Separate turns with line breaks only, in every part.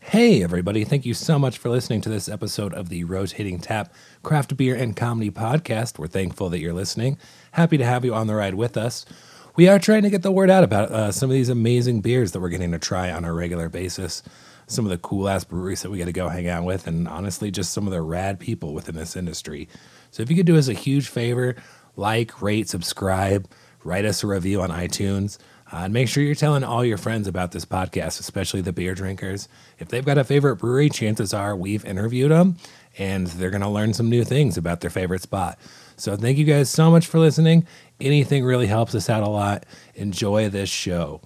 Hey, everybody. Thank you so much for listening to this episode of the Rotating Tap Craft Beer and Comedy Podcast. We're thankful that you're listening. Happy to have you on the ride with us. We are trying to get the word out about uh, some of these amazing beers that we're getting to try on a regular basis, some of the cool ass breweries that we got to go hang out with, and honestly, just some of the rad people within this industry. So if you could do us a huge favor, like, rate, subscribe, write us a review on iTunes. Uh, and make sure you're telling all your friends about this podcast, especially the beer drinkers. If they've got a favorite brewery, chances are we've interviewed them and they're going to learn some new things about their favorite spot. So thank you guys so much for listening. Anything really helps us out a lot. Enjoy this show.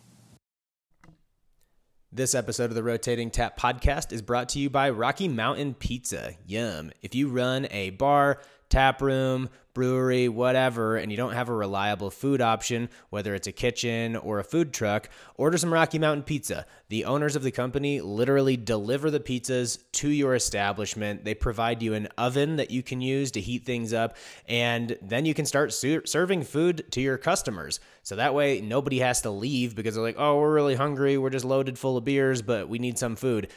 This episode of the Rotating Tap Podcast is brought to you by Rocky Mountain Pizza. Yum. If you run a bar, tap room, brewery, whatever, and you don't have a reliable food option, whether it's a kitchen or a food truck, order some Rocky Mountain Pizza. The owners of the company literally deliver the pizzas to your establishment. They provide you an oven that you can use to heat things up, and then you can start ser- serving food to your customers. So that way, nobody has to leave because they're like, oh, we're really hungry. We're just loaded full of beers, but we need some food.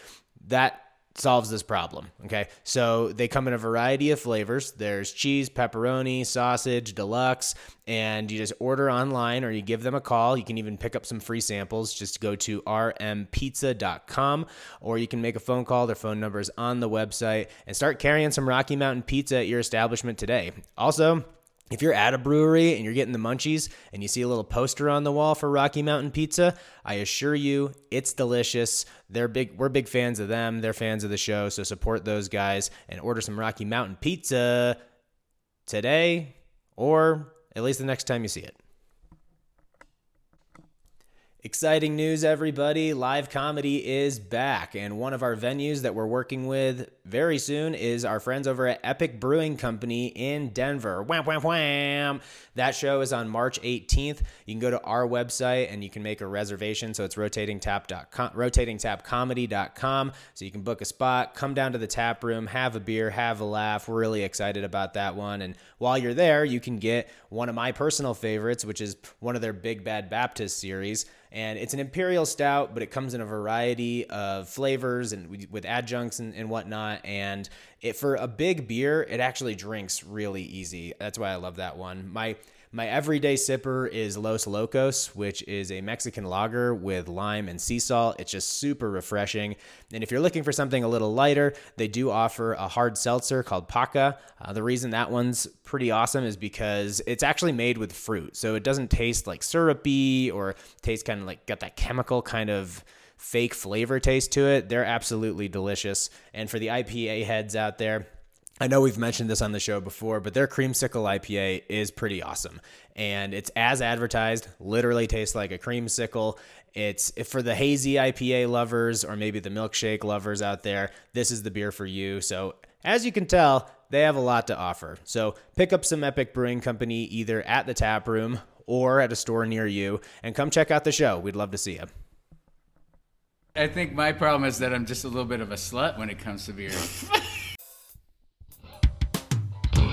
That solves this problem. Okay. So they come in a variety of flavors. There's cheese, pepperoni, sausage, deluxe, and you just order online or you give them a call. You can even pick up some free samples. Just go to rmpizza.com or you can make a phone call. Their phone number is on the website and start carrying some Rocky Mountain pizza at your establishment today. Also, if you're at a brewery and you're getting the munchies and you see a little poster on the wall for Rocky Mountain Pizza, I assure you it's delicious. They're big we're big fans of them, they're fans of the show, so support those guys and order some Rocky Mountain Pizza today or at least the next time you see it. Exciting news, everybody. Live comedy is back, and one of our venues that we're working with very soon is our friends over at Epic Brewing Company in Denver. Wham, wham, wham. That show is on March 18th. You can go to our website and you can make a reservation. So it's rotatingtap.com, rotatingtapcomedy.com. So you can book a spot, come down to the tap room, have a beer, have a laugh. We're really excited about that one. And while you're there, you can get one of my personal favorites, which is one of their Big Bad Baptist series and it's an imperial stout but it comes in a variety of flavors and with adjuncts and, and whatnot and it for a big beer it actually drinks really easy that's why i love that one my my everyday sipper is Los Locos, which is a Mexican lager with lime and sea salt. It's just super refreshing. And if you're looking for something a little lighter, they do offer a hard seltzer called Paca. Uh, the reason that one's pretty awesome is because it's actually made with fruit. So it doesn't taste like syrupy or tastes kind of like got that chemical kind of fake flavor taste to it. They're absolutely delicious. And for the IPA heads out there, I know we've mentioned this on the show before, but their creamsicle IPA is pretty awesome. And it's as advertised, literally tastes like a creamsicle. It's for the hazy IPA lovers or maybe the milkshake lovers out there, this is the beer for you. So, as you can tell, they have a lot to offer. So, pick up some Epic Brewing Company either at the tap room or at a store near you and come check out the show. We'd love to see you.
I think my problem is that I'm just a little bit of a slut when it comes to beer.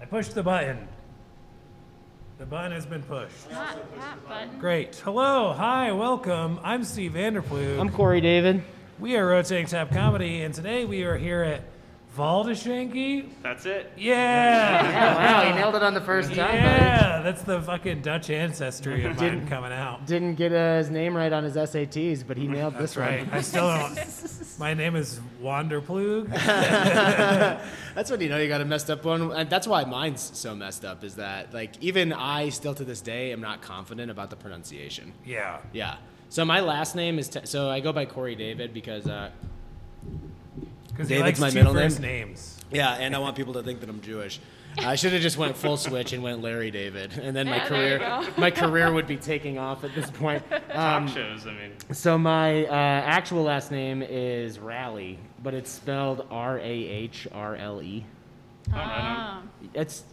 I pushed the button. The button has been pushed.
Hot, hot button.
Great. Hello. Hi. Welcome. I'm Steve Vanderplug.
I'm Corey David.
we are Rotating Tap Comedy, and today we are here at Valdeshanky.
That's it.
Yeah.
wow, you Oh, nailed it on the first time. buddy.
Yeah. That's the fucking Dutch ancestry of mine coming out.
Didn't get uh, his name right on his SATs, but he nailed this
That's right. I still don't. My name is Wanderplug.
one. That's when you know you got a messed up one. And that's why mine's so messed up is that like even I still to this day am not confident about the pronunciation.
Yeah.
Yeah. So my last name is Te- so I go by Corey David because uh,
Because he
David's
likes
my
two
middle
first names.
Yeah, and I want people to think that I'm Jewish. I should have just went full switch and went Larry David, and then my
Yeah, there
career
you go.
my career would be taking off at this point.
Talk
Um,
shows. I mean,
so my uh, actual last name is Rally, but it's spelled R A H R L E.
Oh,
Ah.
It's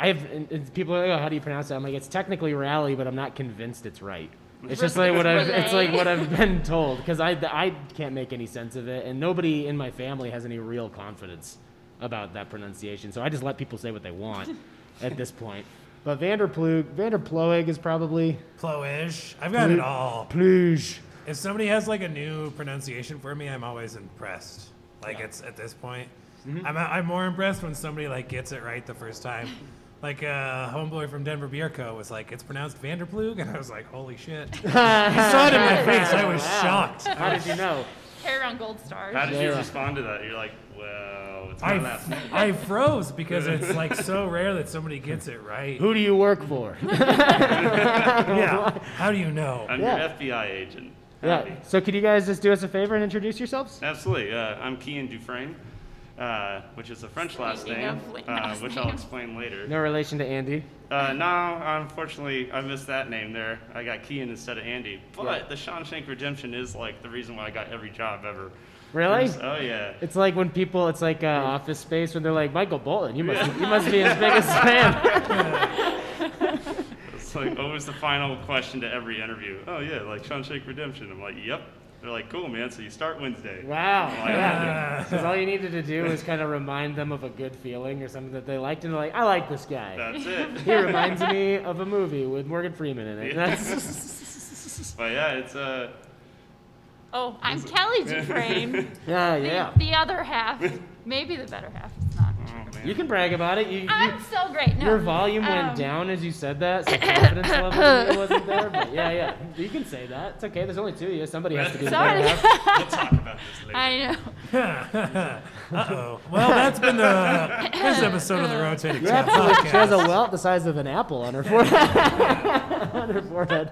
I have and, and people are like, oh, how do you pronounce that? I'm like, it's technically Rally, but I'm not convinced it's right. It's just like what I've it's like what I've been told because I I can't make any sense of it, and nobody in my family has any real confidence about that pronunciation. So I just let people say what they want at this point. But Vanderplug Vanderploeg is probably
Ploish. I've got
Mm.
it all.
Pluge.
If somebody has like a new pronunciation for me, I'm always impressed. Like it's at this point,
Mm-hmm.
I'm I'm more impressed when somebody like gets it right the first time. Like uh, homeboy from Denver Beer Co was like, it's pronounced Vanderplug, and I was like, holy shit! he saw it in my face. I was shocked.
How did you know?
Hair on gold stars.
how did you
Yeah.
respond to that? You're like, well, it's my
I,
last name.
I froze because it's like so rare that somebody gets it right.
Who do you work for?
Yeah. How do you know?
I'm
Yeah.
your FBI agent. Howdy.
yeah. So could you guys just do us a favor and introduce yourselves?
Absolutely. Uh, I'm Kian Dufresne, uh, which is a French last
Speaking
name,
of last
uh, which I'll
names.
explain later.
No relation to Andy.
Uh, no, unfortunately, I missed that name there. I got Kian instead of Andy. But the Shawshank Redemption is like the reason why I got every job ever.
Really?
Oh yeah.
It's like when people, it's like uh, Office Space when they're like, Michael Bolton, you must, you must be his biggest fan.
It's like always the final question to every interview. Oh yeah, like Shawshank Redemption. I'm like, yep. They're like, cool man. So you start Wednesday.
Wow.
Like,
Because all you needed to do was kind of remind them of a good feeling or something that they liked, and they're like, I like this guy.
That's it.
He reminds me of a movie with Morgan Freeman in it. That's,
But yeah, it's uh,
oh, I'm Kelly Dufresne.
yeah,
the,
yeah.
the other half. Maybe the better half. It's not.
oh man.
You can brag about it. You, you,
I'm so great. No.
your volume went
um,
down as you said that, so confidence level really wasn't there. But yeah, yeah. You can say that. It's okay. There's only two of you. Somebody has to be the better
Sorry.
half.
We'll talk about this later.
I know.
Uh-oh. Well, that's been the this episode of the Rotating
Yeah,
Tap
absolutely. She has a
podcast.
welt the size of an apple on her forehead. on her forehead.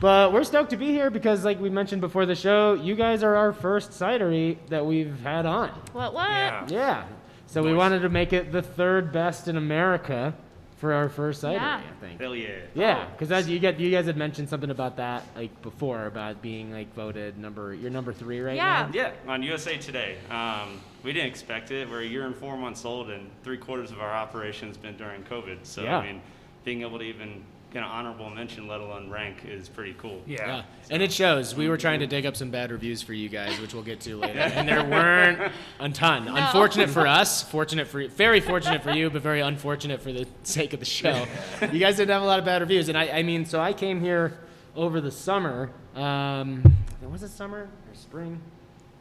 But we're stoked to be here because, like we mentioned before the show, you guys are our first cidery that we've had on.
What? What?
Yeah.
Yeah. So we wanted to make it the third best in America for our first cidery,
Yeah.
I think.
Hell yeah.
Yeah, because as you get, you guys had mentioned something about that like before about being like voted number. You're number three right
Yeah.
Yeah, on USA Today. Um, we didn't expect it. We're a year and four months old, and three quarters of our operation's been during COVID. So
Yeah.
I mean, being able to even get an honorable mention, let alone rank, is pretty cool.
Yeah.
Yeah. And it shows. We were trying to dig up some bad reviews for you guys, which we'll get to later. And there weren't a ton. Unfortunate for us, fortunate for very fortunate for you, but very unfortunate for the sake of the show. You guys didn't have a lot of bad reviews, and I, I mean, so I came here over the summer. Um, was it summer or spring?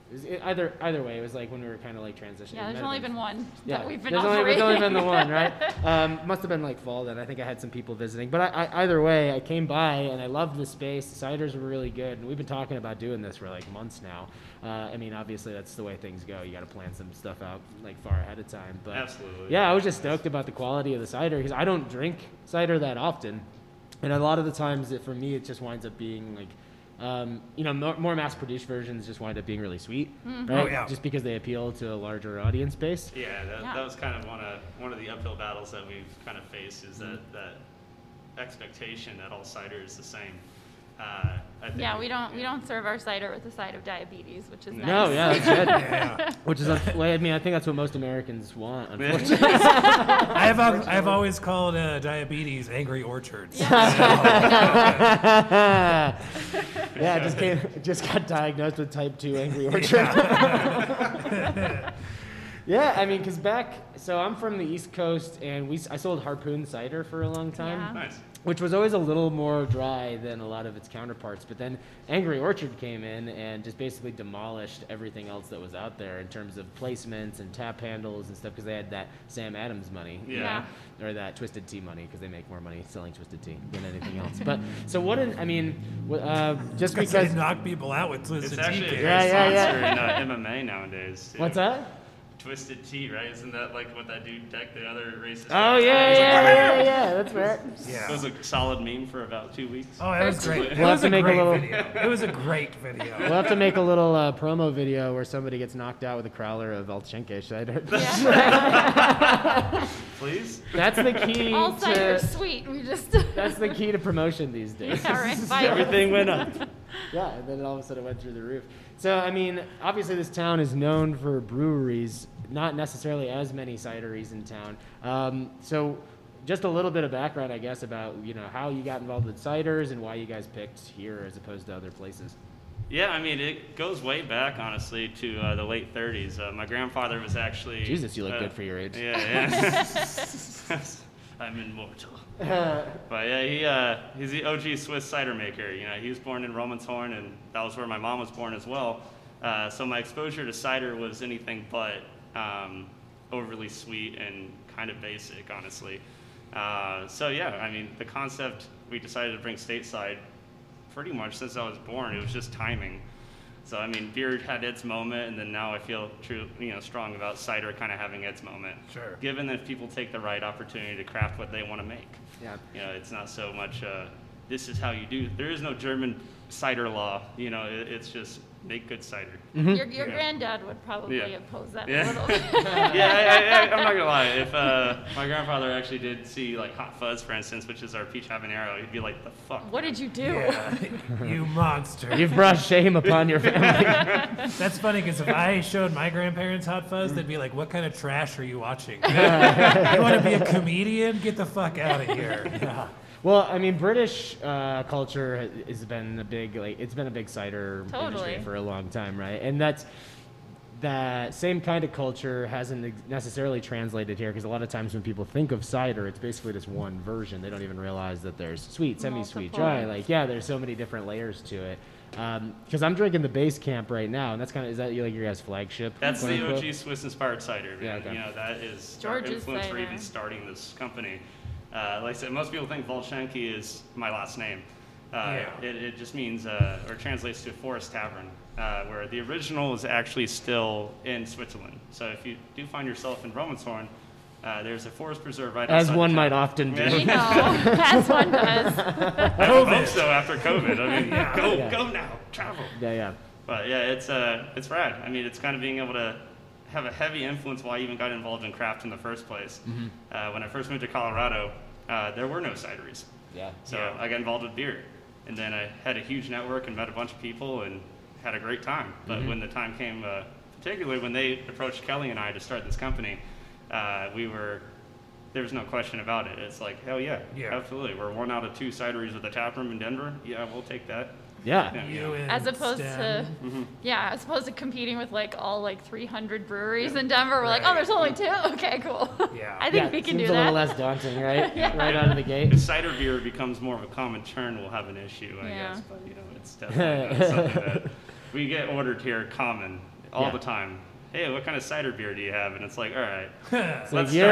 It was- it- either either way, it was like when we were kind of like transitioning.
Yeah,
It might
there's
have
only
been
been one
yeah,
that we've been
there's only,
operating.
there's only been the one, right? Um, must have been like fall then. I think I had some people visiting, but I, I, either way, I came by and I loved the space. The ciders were really good, and we've been talking about doing this for like months now. Uh, I mean, obviously that's the way things go. You got to plan some stuff out like far ahead of time. But
Absolutely.
yeah, I was just stoked about the quality of the cider because I don't drink cider that often, and a lot of the times it, for me it just winds up being like. Um, you know, more, more mass-produced versions just wind up being really sweet,
Mm-hmm.
right?
Oh, yeah.
Just because they appeal to a larger audience base.
Yeah, that,
Yeah.
that was kind of one of one of the uphill battles that we've kind of faced is that that expectation that all cider is the same. Uh, I think
Yeah, we don't we don't serve our cider with the side of diabetes, which is
No,
nice.
yeah, that's good.
Yeah.
Which is, unf- well, I mean, I think that's what most Americans want. Unfortunately,
I've al- I've always called uh, diabetes angry orchards.
yeah, I just came, just got diagnosed with type two angry orchard. yeah, I mean, because back, so I'm from the East Coast, and we s- I sold Harpoon cider for a long time.
Yeah.
Nice.
which was always a little more dry than a lot of its counterparts. But then Angry Orchard came in and just basically demolished everything else that was out there in terms of placements and tap handles and stuff because they had that Sam Adams money. you
Yeah.
know, Or that Twisted Tea money because they make more money selling Twisted Tea than anything else. But so what? In, I mean, wh- uh, just
Because they
because.
knock people out with
It's
twisted tea
actually a
cake.
great
Yeah, yeah, yeah.
sponsor in uh, MMA nowadays. too.
What's that?
Twisted Tea, right? Isn't that like what that dude decked the other racist?
Oh, yeah, yeah, yeah, yeah. That's right.
Yeah.
It was a solid meme for about two weeks.
Oh, it was great. It
We'll have
was
to
a
make a
great
little-
video. It was a great video.
We'll have to make a little uh, promo video where somebody gets knocked out with a crowler of Alchenke cider.
Please?
That's the key
All cider
to.
sweet. We just.
uh, That's the key to promotion these days.
All right, bye.
Everything went up.
Yeah, and then all of a sudden it went through the roof. So, I mean, obviously this town is known for breweries, not necessarily as many cideries in town. Um, so, just a little bit of background, I guess, about you know how you got involved with ciders and why you guys picked here as opposed to other places.
Yeah, I mean, it goes way back, honestly, to uh, the late 30s. Uh, my grandfather was actually.
Jesus, you look
uh,
good for your age.
Yeah, yeah. I'm immortal. but yeah, he, uh, he's the OG Swiss cider maker. You know, he was born in Romanshorn, and that was where my mom was born as well. Uh, so my exposure to cider was anything but um, overly sweet and kind of basic, honestly. Uh, so yeah, I mean, the concept we decided to bring stateside pretty much since I was born. It was just timing. So I mean, beer had its moment, and then now I feel true, you know, strong about cider kind of having its moment.
Sure.
Given that if people take the right opportunity to craft what they want to make,
Yeah.
you know, it's not so much uh, this is how you do. There is no German cider law. You know, it, it's just make good cider.
Your, your granddad would probably
Yeah.
oppose that
Yeah.
a little bit.
yeah, I, I, I, I'm not gonna lie. If uh, my grandfather actually did see like Hot Fuzz, for instance, which is our peach habanero, he'd be like, "The fuck."
what did you do?
Yeah. You monster.
You've brought shame upon your family.
That's funny because if I showed my grandparents Hot Fuzz, they'd be like, "What kind of trash are you watching? you want to be a comedian? Get the fuck out of here!" Yeah.
well, I mean, British uh, culture ha- has been a big like it's been a big cider
Totally.
industry for a long time, right? And that's that same kind of culture hasn't ex- necessarily translated here because a lot of times when people think of cider, it's basically just one version. They don't even realize that there's sweet, semi-sweet,
Multiple.
dry. Like, yeah, there's so many different layers to it. Because I'm drinking the base camp right now, and that's kind of is that like your guys' flagship?
That's
quote,
the
unquote?
OG Swiss inspired cider.
Yeah,
man.
okay.
You know, that is our
George's
influence for even
cider.
starting this company. Uh, like I said, most people think Volchenki is my last name. Uh,
Yeah.
it, it just means, uh, or translates to forest tavern, uh, where the original is actually still in Switzerland. So if you do find yourself in Romanshorn, uh, there's a forest preserve right
As
outside
one
of
might
town.
often do.
Yeah.
You know, as one does.
I would hope so after COVID. I mean, go,
Yeah.
go now, travel.
Yeah, yeah.
But yeah, it's uh, it's rad. I mean, it's kind of being able to have a heavy influence why I even got involved in craft in the first place. Uh, when I first moved to Colorado, uh, there were no cideries,
Yeah.
so I got involved with beer, and then I had a huge network and met a bunch of people and had a great time. But when the time came, uh, particularly when they approached Kelly and I to start this company, uh, we were there was no question about it. It's like hell yeah,
Yeah.
absolutely. We're one out of two cideries with a tap room in Denver. Yeah, we'll take that.
Yeah.
Yeah, yeah.
You and
As opposed to, Mm-hmm.
Stan.
yeah, as opposed to competing with like all like 300 breweries in Denver, we're like, oh,
Right.
there's only two. Okay, cool.
Yeah.
I think
Yeah,
we can
seems
do
a little
that.
less daunting, right?
Yeah.
Right out of the gate.
If cider beer becomes more of a common term, we'll have an issue, I
Yeah.
guess. But you know, it's definitely not something that we get ordered here common all
Yeah.
the time. Hey, what kind of cider beer do you have? And it's like, all right,
So
Let's start
you're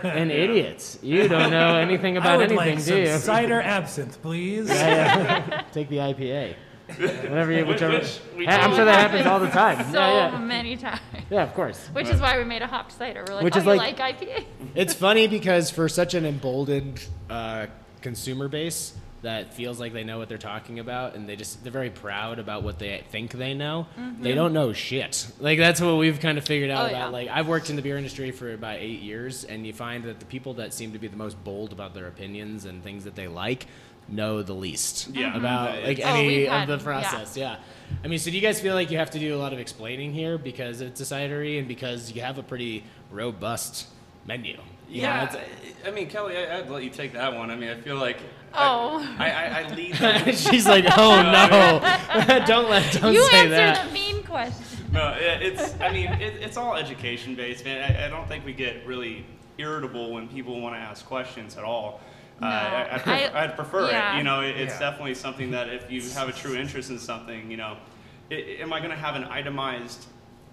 here.
an
Yeah.
idiot. You don't know anything
I
about
would
anything,
like
do you?
some cider absinthe, please.
Take the IPA. Whatever you,
Which-
whichever.
which we
Hey, I'm
do.
sure that happens all the time.
So
yeah, yeah.
many times.
Yeah, of course.
Which is why we made a hopped cider. We're like,
Which
oh,
is
you
like-
like IPA?
It's funny because for such an emboldened uh, consumer base that feels like they know what they're talking about and they just they're very proud about what they think they know. They don't know shit. Like that's what we've kind of figured out
Mm-hmm. Oh,
about
yeah.
like I've worked in the beer industry for about 8 years and you find that the people that seem to be the most bold about their opinions and things that they like know the least
Yeah.
about like
Oh,
any
we've
of
had-
the
yeah.
process. Yeah. I mean, so do you guys feel like you have to do a lot of explaining here because it's a cidery and because you have a pretty robust menu? You know,
yeah.
it's-
I mean, Kelly, I, I'd let you take that one. I mean, I feel like
Oh.
I, I, I lead. the-
She's like, oh no, don't let, don't
you
say
answer
that.
the mean question.
no, it- it's. I mean, it, it's all education based, man. I, I don't think we get really irritable when people want to ask questions at all.
No.
Uh, I, I, pref-
I-
I'd prefer
yeah.
it. You know, it, it's
Yeah.
definitely something that if you have a true interest in something, you know, i am I going to have an itemized,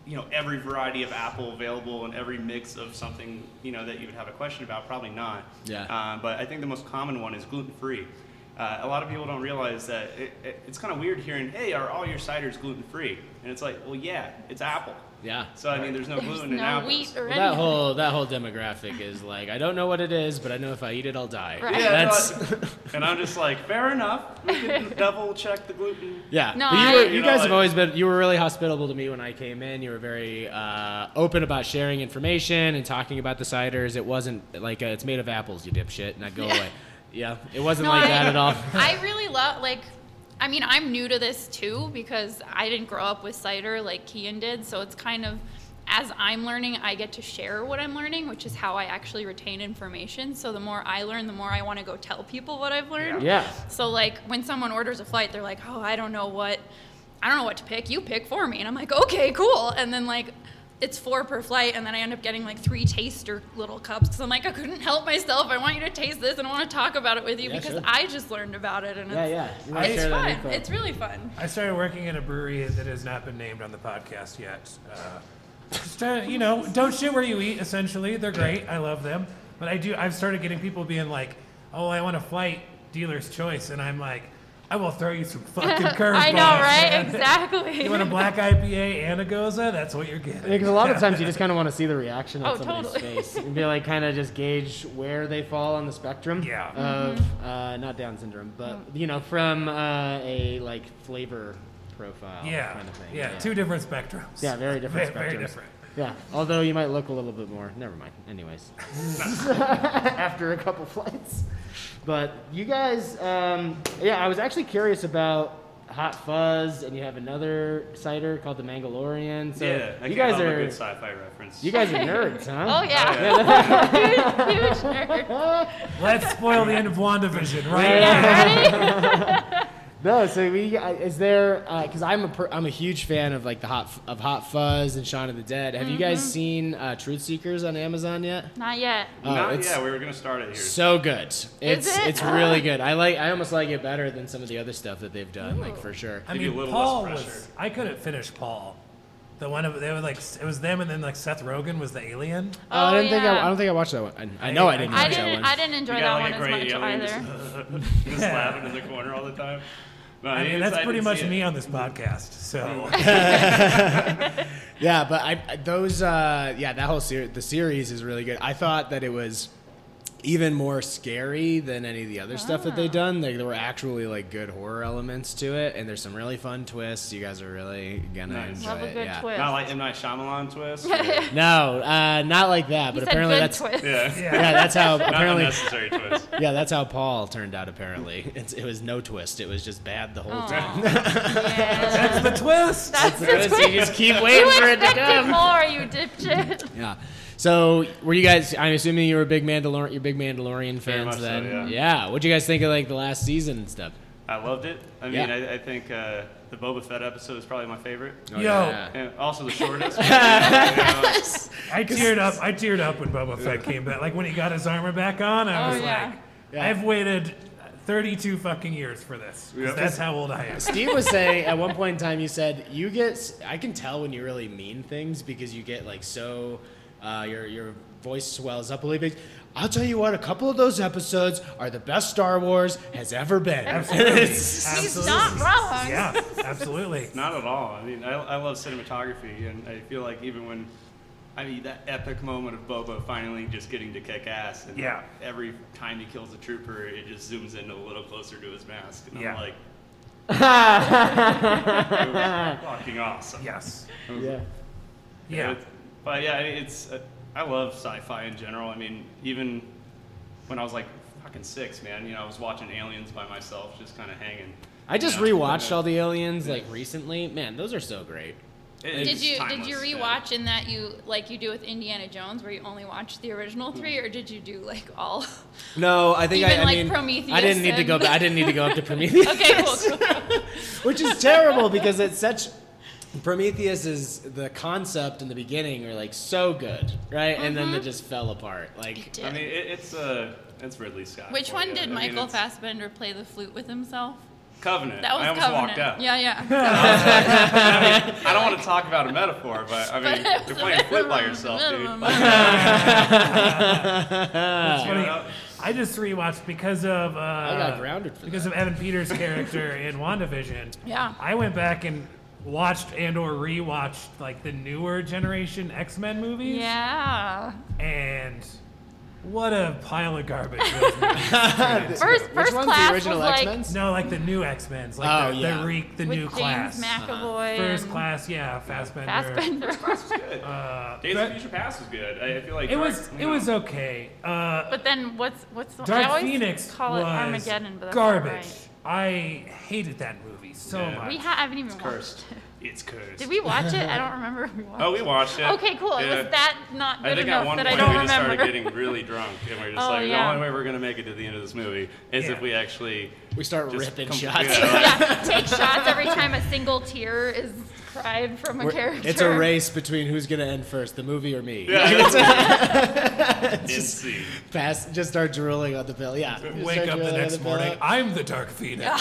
you know, every variety of apple available and every mix of something, you know, that you would have a question about? Probably not. Uh,
Yeah.
Um, but I think the most common one is gluten free. Uh, a lot of people don't realize that it, it, it's kind of weird hearing, "Hey, are all your ciders gluten free?" And it's like, well, yeah, it's apple.
Yeah.
So I mean, there's no
There's
gluten in
no
apples.
wheat
Well,
or
that
anything.
whole that whole demographic is like I don't know what it is, but I know if I eat it, I'll die.
Right.
Yeah,
That's
no, I- and I'm just like, fair enough. We can double check the gluten.
yeah.
No,
But you,
I-
were, you
You know,
guys
I-
have always been you were really hospitable to me when I came in. You were very uh, open about sharing information and talking about the ciders. It wasn't like uh it's made of apples, you dipshit, and I'd go away. Yeah, it wasn't like
I,
that at all.
I really love like. I mean, I'm new to this too because I didn't grow up with cider like Kian did, so it's kind of as I'm learning, I get to share what I'm learning, which is how I actually retain information. So the more I learn, the more I want to go tell people what I've learned.
Yeah.
So like when someone orders a flight, they're like, "Oh, I don't know what, I don't know what to pick. You pick for me." And I'm like, "Okay, cool." And then like, it's four per flight, and then I end up getting like three taster little cups because I'm like, I couldn't help myself. I want you to taste this, and I want to talk about it with you
Yeah,
because
sure.
I just learned about it, and
Yeah, yeah.
it's,
You wanna
it's
share that
fun.
info.
It's really fun.
I started working at a brewery that has not been named on the podcast yet. Uh, just try- you know, don't shit where you eat. Essentially, they're great. I love them, but I do. I've started getting people being like, "Oh, I want a flight dealer's choice," and I'm like, "I will throw you some fucking curveballs."
I know, right?
man."
Exactly.
You want a black IPA and a Goza? That's what you're getting.
Because a lot of times you just kind of want to see the reaction on
Oh,
somebody's
totally.
face and be like, kind of just gauge where they fall on the spectrum
Yeah.
of
Mm-hmm.
uh, not Down syndrome, but
Mm.
you know, from uh, a like flavor profile
Yeah,
kind of thing.
yeah, two different spectrums.
Yeah, very
Very,
different
very
spectrums.
different.
Yeah, although you might look a little bit more. Never mind. Anyways, after a couple flights, but you guys, um, yeah, I was actually curious about Hot Fuzz, and you have another cider called the Mangalorean. So
yeah, I
you guys
can't help a
are
good sci-fi reference.
you guys are nerds, huh?
Oh yeah, huge nerd.
Let's spoil the end of WandaVision, right?
No, so we I- is there because I'm a per, I'm a huge fan of like the hot F- of Hot Fuzz and Shaun of the Dead. Have you guys seen uh, Truth Seekers on Amazon yet?
Not yet.
Oh,
Not,
it's
yeah, we were gonna start it here.
so good. It's
it?
it's really good. I like I almost like it better than some of the other stuff that they've done,
Oh.
like for sure.
I
Give you
mean,
a little less
Paul
pressure.
was. I couldn't finish Paul. The one of they were like it was them, and then like Seth Rogen was the alien.
Oh,
I didn't
yeah.
think I, I don't think I watched that one. I, I know I didn't
I
watch that
didn't.
one.
I didn't enjoy
You
that
got
one
like a
as
great
much
alien
either.
just, just laughing in the corner all the time. No,
I mean,
it's-
that's
Uh, I
pretty
didn't
much
see it. Oh,
me on this podcast. So
Yeah, but I I- those uh, yeah that whole series the series is really good. I thought that it was even more scary than any of the other stuff that they
Ah.
done. Like, there were actually like good horror elements to it, and there's some really fun twists. You guys are really gonna
Nice.
enjoy
Love a
it,
good
yeah.
twist.
Not like M Night Shyamalan twist.
No, uh, not like that.
He
But
said
apparently
good
that's
twist.
yeah.
yeah that's how
Not
apparently
unnecessary twist.
yeah that's how Paul turned out. Apparently, it's, it was no twist. It was just bad the whole
Aw.
time.
that's the twist.
That's the
So you just keep waiting
You
for it to
expected
come.
more, you dipshit.
Yeah. So were you guys? I'm assuming you were big Mandalorian. You're big Mandalorian fans
much so,
then.
yeah.
What'd you guys think of like the last season and stuff?
I loved it. I mean,
Yeah.
I, I think uh, the Boba Fett episode is probably my favorite,
Oh,
Yo.
and also the shortest. You know,
I teared up. I teared up when Boba Fett came back. Like when he got his armor back on, I
Oh,
was
yeah.
like,
Yeah.
I've waited 32 fucking years for this. 'Cause
Yep.
That's how old I am.
Steve was saying at one point in time, you said you get. s- I can tell when you really mean things because you get like so. Uh, your your voice swells up a little bit. I'll tell you what, a couple of those episodes are the best Star Wars has ever been.
Absolutely.
He's
Absolutely.
not wrong.
Yeah, absolutely.
Not at all. I mean, I, I love cinematography, and I feel like even when, I mean, that epic moment of Boba finally just getting to kick ass, and
Yeah.
every time he kills a trooper, it just zooms in a little closer to his mask, and
Yeah.
I'm like, it was fucking awesome.
Yes.
yeah.
Yeah.
It's- But yeah, I mean, it's uh, I love sci-fi in general. I mean, even when I was like fucking six, man, you know, I was watching Aliens by myself, just kind of hanging.
I just
Yeah.
rewatched all the aliens like recently. Man, those are so great.
It-
Did
it's
you did
timeless,
you
yeah.
rewatch in that you like you do with Indiana Jones, where you only watch the original three, or did you do like all?
No, I think I,
Even,
I
like,
mean, I
Prometheus
didn't need to
and-
go. Back, I didn't need to go up to Prometheus.
Okay, cool. cool.
which is terrible because it's such. Prometheus is the concept in the beginning are like so good, right? And then they
Mm-hmm.
just fell apart. Like
I mean, it, it's uh, it's Ridley Scott.
Which
for
one
you.
did
I mean,
Michael
it's
Fassbender play the flute with himself?
Covenant.
That was
I almost
Covenant.
walked out.
Yeah, yeah.
I don't want to talk about a metaphor, but I mean,
But-
you're playing flute by yourself, dude.
I
It's funny.
uh, Yeah.
I just rewatched because of uh, I
got grounded for
because
that.
of Evan Peters' character in WandaVision.
Yeah.
I went back and watched and or rewatched like the newer generation X-Men movies.
Yeah.
And what a pile of garbage. those movies.
First,
Which
first
one's
class
the original
was like
X-Men's?
no, like the new X-Men's, like
Oh,
the,
yeah.
the, re- the
with
new
James
class.
McAvoy.
First
and
class, yeah, Fassbender.
Fassbender.
Days
But-
of Future Past was good. I, I feel like
It
Dark-
was it
no.
was okay. Uh,
But then what's what's the I
Dark
always
Phoenix
call it
was
Armageddon, but that's not
garbage.
right.
I hated that movie so
Yeah.
much.
We ha- haven't even watched.
cursed. It's cursed.
Did we watch it? I don't remember. If we watched
Oh, we watched it.
It. Okay, cool. It
Yeah.
was that not good
I think at
enough
one
that
point
I don't
we just
remember.
started getting really drunk, and we are just
Oh,
like,
yeah.
the only way we're gonna make it to the end of this movie is
Yeah.
if we actually
We start
just
ripping
com-
shots.
yeah, like,
yeah, take shots every time a single tear is cried from a character.
It's a race between who's gonna end first, the movie or me.
Yeah,
just
insane.
pass, just start drooling on the pill. Yeah. Just
Wake
start
up the
drooling on
next
pill.
morning. I'm the Dark Phoenix.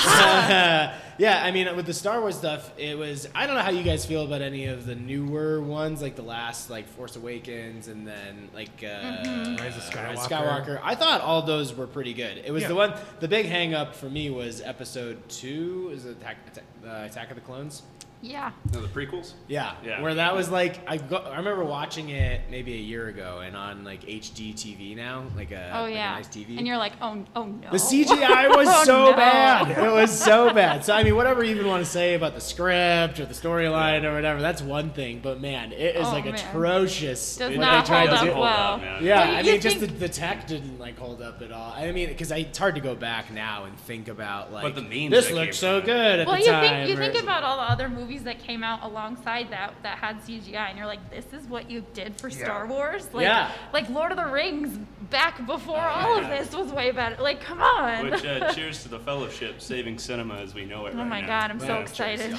Yeah, I mean, with the Star Wars stuff, it was. I don't know how you guys feel about any of the newer ones, like the last, like Force Awakens, and then like uh,
Mm-hmm.
Rise of
Rise
Skywalker.
of Skywalker. I thought all those were pretty good. It was
Yeah.
the one. The big hang up for me was Episode Two. Is it Attack, Attack, uh, Attack of the Clones?
Yeah.
No, the prequels.
Yeah,
Yeah.
Where that was like, I go, I remember watching it maybe a year ago, and on like HD TV now, like a,
Oh
like a
yeah.
nice TV.
And you're like, oh, oh no.
The CGI was
Oh,
so
no.
bad. It was so bad. So I mean, whatever you even want to say about the script or the storyline or whatever, that's one thing. But man, it is
Oh,
like
man.
atrocious.
Does
what
not
they tried
hold
to
up
do.
Doesn't hold
well.
up, man.
Yeah,
You-
I
you
mean, just the,
think-
the tech didn't like hold up at all. I mean, because it's hard to go back now and think about like
the memes
this
that
looked
came
so
from it.
good at
Well,
the
you
time.
think you
or
think
it's-
about all the other movies that came out alongside that that had CGI, and you're like, this is what you did for Star Wars. Like,
Yeah. Oh,
like Lord of the Rings back before all of this was way better. Like, come on.
Which uh, cheers to the fellowship saving cinema as we know it.
oh
right
my
now.
God, I'm so
Yeah.
excited.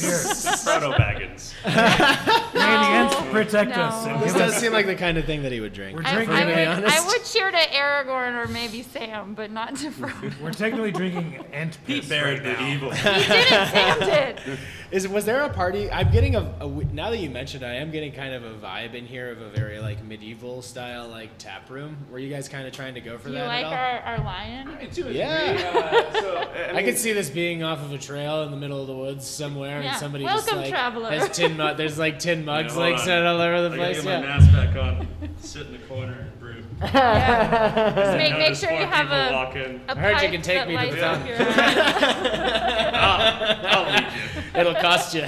Proto Baggins.
May the ants protect
No.
us. And
This
give
does
us
seem like the kind of thing that he would drink.
We're
I, I
drinking.
to be
would, I
honest.
would cheer to Aragorn or maybe Sam, but not to Frodo.
We're technically drinking ant piss right
Buried the
now.
evil.
he didn't. Sam did.
Is was there a party? I'm getting a, a w- now that you mentioned, it, I am getting kind of a vibe in here of a very like medieval style like tap room. Were you guys kind of trying to go for
You
that at
like
all?
our, our lion?
yeah,
I
I could see this being off of a trail in the middle of the woods somewhere,
Yeah.
and somebody just
Welcome,
like
traveler.
has tin mug. There's like tin mugs
hold
like
on.
set all over the
I gotta
place.
get my
Yeah.
mask back on. Sit in the corner and brew.
Yeah. Just make, make
Notice
sure
four
you have
people
a.
Walk in.
a
heard you
pipe
can take
that
me to the
lights
top.
up your eye.
I'll lead you.
It'll cost you.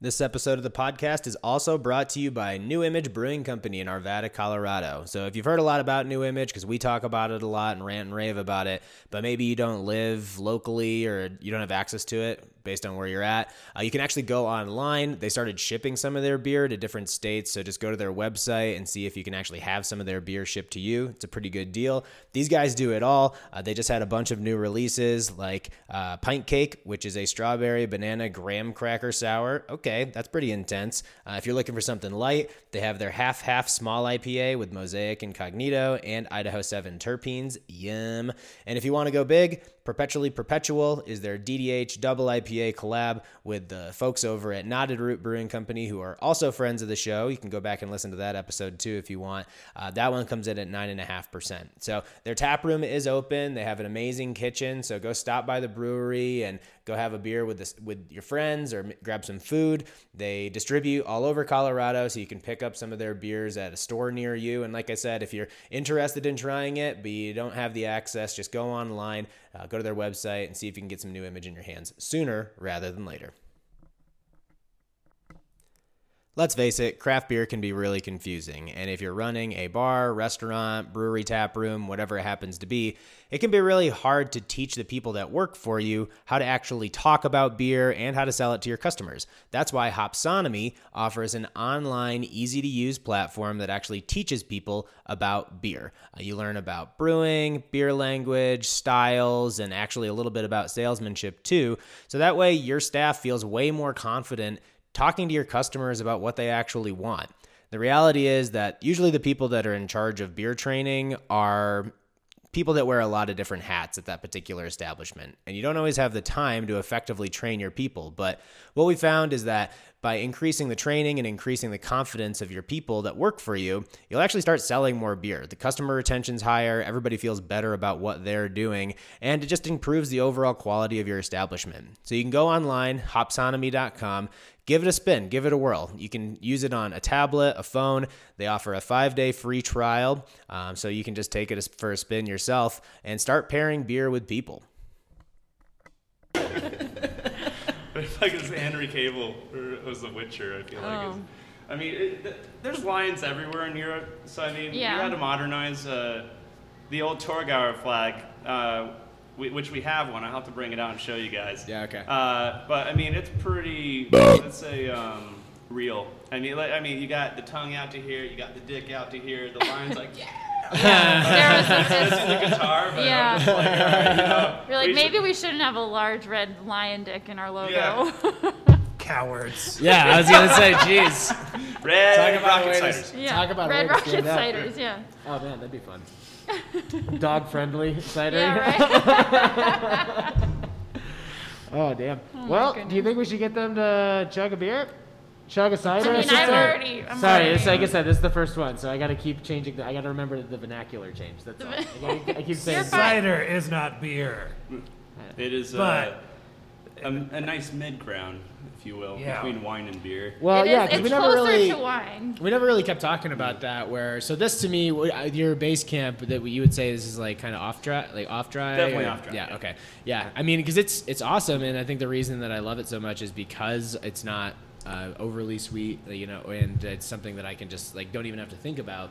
This episode of the podcast is also brought to you by New Image Brewing Company in Arvada, Colorado. So, if you've heard a lot about New Image, because we talk about it a lot and rant and rave about it, but maybe you don't live locally or you don't have access to it based on where you're at, uh, you can actually go online. They started shipping some of their beer to different states. So, just go to their website and see if you can actually have some of their beer shipped to you. It's a pretty good deal. These guys do it all. Uh, they just had a bunch of new releases like uh, Pint Cake, which is a strawberry banana graham cracker sour. Okay, that's pretty intense. Uh, if you're looking for something light, they have their half half small IPA with Mosaic Incognito and Idaho 7 terpenes. Yum. And if you want to go big, Perpetually Perpetual is their DDH double IPA collab with the folks over at Knotted Root Brewing Company, who are also friends of the show. You can go back and listen to that episode too if you want. Uh, that one comes in at 9.5%. So their tap room is open. They have an amazing kitchen. So go stop by the brewery and go have a beer with, this, with your friends or m- grab some food. They distribute all over Colorado, so you can pick up some of their beers at a store near you. And like I said, if you're interested in trying it, but you don't have the access, just go online, uh, go to their website, and see if you can get some new image in your hands sooner rather than later. Let's face it, craft beer can be really confusing, and if you're running a bar, restaurant, brewery, tap room, whatever it happens to be, it can be really hard to teach the people that work for you how to actually talk about beer and how to sell it to your customers. That's why Hopsonomy offers an online, easy to use platform that actually teaches people about beer. Uh, you learn about brewing, beer language, styles, and actually a little bit about salesmanship too, so that way your staff feels way more confident talking to your customers about what they actually want. The reality is that usually the people that are in charge of beer training are people that wear a lot of different hats at that particular establishment. And you don't always have the time to effectively train your people. But what we found is that by increasing the training and increasing the confidence of your people that work for you, you'll actually start selling more beer. The customer retention's higher, everybody feels better about what they're doing, and it just improves the overall quality of your establishment. So you can go online, hopsonomy.com, give it a spin, give it a whirl. You can use it on a tablet, a phone. They offer a five day free trial, um, so you can just take it as- for a spin yourself and start pairing beer with people.
like it's Henry Cable or it was The Witcher. I feel like. It's,
Oh.
I mean, it, th- there's wines everywhere in Europe, so I mean,
Yeah.
we had to modernize uh, the old Torgauer flag, uh, we, which we have one. I'll have to bring it out and show you guys.
Yeah, okay.
Uh, but I mean, it's pretty. let's say. Um, Real. I mean, like, I mean, you got the tongue out to here, you got the dick out to here. The line's like, yeah,
There was like
this is
this,
the guitar, but I'm
yeah.
just like, all right, you know,
You're like,
we should-
maybe we shouldn't have a large red lion dick in our logo.
Yeah.
Cowards.
Yeah, I was gonna say, jeez.
red
about
rocket
ways-
ciders.
Yeah,
Talk about ways
red
to
rocket
stand out.
ciders. Yeah,
Oh man, that'd be fun. Dog friendly cider.
yeah, right.
Oh damn. well, do you
goodness.
think we should get them to chug a beer? Chug a cider?
I mean,
should
I'm
say?
already. I'm
Sorry,
already.
it's, like I said, this is the first one, so I gotta keep changing. The, I gotta remember the vernacular change. That's all. I, gotta- I keep saying.
fine.
Cider is not beer.
It is uh, a, a nice mid ground, if you will,
Yeah.
between wine and beer.
Well,
It is-
oh, yeah, 'cause we
it's
never
closer
really.
to wine.
We never really kept talking about that. Where so this to me, w- uh, your base camp that you would say this is like kind of off dry, like off dry.
Definitely
or-
off dry,
Yeah,
yeah.
Okay. Yeah. I mean, because it's it's awesome, and I think the reason that I love it so much is because it's not uh, overly sweet, you know, and it's something that I can just like don't even have to think about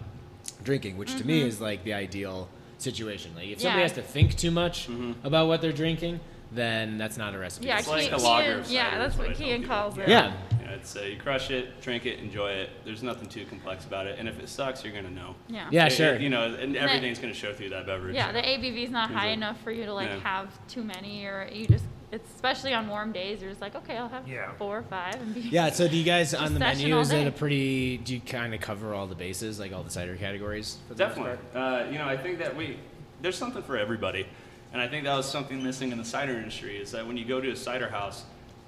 drinking, which to me is like the ideal situation. Like if somebody
Mm-hmm. Yeah.
has to think too much
Mm-hmm.
about what they're drinking, then that's not a recipe.
Yeah,
It's like
Ke-
the lager
Kean-
of
yeah,
cider
that's
is what
what
I tell
Kean
people.
calls it.
Yeah.
You know, it's uh, you crush it, drink it, enjoy it. There's nothing too complex about it, and if it sucks, you're gonna know.
yeah,
Yeah.
It- it-
sure.
you know, and everything's gonna show through that beverage.
Yeah, the ABV is not high
Exactly.
enough for you to like
Yeah.
have too many, or you just. It's especially on warm days. You're just like, okay, I'll have
Yeah.
four or five. And be,
Yeah, so do you guys on the
session
menu
all
is it
day.
a pretty do you kind of cover all the bases like all the cider categories? For the most
Definitely.
part?
Uh, you know, I think that we there's something for everybody, and I think that was something missing in the cider industry is that when you go to a cider house,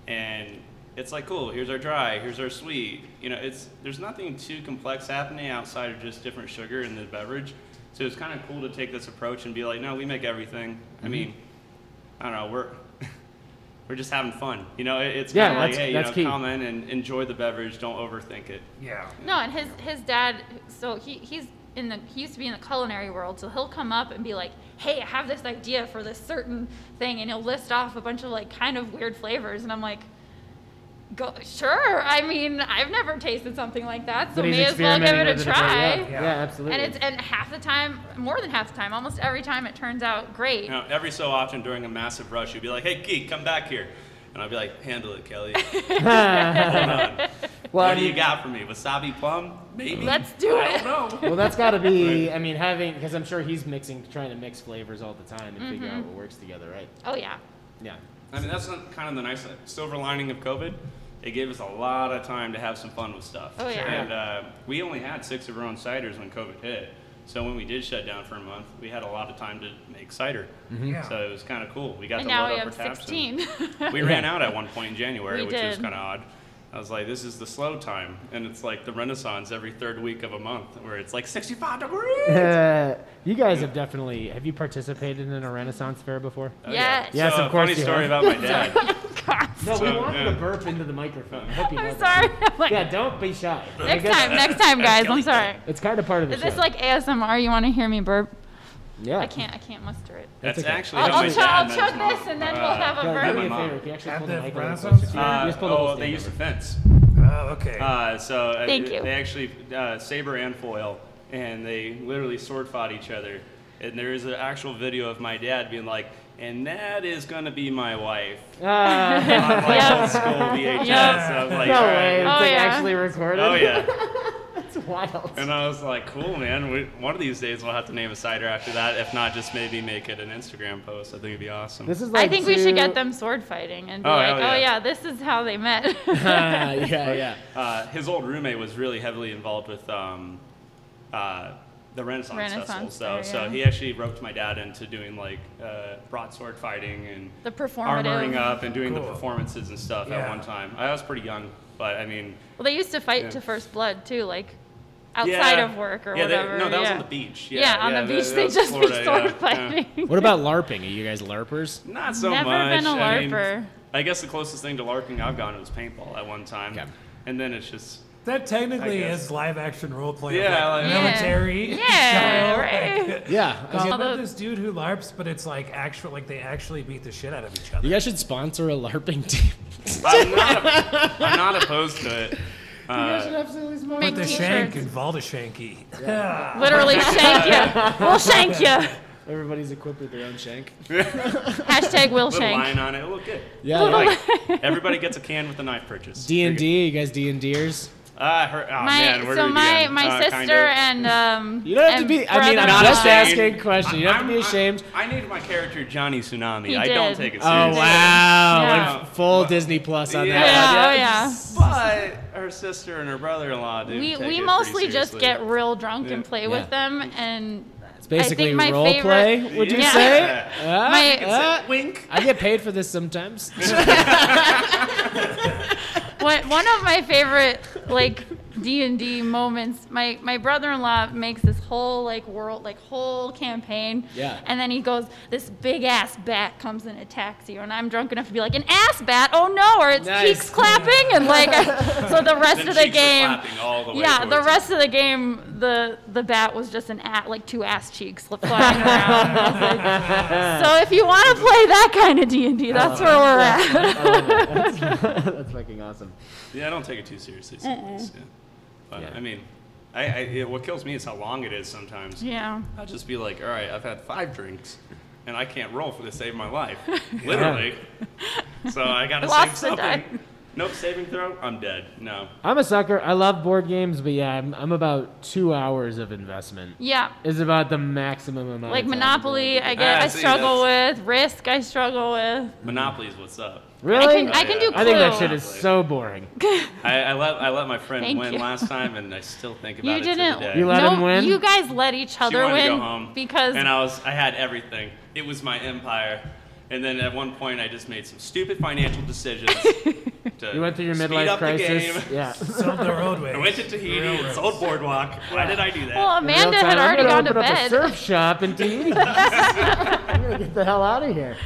and it's like, cool, here's our dry, here's our sweet. You know, it's there's nothing too complex happening outside of just different sugar in the beverage. So it's kind of cool to take this approach and be like, no, we make everything. I
Mm-hmm.
mean, I don't know, we're we're just having fun. You know, it- it's
Yeah,
kind of like,
that's-
hey, you
that's
know,
key.
come in and enjoy the beverage, don't overthink it.
Yeah.
No, and his his dad. So he he's in the he used to be in the culinary world. So he'll come up and be like, "Hey, I have this idea for this certain thing," and he'll list off a bunch of like kind of weird flavors, and I'm like. Go, sure. I mean, I've never tasted something like that, so
But he's
may as well give
experimenting
it a
with it a bit,
try.
yeah. Yeah, absolutely.
And it's and half the time, more than half the time, almost every time, it turns out great.
You know, every so often during a massive rush, you'd be like, "Hey, geek, come back here," and I'd be like, "Handle it, Kelly. Hold on.
well,
what do you got for me? Wasabi plum? Maybe.
Let's do
I
it.
don't know.
well, that's got to be. I mean, having because I'm sure he's mixing, trying to mix flavors all the time and figure
Mm-hmm.
out what works together, right?
Oh yeah.
Yeah.
I mean, that's not- kind of the nice silver lining of COVID. It gave us a lot of time to have some fun with stuff.
Oh, yeah.
And uh, we only had six of our own ciders when COVID hit. So when we did shut down for a month, we had a lot of time to make cider.
Yeah.
So it was kind of cool. We got
And
to
now
load
we
up our
have
taps. and-
16.
We ran out at one point in January,
We
which was
did.
kind of odd. I was like, this is the slow time. And it's like the Renaissance every third week of a month where it's like 65 degrees. Oh,
Uh, you guys have definitely. Have you participated in a Renaissance fair before?
Oh,
yes.
Yes,
so,
of course
Funny
you
story
have.
about my dad.
No, we
So,
wanted
yeah.
to burp into the microphone. I hope you
I'm
know
sorry.
that.
I'm like,
Yeah, don't be shy. I
next
guess
time, next time, guys. I'm
Kelly.
sorry.
It's kind of part of the
Is
show.
this like ASMR? You want to hear me burp?
yeah.
I can't. I can't muster it.
That's
okay.
actually
I'll,
how my
I'll, chug,
dad
I'll
met
chug
his mom.
this, and then
Uh,
we'll have a
No, do
burp.
me a
mom.
favor. Can you actually
At
pull the
the
mic a little
Renaissance
closer? to you?
Uh,
Just pull the whole
oh,
stand
they
over.
used a fence.
Oh, okay.
Uh, so uh,
Thank
they-
you.
They actually uh, saber and foil, and they literally sword fought each other. And there is an actual video of my dad being like, "And that is gonna be my wife."
Ah.
On like
Yep.
old school VHS. And I was like,
No
"All
way.
right."
It's
Oh,
like
yeah.
actually recorded.
uh, "Oh yeah."
It's wild.
And uh, I was like, "Cool, man. We, one of these days we'll have to name a cider after that. If not, just maybe make it an Instagram post. I think it'd be awesome."
This is like
I think we should
two-
get them sword fighting and be
Oh,
like,
hell yeah.
oh yeah, this is how they met.
Ah, yeah, yeah.
Uh, his old roommate was really heavily involved with um, uh, the Renaissance,
Renaissance
Festival.
Fair,
So, so
yeah.
he actually roped my dad into doing like uh, broadsword fighting and
The performative.
armoring up and doing the
Cool.
performances and stuff at
Yeah.
one time. I was pretty young, but I mean,
Well, they used to fight
Yeah.
to first blood too, like outside
yeah,
of work or
yeah, they-
whatever.
no, that was
yeah.
on the beach. Yeah,
Yeah, on
yeah,
the
that-
beach
that
they
was
just
Florida,
be sword
yeah, yeah.
fighting.
What about LARPing? Are you guys LARPers?
Not so
Never
much.
been a
I mean,
LARPer.
I guess the closest thing to LARPing I've gotten was paintball at one time,
Okay.
and then it's just
That technically
I guess.
is live action role play.
Yeah,
Yeah, like,
like-
military.
Yeah,
style.
Oh
right.
Like,
Yeah.
I love
Although-
this dude who larps, but it's like actual, like they actually beat the shit out of each other.
You guys should sponsor a LARPing team.
I'm not, I'm not opposed to it. Uh,
Put
Make
the
t-shirts.
shank and Valdashanky.
Literally shank you. We'll shank you.
Everybody's equipped with their own shank.
Hashtag will
little
shank.
line on it, it'll look good.
Yeah. yeah.
Like, everybody gets a can with a knife purchase.
D and D. You guys D and Ders.
Ah, her, oh,
My,
man, where do
so
we
my
begin?
my
Uh,
sister
kind of.
and um.
You don't have to
and
be. I mean, I'm
brother-in-law.
just asking a
ashamed.
question. You don't have to be
I'm-
ashamed.
I, I named my character Johnny Tsunami.
He
I don't
did.
take it
Oh wow!
seriously. Oh,
Like full Disney Plus on
Yeah.
that.
Yeah, oh yeah.
But her sister and her brother-in-law do.
We
take it
we
pretty
mostly just
seriously.
get real drunk and
Yeah.
play with
Yeah.
them, and
It's basically
my
role
favorite-
play. Would you
Yeah.
say? Uh,
my
uh,
Wink.
I get paid for this sometimes.
What one of my favorite like D and D moments? My my brother-in-law makes this whole like world like whole campaign.
Yeah.
And then he goes, this big ass bat comes and attacks you, and I'm drunk enough to be like, an ass bat? Oh no! Or it's
Nice.
cheeks clapping, and like, so the rest
Then
of the
cheeks are
game.
clapping all the way
yeah, the
towards
rest of the game, the the bat was just an at like two ass cheeks flying around. I was like, so if you want to play that kind of D and
Oh,
D, that's where we're at.
That's fucking awesome.
Yeah, I don't take it too seriously sometimes. Yeah. But I mean, I, I it, what kills me is how long it is sometimes.
yeah.
I'll just be like, all right, I've had five drinks, and I can't roll for the save my life, literally. So I gotta save
Lost the die.
something. Nope, saving throw. I'm dead. No.
I'm a sucker. I love board games, but yeah, I'm, I'm about two hours of investment.
Yeah.
Is about the maximum amount.
Like
of time
Monopoly,
to play
I get
Ah,
I
see,
struggle with Risk. I struggle with.
Monopoly is what's
a
up.
game. Really?
Mm-hmm. I can I can do Clue.
I think that shit is
Monopoly.
so boring.
I, I let I let my friend
Thank
win
you.
last time, and I still think about
you
it to the
didn't.
day.
You let
no,
him win?
You guys let each
she
other
wanted
win
to go home
because
and I was I had everything. It was my empire, and then at one point I just made some stupid financial decisions. to
You went through your
speed
midlife
up the
crisis.
game.
Yeah.
Sold the roadway.
I went to Tahiti and sold Boardwalk. Why did I do that?
well, Amanda had already
I'm gonna
gone to
open up a
bed.
surf shop in Tahiti. I'm gonna get the hell out of here.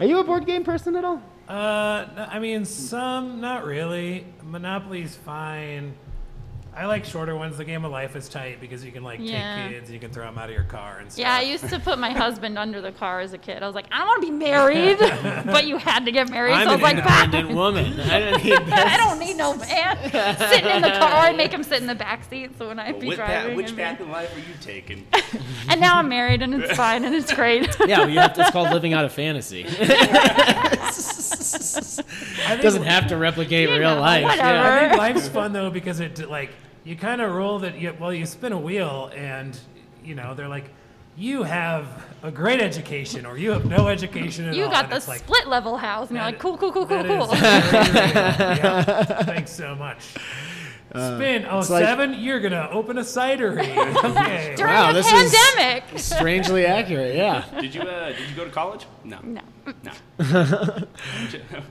Are you a board game person at all?
Uh, no, I mean, some, not really. Monopoly's fine. I like shorter ones. The game of life is tight because you can like
Yeah.
take kids, and you can throw them out of your car and stuff.
Yeah, I used to put my husband under the car as a kid. I was like, I don't want to be married, but you had to get married, so I was like, bah,
woman. I don't need
I don't need no man sitting in the car. and make him sit in the back seat, so when I
But
be
with
driving.
that, which
it'd be-
path in life are you taking?
And now I'm married, and it's fine, and it's great.
Yeah, well, you have to, it's called living out a fantasy. Doesn't have to replicate
You
real
know,
life.
whatever.
Yeah.
I think life's fun though because it like you kind of roll that. You, well, you spin a wheel and you know they're like, you have a great education or you have no education at
You
all.
got
and
the
it's like,
split level house, and you're
that
like, cool, cool, cool, cool,
that is
cool.
very real. Yeah, Thanks so much. Spin oh
like-
seven. you're gonna open a cidery. Okay.
During
Wow,
a
this is-
pandemic.
Strangely accurate, yeah.
did you uh, did you go to college? No.
No.
No.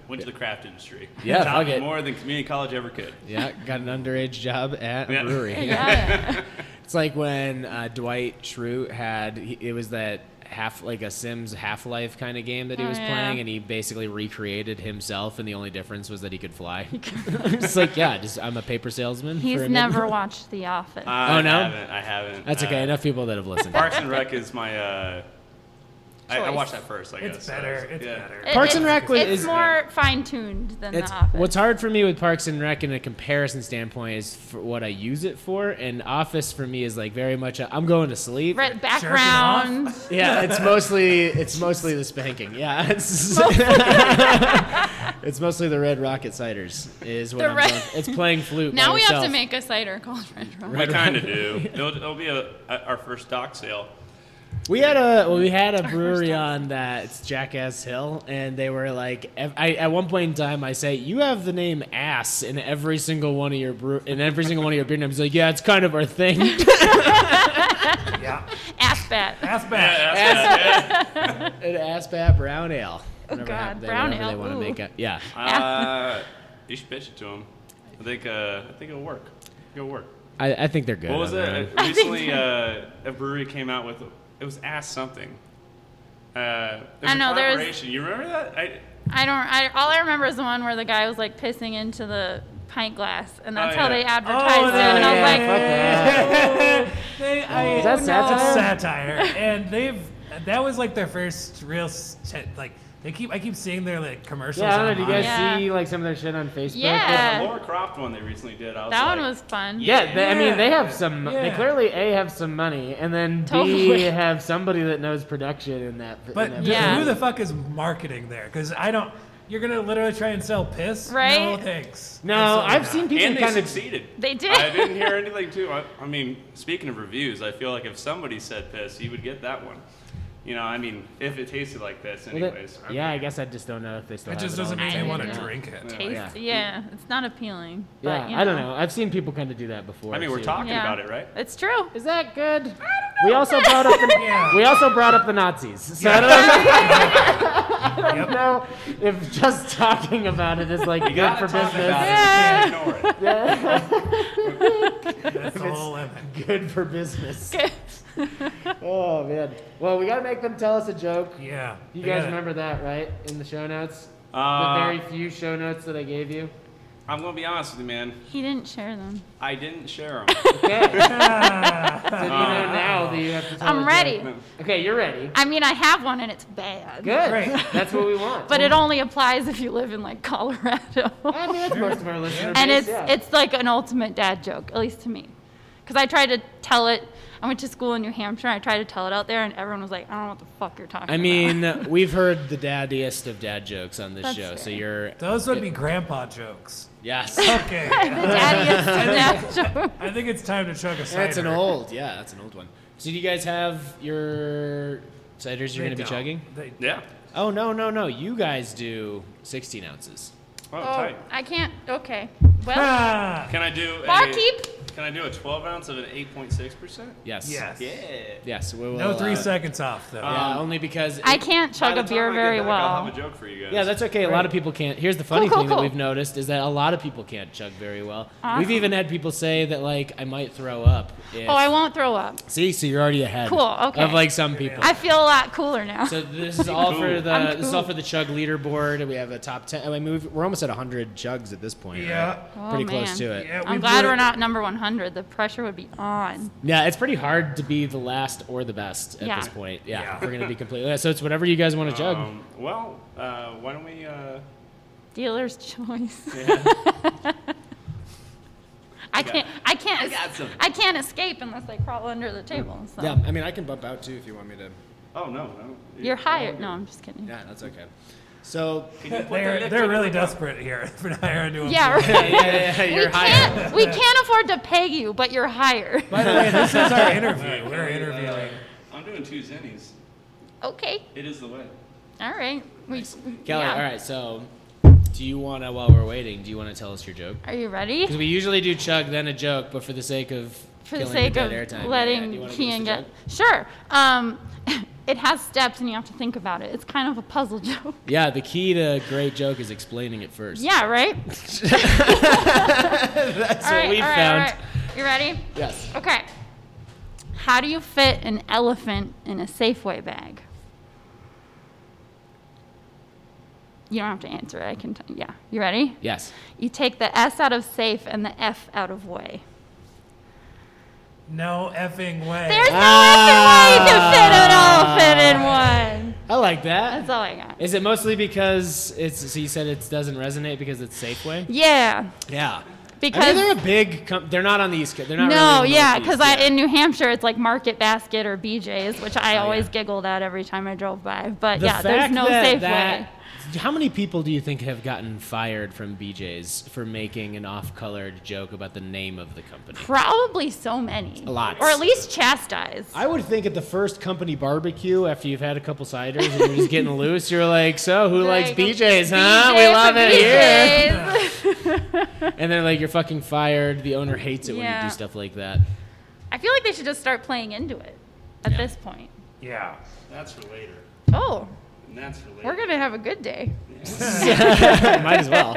Went to the craft industry.
Yeah,
Taught
fuck
me
it.
More than community college ever could.
Yeah, got an underage job at a
Yeah.
brewery.
Yeah.
It's like when uh, Dwight Schrute had he- it was that half like a Sims Half Life kind of game that he
Oh,
was
yeah.
playing, and he basically recreated himself, and the only difference was that he could fly. it's like yeah, just I'm a paper salesman. for
He's
a minute.
never watched The Office.
Uh,
I
Oh, no?
haven't. I haven't.
That's
Uh,
okay. Enough people that have listened.
Parks and Rec is my. Uh, I, I
Choice.
watched that first. I guess
It's better. It's
yeah.
better.
It-
Parks and
it's-
Rec was-
it's
is-
more fine tuned than
It's,
The Office.
what's hard for me with Parks and Rec in a comparison standpoint is for what I use it for, and Office for me is like very much i I'm going to sleep.
Red background.
Yeah, it's mostly it's mostly the spanking. Yeah, it's it's mostly the Red Rocket Ciders is what
The
I'm
red-
doing. It's playing flute. by
Now we have to
itself.
make a cider called Red Rum.
We kind of do. It'll, it'll be a, a, our first dock sale.
We had a well, we had a brewery on that it's Jackass Hill, and they were like, ev- I, at one point in time, I say, "You have the name ass in every single one of your brew in every single one of your beer names." Like, yeah, it's kind of our thing.
Yeah.
Ass bat.
Ass bash.
An Asbat brown ale.
Oh,
Whatever
God,
happened- they-
brown
whatever
ale,
They want to
ooh.
make it. Yeah.
Uh, you should pitch it to him. I think uh, I think it'll work. It'll work.
I, I think they're good.
What was
on
it?
that.
Uh, Recently, uh, a brewery came out with it was ass something. Uh, it was
I know,
A
there was-
collaboration. You remember that? I,
I don't. I, all I remember is the one where the guy was like pissing into the pint glass, and that's
Oh,
how
yeah.
they advertised it. And I was like,
They, I,
that satire?
um,
It's satire, and they've that was like their first real st- like they keep I keep seeing their like commercials.
Yeah, I don't know. Do you
online.
guys
Yeah.
see like some of their shit on Facebook?
Yeah.
the Laura Croft one they recently did. I
Uh,
was
that
like,
one was fun.
Yeah, they, I mean, they have
Yeah.
some. They
Yeah.
clearly a have some money, and then b
Totally.
have somebody that knows production in that. in
But
that
th-
Yeah.
who the fuck is marketing there? Because I don't. You're gonna literally try and sell piss? No
Right?
thanks.
no,
Absolutely
I've
not.
seen
And
people
they
kind of.
succeeded.
They did.
I didn't hear anything too. I, I mean, speaking of reviews, I feel like if somebody said piss, you would get that one. You know, I mean, if it tasted like this, anyways.
Yeah, I guess I just don't know if they still.
It
have
just
it
doesn't
on
mean they
I-
want to
yeah.
drink it.
Taste-
Oh, Yeah.
yeah. it's not appealing.
Yeah,
but, you
I don't know. I've seen people kind of do that before.
I mean, we're
too.
talking
Yeah.
about it, right?
It's true.
Is that good? We also brought up the we also brought up the Nazis. So I don't, know, I don't know if just talking about it is like
You
good
gotta
for
talk about
business.
it. You can't ignore it.
That's the whole lemon.
Good for business. Oh man. Well, we gotta make them tell us a joke.
Yeah.
You
they
guys
gotta-
remember that, right? In the show notes,
Uh,
the very few show notes that I gave you.
I'm gonna be honest with you, man.
he didn't share them.
I didn't share them.
Okay. so you know now that you have to tell a
I'm
joke.
ready.
Okay, you're ready.
I mean, I have one and it's bad.
Good.
Great.
That's what we want.
But it only applies if you live in like Colorado.
I mean, that's most of our listeners.
and it's it's like an ultimate dad joke, at least to me, because I tried to tell it. I went to school in New Hampshire. and I tried to tell it out there, and everyone was like, "I don't know what the fuck you're talking
I
about."
mean, we've heard the daddiest of dad jokes on this
That's
show, so
fair.
you're
Those would be grandpa jokes.
yes.
Okay.
daddy is a dad joke.
I think it's time to chug a cider.
that's an old, yeah, that's an old one. So do you guys have your ciders you're
They
gonna be
don't.
chugging?
They-
yeah.
Oh no, no, no! You guys do 16 ounces.
Oh,
Oh,
tight.
I can't. Okay. Well,
Ah,
Can I do a,
barkeep.
Can I do a 12 ounce of an 8.6 percent?
Yes.
yes.
Yes. We will,
No Oh, three
uh,
seconds off though.
Um,
Yeah, only because
I can't chug
By
a
the
beer
time I get
very
back, I'll
well.
have a joke for you guys.
Yeah, that's okay. A lot of people can't. Here's the funny
cool,
thing that
cool.
we've noticed is that a lot of people can't chug very well. We've
Awesome.
even had people say that like I might throw up. If,
Oh, I won't throw up.
see. So you're already ahead.
Cool, okay.
Of like some people.
I feel a lot cooler now.
So this is all for the
I'm
this is all
cool.
for the chug leaderboard. We have a top ten. I mean, we've, we're almost at hundred chugs at this point. right?
Yeah.
Oh,
pretty
man.
close to it. Yeah.
Yeah,
I'm
we
glad
were-
we're not number 100. The pressure would be on.
it's pretty hard to be the last or the best at
Yeah.
this point. Yeah,
Yeah.
we're gonna be completely. yeah, So it's whatever you guys want to chug.
Um, well, uh, why don't we? Uh,
Dealer's choice.
yeah.
I can't. I can't. I,
got some.
can't escape unless I crawl under the table. So.
yeah, I mean, I can bump out too if you want me to.
Oh no, no.
You're hired. No, I'm just kidding.
Yeah, that's okay. So
They're, they're really desperate here for hiring new
Yeah, right.
yeah, yeah, yeah,
we
you're hired.
can't. We can't afford to pay you, but you're hired.
By the way, this is our interview. We're interviewing.
I'm doing two zinnies.
Okay.
It is the way.
All right. We,
Kelly,
yeah.
all right. So do you want to while we're waiting? Do you want to tell us your joke?
Are you ready?
Because we usually do chug then a joke, but for the sake of
for the
killing
sake
dead
of
air time, yeah, do you
letting
wanna give us
Kean
a
get
joke?
sure. Um, it has steps and you have to think about it. It's kind of a puzzle joke.
Yeah, the key to a great joke is explaining it first.
Yeah, right.
That's
all right,
what we
all right,
found.
all right. You ready?
Yes.
Okay. How do you fit an elephant in a Safeway bag? You don't have to answer it. I can. T- yeah. You ready?
Yes.
You take the S out of safe and the F out of way.
No effing way.
There's no
Ah.
effing way you can fit an elephant in one.
I like that.
That's all I got.
Is it mostly because it's so you said it doesn't resonate because it's Safeway?
Yeah.
Yeah. I mean,
Because
they're a big com- they're not on the East Coast. They're not
no,
really
yeah,
because
because I in New Hampshire it's like Market Basket or BJ's, which I always
Oh, yeah.
giggled at every time I drove by. But
the
yeah, there's
fact
no
that,
safe
that-
way.
How many people do you think have gotten fired from BJ's for making an off-colored joke about the name of the company?
Probably so many.
Lots.
Or at least chastised.
I would think at the first company barbecue, after you've had a couple ciders and you're just getting loose, you're like, "So who likes
Like,
BJ's, huh? we
BJ's
love
for
it here."
BJ's.
And they're like, "You're fucking fired." The owner hates it when you
Yeah.
do stuff like that.
I I feel like they should just start playing into it at this point.
Yeah.
That's for later.
Oh,
And that's for later.
we're gonna have a good day.
Might as well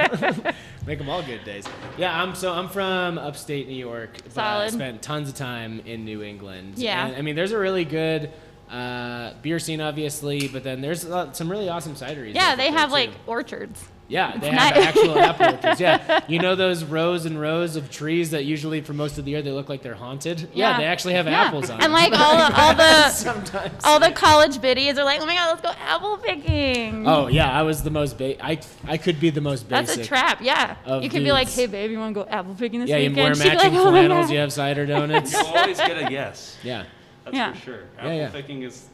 make them all good days. Yeah, I'm so I'm from upstate New York. but I
Solid.
spent tons of time in New England.
Yeah.
And, I mean, there's a really good uh, beer scene, obviously, but then there's uh, some really awesome cideries.
Yeah,
over
they
here,
have
too.
like orchards.
Yeah, they
It's
have
not-
actual apple orchards. Yeah, you know those rows and rows of trees that usually for most of the year they look like they're haunted. Yeah, they actually have
Yeah.
apples on. them.
And like all the all the
sometimes.
all the college biddies are like, oh my god, let's go apple picking.
Oh yeah, I was the most. Ba- I I could be the most basic.
That's a trap. Yeah,
of
you could be like,
dudes.
hey babe, you want to go apple picking this
Yeah, you wear
weekend? She'd be
matching
like, "Oh my
flannels.
God."
You have cider donuts.
You always get a yes.
yeah,
That's
Yeah.
for sure.
Yeah,
Apple
yeah.
picking is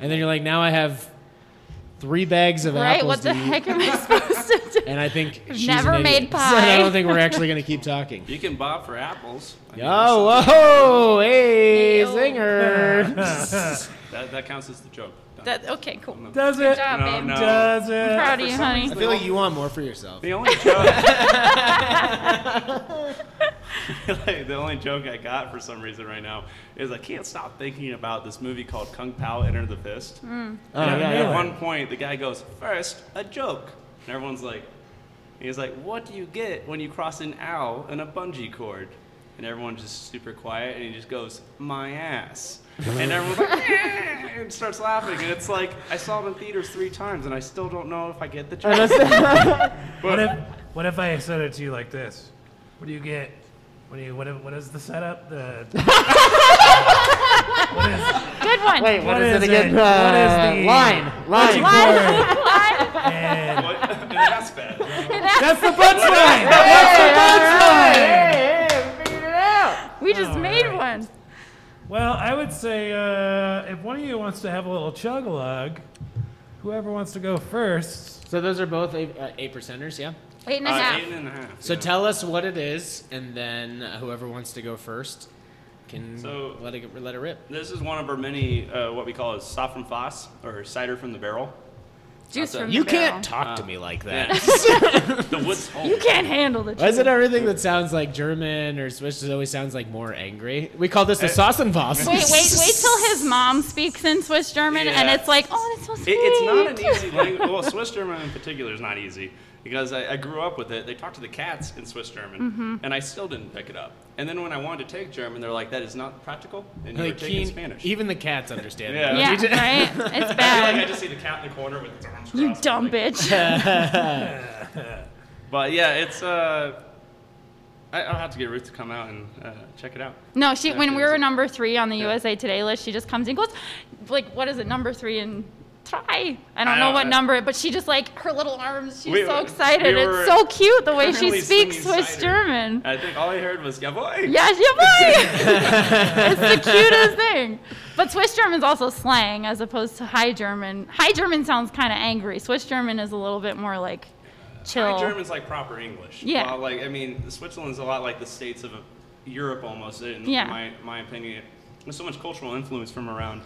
and then you're like, now I have three bags of
Right?
apples.
What
to
the
eat,
heck am I supposed to do?
And I think she's
never
an idiot.
made
So I
pie.
don't think we're actually gonna keep talking.
you can bob for apples. I mean,
Oh, whoa, hey,
Hey-o.
singer.
that, that counts as the joke. Done.
That, okay, cool. Good
Does it?
job,
No,
babe.
no.
Does it?
Proud of you, honey.
I feel like you want more for yourself.
The only joke. like, the only joke I got for some reason right now is I can't stop thinking about this movie called Kung Pao Enter the Fist.
Oh,
And
yeah,
at
yeah.
one point, the guy goes, First, a joke. And everyone's like, and He's like, What do you get when you cross an owl and a bungee cord? And everyone's just super quiet, and he just goes, My ass. And everyone's like, "Yeah," and starts laughing. And it's like, I saw it in theaters three times, and I still don't know if I get the joke.
What if, what if I said it to you like this? What do you get? What do you? What, if- what is the setup? The
one.
Wait, what
What
is,
is
it again?
it? What is
Uh,
the-
line, line.
bungee cord.
What?
And
What? And that's bad.
that's the butt line.
Hey, hey, we figured it out.
We just
All
made
right.
one.
Well, I would say uh, if one of you wants to have a little chug lug, whoever wants to go first.
So those are both eight, uh, eight percenters, yeah.
Eight and a
Uh,
half.
eight and a half.
So
yeah.
tell us what it is, and then uh, whoever wants to go first can
So-
let it let it rip.
This is one of our many, uh, what we call is soft from foss or cider from the barrel.
Juice
That's a-
from
You
the barrel.
can't talk to me like that.
the woods hole.
You can't handle the
Why
truth.
is it everything that sounds like German or Swiss that always sounds like more angry? We call this the Sassenvoss.
Wait, wait, wait till his mom speaks in Swiss German, and
Yeah.
it's like, oh, that's so
It,
sweet.
it's not an easy language. Well, Swiss German in particular is not easy because I, I grew up with it. They talk to the cats in Swiss German,
Mm-hmm.
and I still didn't pick it up. And then when I wanted to take German, they're like, "That is not practical," and you were
Like,
taking
Keen-
Spanish.
even the cats understand.
Yeah.
that.
Yeah,
You did-
right? It's
I feel like I
bad.
just see the cat in the corner with its arms
You
crossed,
dumb
like-
bitch.
But yeah, it's. Uh, I, I'll have to get Ruth to come out and uh, check it out.
No, she. When we were
Okay.
number three on the
Yeah.
USA Today list, she just comes and goes, like, what is it, number three and try? I don't
I
know
don't-
what
I-
number, it, but she just like her little arms. She's
We-
so excited.
we were
it's so cute the way
currently
she speaks
singing
Swiss
cider. Uh,
German.
I think all I heard was "Yavoy."
Yes, your boy. it's the cutest thing. But Swiss German's also slang as opposed to High German. High German sounds kind of angry. Swiss German is a little bit more like chill.
High German's like proper English.
Yeah.
While, like I mean, Switzerland's a lot like the states of uh, Europe almost. In
Yeah.
my my opinion, there's so much cultural influence from around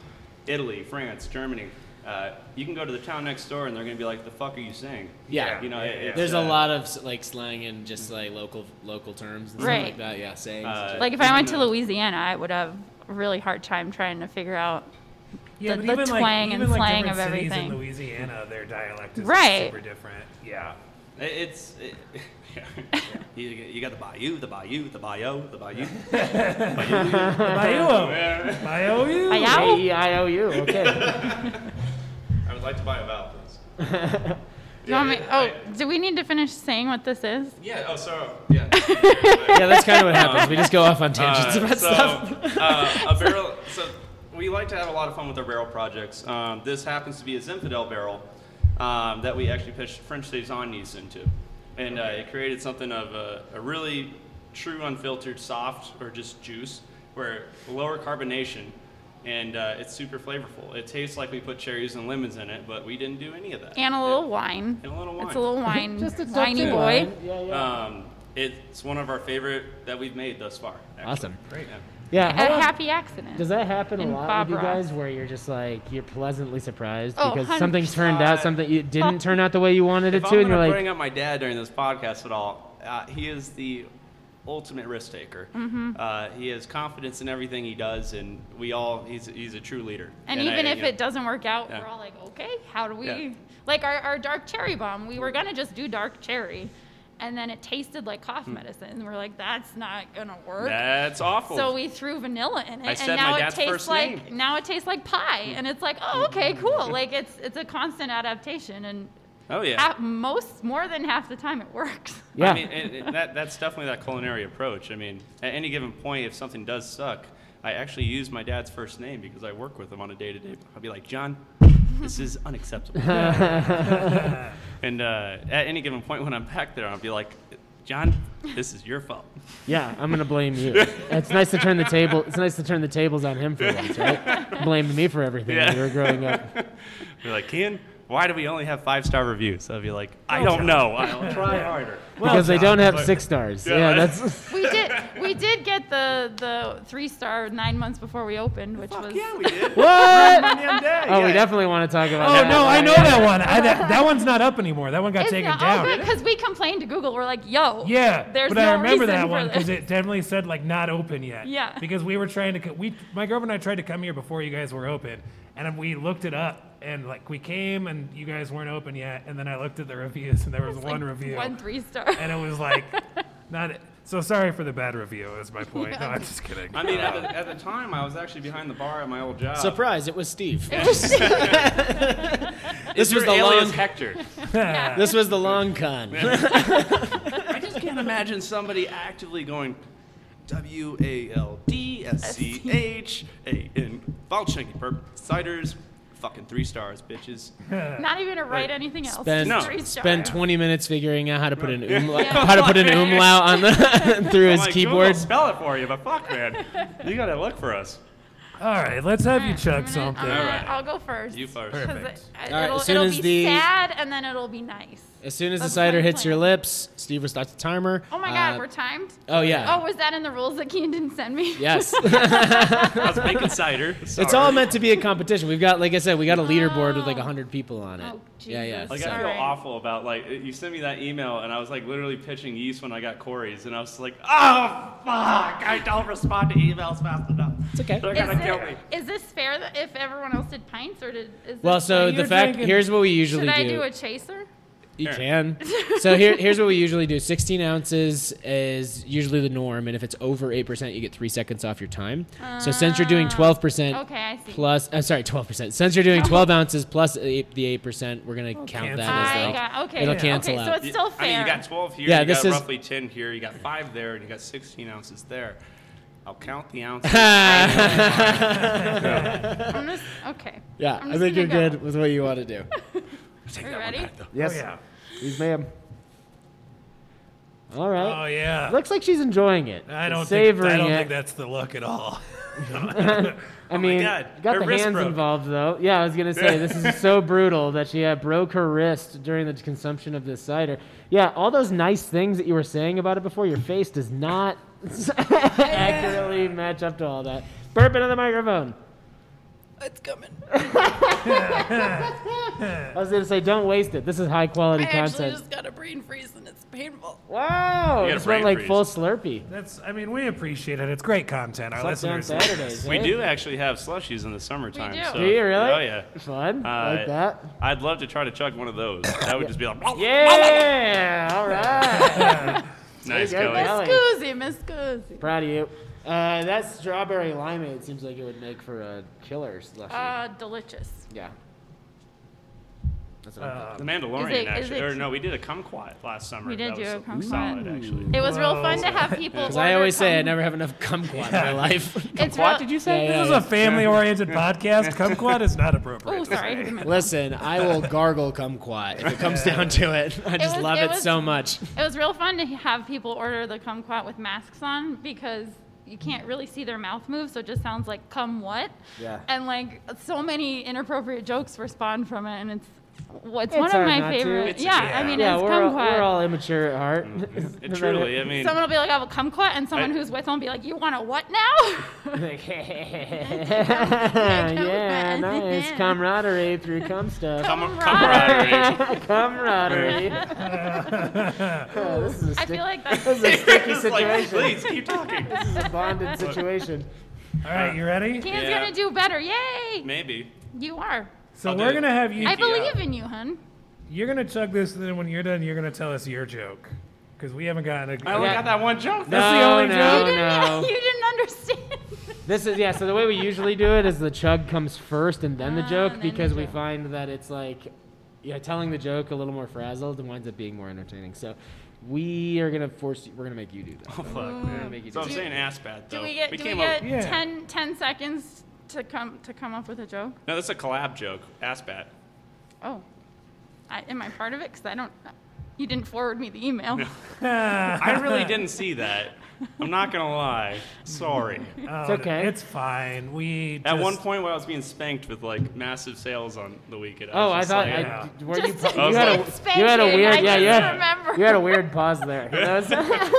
Italy, France, Germany. Uh, you can go to the town next door and they're gonna be like, "The fuck are you saying?"
Yeah.
You know, it- it's,
There's a
uh,
lot of like slang and just like local local terms and
Right.
stuff like that. Yeah, sayings.
Uh,
like if I went to Louisiana, I would have a really hard time trying to figure out.
Yeah,
The-
but
the
even like,
twang and
even like
slang
different
of
cities
everything.
in Louisiana, their dialect is
Right.
super different. Yeah.
it- It's. It, you, you got the bayou, the bayou, the bayou, the bayou.
Bayou. Bayou.
I ow.
A E I O U. Okay.
I would like to buy a vowel, please.
You want me- oh, do we need to finish saying what this is?
Yeah. Oh, sorry. Yeah.
yeah, that's kind of what happens. We just go off on tangents
Uh,
about
so,
stuff.
uh, a barrel. So we like to have a lot of fun with our barrel projects. Um, this happens to be a Zinfandel barrel um, that we actually pitched French saison yeast into, and uh, it created something of a, a really true unfiltered soft or just juice, where lower carbonation, and uh, it's super flavorful. It tastes like we put cherries and lemons in it, but we didn't do any of that.
And a little wine.
And a little
It's
wine.
a little wine. Just a
touch
whiny
of
boy.
wine. Yeah, yeah.
Um, it's one of our favorite that we've made thus far. actually.
Awesome.
Great. Yeah.
Yeah. how
A
long-
happy accident.
Does that happen a
And
lot
Bob
with you
Ross.
guys, where you're just like you're pleasantly surprised
Oh,
because
100%.
something turned out something it didn't turn out the way you wanted it to,
If I'm
and
gonna
you're like,
bring up my dad during this podcast at all, uh, he is the ultimate risk taker.
Mm-hmm.
Uh, he has confidence in everything he does, and we all he's he's a true leader.
And, even
I-
if
you know,
it doesn't work out,
Yeah.
we're all like, okay, how do we?
Yeah.
Like our, our dark cherry bomb, we were gonna just do dark cherry, and then it tasted like cough
Hmm.
medicine, and we're like, that's not gonna work.
that's awful.
so we threw vanilla in it,
I
and
said
now
my
it
dad's
tastes
first
like
name. Hmm.
now it tastes like pie, and it's like, oh, okay, cool. like it's it's a constant adaptation, and
oh yeah.
half, most more than half the time it works.
Yeah.
I mean, and, and that, that's definitely that culinary approach. I mean, at any given point, if something does suck, I actually use my dad's first name because I work with him on a day to day. I'll be like, John, this is unacceptable. and uh, at any given point when I'm back there, I'll be like, John, this is your fault.
Yeah, I'm gonna blame you. it's nice to turn the table. It's nice to turn the tables on him for once, right? Blamed me for everything when we
Yeah.
were growing up.
Be like, Ken, why do we only have five star reviews? I'll be like,
Oh,
I don't know. I'll try harder.
because they don't have six stars. Yeah,
Yeah,
that's.
we did we did get the the three star nine months before we opened, which was
Yeah, we did.
What?
Damn day,
Oh, we
yeah.
definitely want to talk about
Oh
that.
no, I know that one. oh, I, that, that one's not up anymore. That one got
It's
taken
not
down.
all good because we complained to Google. We're like, "Yo,
Yeah,
there's
but
no
I remember
reason
that
for
one because
this.
it definitely said like not open yet.
Yeah.
Because we were trying to co- we my girlfriend and I tried to come here before you guys were open, and we looked it up and like we came and you guys weren't open yet, and then I looked at the reviews and there was
It's
one
like
review,
one three star.
and it was like not. So sorry for the bad review. Is my point? No, I'm just kidding.
I mean, at the, at the time, I was actually behind the bar at my old job.
Surprise! It was Steve.
This
was the long-
Hector.
This was the long con.
I just can't imagine somebody actively going W A L D S C H A N bottled shanky burp ciders, fucking three stars, bitches.
uh,
Not even to write anything else.
Spend,
just
No.
three star.
spend 20 minutes figuring out how to put an umla- how to put an umlaut on the through his
like,
keyboard.
Google spell it for you, but fuck, man, you gotta look for us.
All right, let's have you
I'm
chug
gonna-
something.
I'm gonna-
Alright.
I'll go first.
You first.
'cause
Perfect.
It,
Alright,
it'll,
as soon
it'll
as
be
the-
sad and then it'll be nice.
As soon as the
That's my
cider hits your
plan.
lips, Steve restarts the timer.
Oh my God,
Uh,
we're timed.
oh yeah.
Oh, was that in the rules that Keen didn't send me?
Yes.
I was making cider.
It's all meant to be a competition. We've got, like I said, we got a leaderboard with like 100 people on it.
Oh,
yeah, yeah.
Jesus.
Like
so-
I feel
Sorry.
awful about like you sent me that email and I was like literally pitching yeast when I got Corey's and I was like, oh fuck, I don't respond to emails fast enough.
It's okay.
They're
Is,
gonna
it-
kill me.
is this fair that if everyone else did pints or did? Is
Well,
this-
so the
you're
fact
drinking-
here's what we usually
should I do a chaser?
You can. So here, here's what we usually do. 16 ounces is usually the norm, and if it's over 8%, you get three seconds off your time. so since you're doing 12%
Ah. Okay, I see.
plus, uh, sorry, 12%. Since you're doing 12 ounces plus eight, the 8%, we're gonna count that as
I
the-
got okay.
It'll cancel
okay,
out.
so it's still fair.
I mean, you got 12 here.
Yeah,
you
this
got
is-
roughly 10 here. You got five there, and you got 16 ounces there. I'll count the ounces.
I'm just, okay.
yeah,
I'm
I
just
think you're
gonna go.
good with what you want to do.
Take
Are
that
you
one
ready?
back, though.
Oh
Yes.
yeah.
Please, ma'am. All
Oh
right.
yeah.
Looks like she's enjoying it.
I don't think
savoring
I don't
it.
think that's oh the look at all.
I mean,
God,
got
her
the
wrist
hands
broke.
involved though. Yeah, I was gonna say this is so brutal that she uh, broke her wrist during the consumption of this cider. Yeah, all those nice things that you were saying about it before, your face does not accurately match up to all that. Burp into the microphone. It's coming. I was gonna say, don't waste it. This is high quality content.
got a brain freeze and it's painful.
wow,
You got a
this went
brain
like
freeze.
full Slurpee.
That's. I mean, we appreciate it. It's great content. Our
Slept on
listeners.
Saturdays.
We
eh?
do actually have slushies in the summertime.
do.
So,
Do
you really?
Oh, yeah.
Fun.
Uh,
like that.
I'd love to try to chug one of those. That would just be like,
Yeah. All right.
nice
There you go,
going.
Kelly.
Miscusi, miscusi.
Proud of you. Uh, that strawberry limeade seems like it would make for a killer slushy.
Uh, delicious.
yeah. That's what I'm
The
Um,
Mandalorian,
Is it- is
actually.
it-
or no, we did a kumquat last summer.
We did
that
do
was
a kumquat.
Solid, actually.
It was real fun to
Whoa.
have people.
because I always say I never have enough kumquat in my life.
It's
What
real-
did you say?
Yeah,
this is
yeah.
a family-oriented podcast. Kumquat is not appropriate.
Oh, sorry. It
Listen, I will gargle kumquat if it comes down to it. I just
was-
love
it
it,
was-
so much.
was real fun to have people order the kumquat with masks on because you can't really see their mouth move, so it just sounds like cum what.
Yeah.
And like so many inappropriate jokes were spawned from it, and it's what's
It's
one of
hard
my
not to.
favorite.
It's-
Yeah, I mean,
yeah,
it's
we're all,
kumquat.
we're all immature at heart.
Mm-hmm.
It truly, I mean,
Someone will be like, "Oh, I have a kumquat, and someone
I-
who's with them will be like, You want a what now?
yeah,
Kumquat.
nice camaraderie through cum stuff.
com- camaraderie.
camaraderie. Oh, this is a
I
stick-
feel like that's
this is a sticky
It's like,
situation.
please keep talking.
this is a bonded situation.
All right, you ready?
Dan's
Yeah.
gonna do better. Yay!
Maybe.
You are.
So
I'll do
we're
it.
gonna have you.
I believe in you, hun.
You're gonna chug this, and then when you're done, you're gonna tell us your joke because we haven't gotten a.
I only got that one joke.
No,
you,
no,
didn't,
Oh, no.
you didn't understand.
This is yeah. So the way we usually do it is the chug comes first and then the
Ah,
joke
and then
because
the
we
joke.
find that it's like, yeah, telling the joke a little more frazzled and winds up being more entertaining. So we are gonna force you. We're gonna make you do that.
Oh, fuck.
We're gonna
man.
make you
So
do
I'm
that.
saying ass bat, though.
do we get, do we
came
get
up.
Yeah.
10, 10 seconds to come to come up with a joke?
No, that's a collab joke. Ass bat.
Oh, I, am I part of it? Because I don't. You didn't forward me the email.
I really didn't see that. I'm not gonna lie. Sorry.
It's
okay.
Oh, It's fine. We
At
just-
one point, where I was being spanked with like massive sales on the weekend.
Oh, I
was just
thought
like-
I, d- were you,
Just
pa- you, had a,
spanking,
you had a weird
I
yeah
just
you had,
remember.
you had a weird pause there. That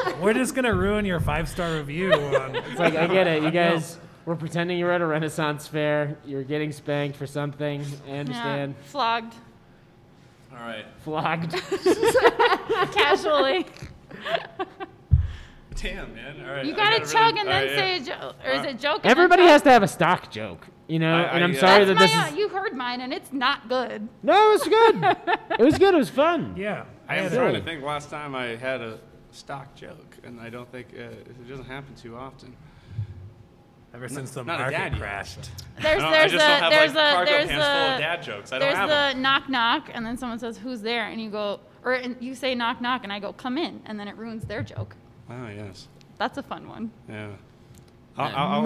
was-
we're just gonna ruin your five star review. On,
It's like I get it. You guys were pretending you were at a Renaissance fair. You were getting spanked for something. I understand.
Yeah, flogged
All right.
Flogged.
casually.
Damn, man. All right.
You
I
gotta
really- oh,
chug and then
all right,
say a joke, or is it joke? and then
Everybody
joke?
has to have a stock joke, you know.
I- I-
and I'm
yeah.
sorry
That's
that this
my- uh,
is.
You heard mine, and it's not good.
No, it was good. it was good. It was fun.
yeah,
I am
had
trying to
it.
think. Last time I had a stock joke, and I don't think uh, it doesn't happen too often.
Ever since the
not a
market
dad yet.
crashed.
There's
I, don't,
there's
I just
a
don't have
there's
like
a
cargo
there's
pants full of dad
a
jokes. I don't
there's
have
the knock knock, and then someone says who's there, and you go or and you say knock knock, and I go come in, and then it ruins their joke.
them. Oh yes.
That's a fun one.
Yeah. I'll, I'll,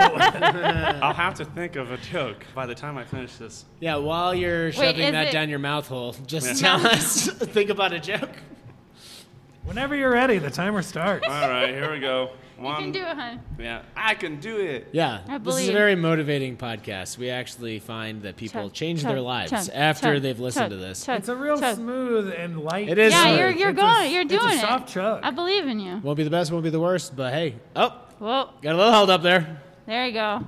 I'll, I'll have to think of a joke by the time I finish this.
Yeah, while you're shoving
is
that
it-
down your mouth hole, just
No.
tell us. think about a joke.
Whenever you're ready, the timer starts.
All right, here we go.
You
One.
Um,
can do it, honey.
Yeah, I can do it.
Yeah,
I
this is a
believe-
very motivating podcast. We actually find that people
Chug,
change
chug,
their lives
chug,
after
chug,
they've listened to
chug,
this.
chug,
It's a real
chug.
smooth and light.
It is.
Yeah,
smooth.
you're you're
It's a-
going, you're
it's a
doing it.
soft chug.
I believe in you.
Won't be the best, won't be the worst, but hey, oh,
Well,
got a little held up there.
there you go.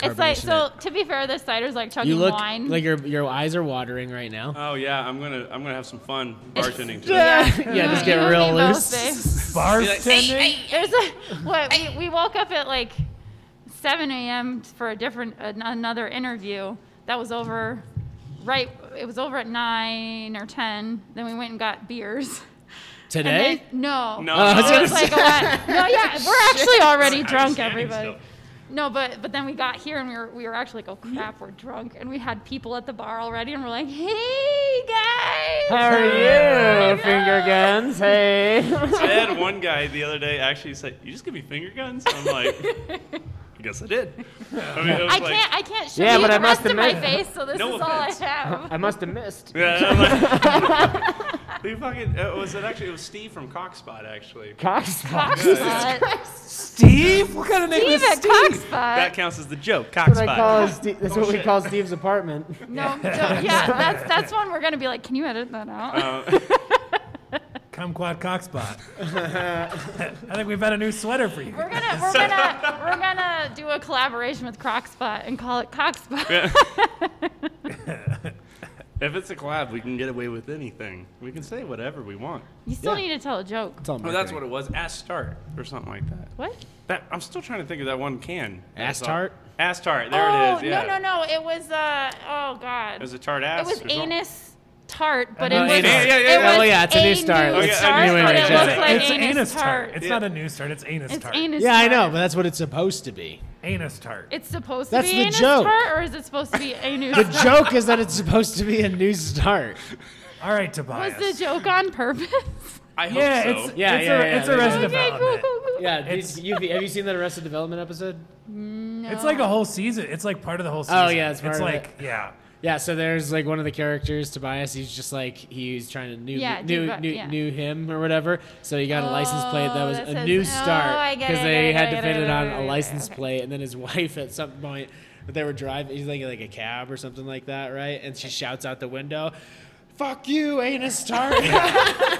It's like
Carbonation
so. To be fair, this cider's like chugging
You look
wine.
like your your eyes are watering right now.
Oh yeah, I'm gonna I'm gonna have some fun bartending today.
Yeah, yeah, just
You
get
and
real
me both,
loose.
babe.
Bartending.
There's a what we, we woke up at like 7 a.m. for a different an, another interview that was over right it was over at 9 or 10 then we went and got beers and
Today?
then, no
No,
I was
no,
gonna
It's like
that's-
a lot. no yeah we're actually already drunk
standing
everybody
still.
no but but then we got here and we were we were actually like oh crap we're drunk and we had people at the bar already and we're like hey guys
How are you, finger guns? Hey.
I had one guy the other day actually say, "You just give me finger guns." I'm like, I guess I did. I mean, it was
I
like,
can't I can't show
Yeah,
you
but
the
I must
rest of my
admit-
face so this
No
is all I
offense.
have
I must have missed.
Yeah, I'm like- you fucking. It was it actually? It was Steve from Cockspot actually.
Cockspot.
Cockspot.
Steve, what kind of name
Steve
is
at
Steve?
That
Cockspot.
counts as the joke.
That's Oh, what, I call
Cockspot.
Ste- that's what we call Steve's apartment.
No, don't- yeah, that's that's one we're gonna be like, can you edit that
Uh,
out?
Kumquat Cockspot. I think we've had a new sweater for you.
We're gonna we're gonna we're gonna do a collaboration with Crockspot and call it Cockspot.
If it's a collab, we can get away with anything. We can say whatever we want.
You still
Yeah.
need to tell a joke.
It's all
Well, Oh, that's
marketing.
what it was. Ass start or something like that.
What?
That I'm still trying to think of that one can.
Ass
That's all-
tart?
Ass tart. There
oh
it is. Yeah.
no no no! It was uh oh god.
It was a tart ass.
It was
or something.
anus tart, but it
Oh,
was
anus.
Yeah, yeah, yeah,
it
yeah.
was
Oh, yeah, it's a new start.
anus
Okay,
tart,
I knew it
but
was
it
just-
looks like
it's
anus, tart.
It's
Yeah.
not a news tart. It's anus
It's
tart.
anus.
Yeah, I know,
tart.
but that's what it's supposed to be.
anus tart.
It's supposed
That's
to be
the
anus
joke.
tart, or is it supposed to be anus?
The
tart?
joke is that it's supposed to be a new start.
All right,
Was
Tobias.
the joke on purpose?
I hope
Yeah,
so.
it's
Yeah,
it's
yeah,
a,
yeah,
it's
there you
Arrested
go.
Okay, cool,
Development.
cool, cool.
Yeah,
It's-
did you, have you seen that Arrested Development episode?
It's like a whole season. It's like part of the whole season.
Oh, yeah, it's part of
like yeah.
Yeah, so there's like one of the characters, Tobias. He's just like he's trying to new
Yeah,
new
Tobi-
new,
yeah.
new him or whatever. So he got a license plate that was
that
a
says-
new
oh, I
start
get it, I
they
get
had
it,
to
I
fit
get
it
it,
on
I get
a
it,
license
okay.
plate. And then his wife at some point that they were driving. He's like like a cab or something like that, right? And she shouts out the window, "Fuck you, anus target!"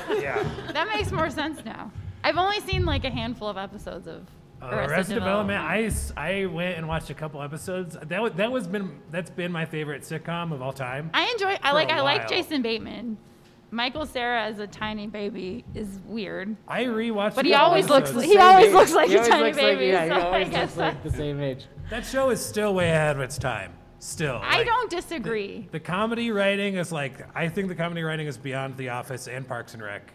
That makes more sense now. I've only seen like a handful of episodes of
Uh,
Uh, Arrested, Development. I, s- I went and watched a couple episodes. That was that was been that's been my favorite sitcom of all time.
I enjoy. I
For
like.
a
I like
while.
Jason Bateman. Michael Sarah as a tiny baby is weird,
I rewatched.
but
a
he
couple
always looks.
episodes.
He always
age.
looks like
He
a
always
tiny
looks like-
baby.
yeah, he
so I
always
guess
looks
I,
like the same age.
That show is still way ahead of its time. Still,
I
like,
don't disagree.
The comedy writing is like I think the comedy writing is beyond The Office and Parks and Rec.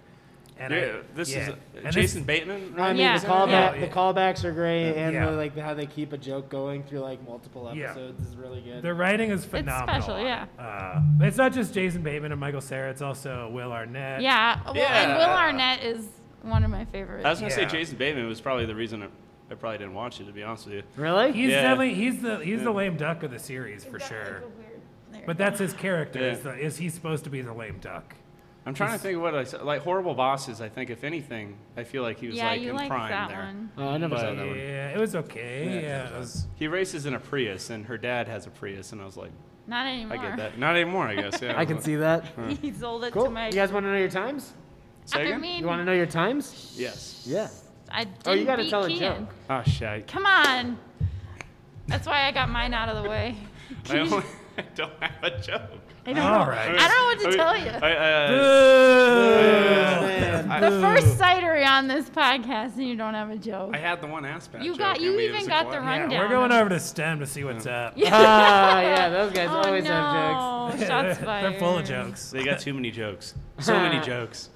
And I-
Yeah, this
yeah.
is
And
uh,
this-
Jason Bateman.
I mean,
Yeah.
the callback,
Yeah.
the callbacks are great, and
Yeah.
the, like how they keep a joke going through like multiple
Yeah.
episodes is really good.
The writing is phenomenal.
special,
on it. Uh, but it's not just Jason Bateman and Michael Sarah. It's also Will Arnett.
yeah. Well, and
Yeah.
Will Arnett is one of my favorites.
I was gonna
Yeah.
say Jason Bateman was probably the reason I, I probably didn't watch it. To be honest with you.
really?
He's
Yeah.
definitely he's the he's the lame duck of the series for sure. But that's his character.
Yeah.
Is, the, is he supposed to be the lame duck?
I'm trying to think of what I said. Like horrible bosses. I think if anything, I feel like he was
yeah,
like
you
in
like
prime
that
there.
one.
Oh, I never
But-
saw that one.
Yeah, it was okay. Yeah, it was.
He races in a Prius, and her dad has a Prius, and I was like,
Not anymore.
I get that. Not anymore, I guess. Yeah,
I can
was
see that.
he sold it
Cool.
to my.
You guys want to know your times?
like- Say
I
again?
mean,
You want to know your times?
Yes.
Yeah.
I didn't
Oh, you gotta
beat
tell a
Kean.
joke.
Oh shit.
Come on. That's why I got mine out of the way.
I, I only- I don't have a joke.
I don't,
All
know.
right.
I don't know what to
I mean,
tell you.
I, uh,
Man.
the first cider on this podcast, and you don't have a joke.
I had the one aspect.
You got- you even got the
Yeah,
rundown.
we're going over to STEM to see what's up.
Ah, yeah, those guys
oh,
always
no.
have jokes.
Shots fired.
They're full of jokes.
They got too many jokes. So many jokes.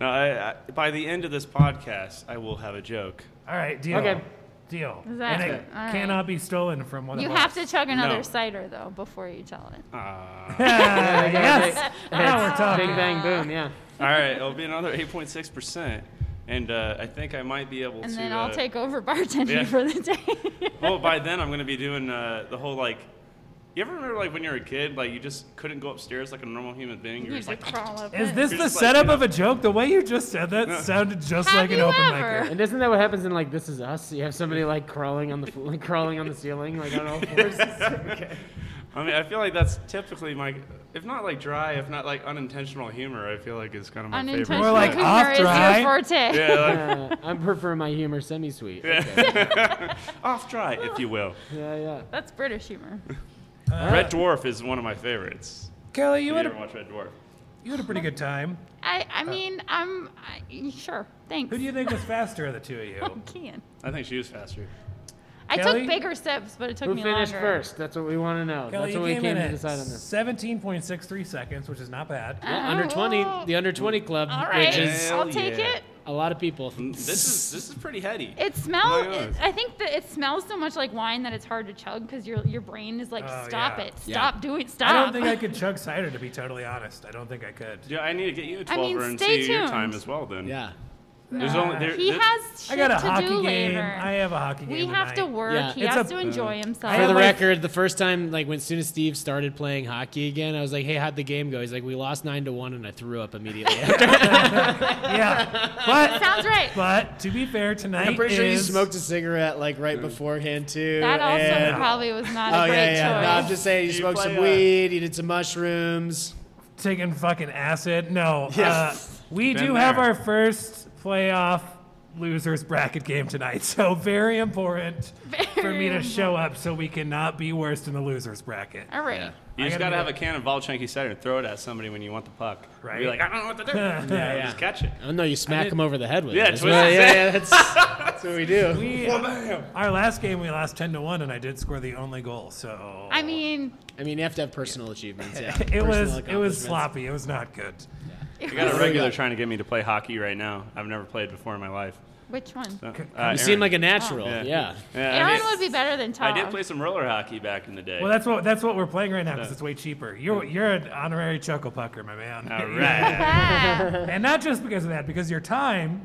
No, I, I, by the end of this podcast, I will have a joke.
All right, deal.
Okay.
Deal.
Is that-
and it
all right.
cannot be stolen from one
You
of
have
us.
to chug another
No.
cider though before you tell it.
Ah.
Ah, yes. Now we're
Big
talking.
bang boom, yeah.
All right, it'll be another 8.6%. And uh, I think I might be able
And
to.
then
uh,
I'll take over bartending
yeah.
for the day.
Well, by then, I'm going to be doing uh, the whole like. You ever remember like when you were a kid, like you just couldn't go upstairs like a normal human being? You're
you
just
just
like,
crawl up.
Is
it.
this
You're
the
just like,
setup
you know.
of a joke? The way you just said that sounded just
Have
like an
you
open
ever?
micer.
And isn't that what happens in like This Is Us? You have somebody like crawling on the fl- like, crawling on the ceiling, like on all fours.
I mean, I feel like that's typically my, if not like dry, if not like unintentional humor. I feel like is kind of my favorite.
Unintentional
We're like
humor
off
is your
dry.
forte.
Yeah, like,
Uh, I prefer my humor semi-sweet.
off dry, if you will.
Yeah, yeah.
That's British humor.
Red Dwarf is one of my favorites.
Kelly, you
You
had
ever
a,
watch Red Dwarf?
you had a pretty good time.
I,
Uh,
I mean, I'm I, sure. Thanks.
Who do you think was faster of the two of you?
Can.
I think she was faster.
I
Kelly?
took bigger sips, but it took
Who
me
finished
longer.
first? That's what we want to know.
Kelly,
That's
you
what we
came
came
in
to
at
decide on this.
17.63 seconds, which is not bad.
Yeah, under 20, the under 20 club,
Uh, All right,
which is
Hell
I'll take
yeah.
it.
a lot of people.
This is this is pretty heady.
It smells.
Why not?
I think that it smells so much like wine that it's hard to chug because your your brain is like,
Oh,
stop
yeah.
it,
Yeah.
stop doing, stop.
I don't think I could chug cider, to be totally honest. I don't think I could.
Yeah, I need to get you a 12er
I mean,
and
stay
see your
tuned.
time as well then.
Yeah.
There's only there,
he
there-
has shit
I got a
to
hockey
do
game.
later.
I have a hockey game.
we have to
tonight.
work.
Yeah.
He
It's
has
a-
to enjoy himself.
For the
my-
record, the first time, like when soon as Steve started playing hockey again, I was like, "Hey, how'd the game go?" He's like, "We lost nine to one," and I threw up immediately. after.
Yeah. But,
Sounds right.
but to be fair, tonight
I'm pretty sure you
is-
smoked a cigarette like right beforehand too.
That also
and-
probably was not
Oh
a great
yeah, yeah. No, I'm
choice.
just saying, you,
You
smoked
play,
some
uh,
weed, you did some mushrooms.
taking fucking acid. No. Uh, we
Been
do have
there.
our first playoff losers bracket game tonight. So very important for me to
Very
show up so we cannot be worst in the losers bracket.
All right.
you
I gotta
just got to
get-
have a can of Volchanky cider and throw it at somebody when you want the puck.
Right.
Be like, I don't know what to do. yeah,
Yeah.
Just catch it.
Oh no, you smack him over the head with
Yeah,
it. That's
twist
what-
his
yeah,
head.
yeah, that's, that's what we do.
We- our last game we lost 10 to 1 and I did score the only goal. So
I mean,
I mean, you have to have personal achievements. Yeah,
it
personal
was it was
accomplishments.
sloppy. It was not good.
I got a regular trying to get me to play hockey right now. I've never played before in my life.
which one?
Uh,
You
Aaron.
seem like a natural.
Yeah.
yeah.
Yeah, I
Aaron
mean,
would be better than
I
Tom.
did play some roller hockey back in the day.
Well, that's what that's what we're playing right now because it's way cheaper. You're you're an honorary chuckle pucker, my man.
All right.
Ah,
And not just because of that, because your time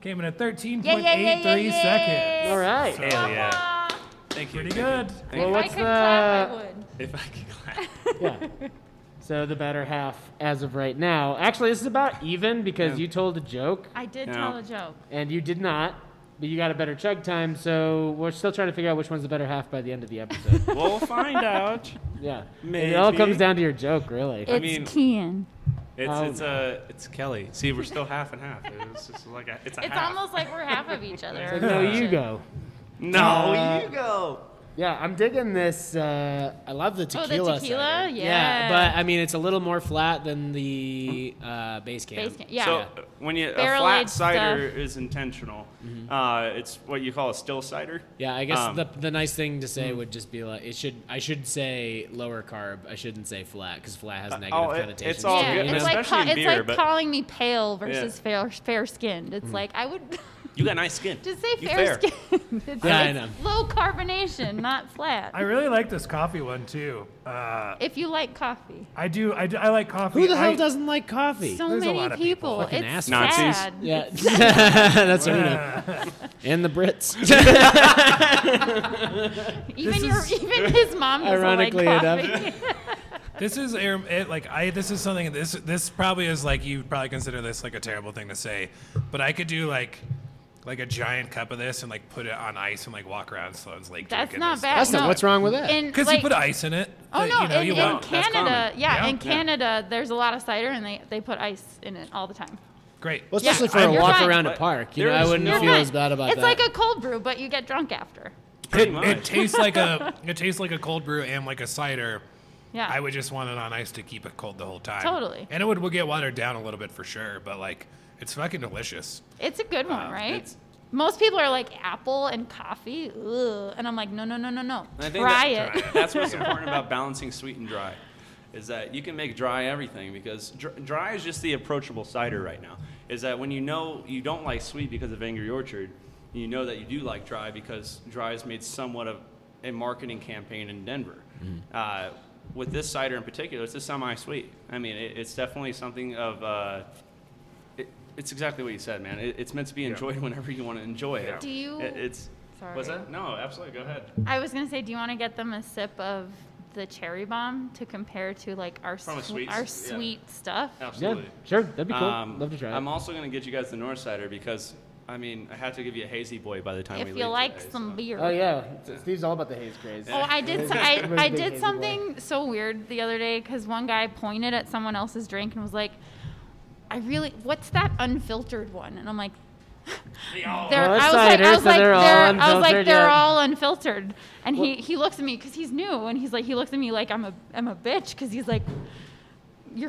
came in at 13.83
yeah, yeah, yeah, yeah, yeah.
seconds.
All right.
Hell yeah.
Ah,
Thank you.
Pretty
thank
good.
Well,
if I
what's
could clap, I
the-
would.
you. If I could clap.
Yeah. So the better half, as of right now, actually, this is about even because you told a joke
I did
No.
tell a joke.
and you did not. but you got a better chug time, so we're still trying to figure out which one's the better half by the end of the episode.
We'll find out.
yeah. It all
Maybe.
comes down to your joke, really.
It's
mean-
Kian.
It's
Oh.
it's uh, it's Kelly. See, we're still half and half. It's just like a, it's a
It's
half.
almost like we're half of each other.
no, you go.
no.
Uh,
you go.
Yeah, I'm digging this. Uh, I love the
Oh,
tequila.
the tequila?
cider.
Yeah.
but I mean, it's a little more flat than the uh, base camp.
Base camp. Yeah.
So uh, when you a
Barrel-aged
flat cider is intentional. Uh, it's what you call a still cider.
Yeah, I guess
Um,
the, the nice thing to
hmm.
say would just be like it should. I should say lower carb. I shouldn't say flat because flat
Uh,
has negative
oh, it- it's
connotations.
all
yeah,
good,
it's
and
like,
especially
ca-
in
it's
beer,
like
but- Mm.
calling me pale versus fair fair skinned. It's like I would
You got nice skin.
just say
You
fair skinned. It's
Yeah, I
it's
know.
low carbonation, not flat.
I really like this coffee one too. Uh,
if you like coffee,
I do. I, do, I like coffee.
Who the hell
I-
doesn't like coffee?
so
There's a
many
lot of people.
people.
Fucking
It's
assholes. Nazis.
sad.
yeah, that's what we know. And the Brits.
Even your even his mom doesn't
Ironically
like
enough.
coffee.
This is um, it, like I. This is something. This this probably is like you would probably consider this like a terrible thing to say, but I could do like like a giant cup of this and like put it on ice and like walk around Sloan's Lake.
That's
drinking
not
this.
bad.
That's not
no.
what's wrong with that.
And,
Because
like,
you put ice in it.
Oh
that,
no!
you know,
in,
you
in
want.
That's common.
Canada, yeah,
Yeah.
in
Yeah.
Canada, there's a lot of cider, and they, they put ice in it all the time.
Great.
Well, especially
Yeah,
for a
you're
walk
fine.
around a park. You know,
There
I
is
wouldn't
no-
feel
Fine.
as bad about
it's
that.
like a cold brew, but you get drunk after.
it,
much.
it tastes like a it tastes like a cold brew and like a cider.
Yeah.
I would just want it on ice to keep it cold the whole time.
Totally.
And it would, would get watered down a little bit for sure, but like it's fucking delicious.
It's a good one, right?
it's-
Most people are like apple and coffee, ugh, and I'm like, no, no, no, no, no.
I think
Try
that-
it.
That's what's important about balancing sweet and dry, is that you can make dry everything because dr- dry is just the approachable cider right now. Is that when you know you don't like sweet because of Angry Orchard, you know that you do like dry because dry has made somewhat of a marketing campaign in Denver. Uh, with this cider in particular, it's a semi-sweet. I mean, it, it's definitely something of. Uh, it, it's exactly what you said, man. It, it's meant to be enjoyed whenever you want to enjoy it.
Do you-
It- it's. Was
Sorry.
that? No, absolutely. Go ahead.
I was gonna say, do you want to get them a sip of the cherry bomb to compare to like our
From a
swe-
sweet
our
s- yeah.
sweet stuff?
Yeah,
Absolutely.
sure. That'd be cool.
Um,
Love to try it.
I'm also going to get you guys the North Sider because, I mean, I have to give you a hazy boy by the time we
If
leave.
you like
today,
some
so.
beer.
oh, yeah. Steve's all about the haze craze.
Oh, I did. so- I,
Where's
I
the
did
hazy
something so weird the other day because one guy pointed at someone else's drink and was like, "I really, what's that unfiltered one?" And I'm like, "They're."
Well,
I was
it's
like,
cider,
I was
so
like,
they're all
they're. I was like,
unfiltered,
they're
yeah.
all unfiltered. And he he looks at me because he's new and he's like he looks at me like I'm a I'm a bitch because he's like. You're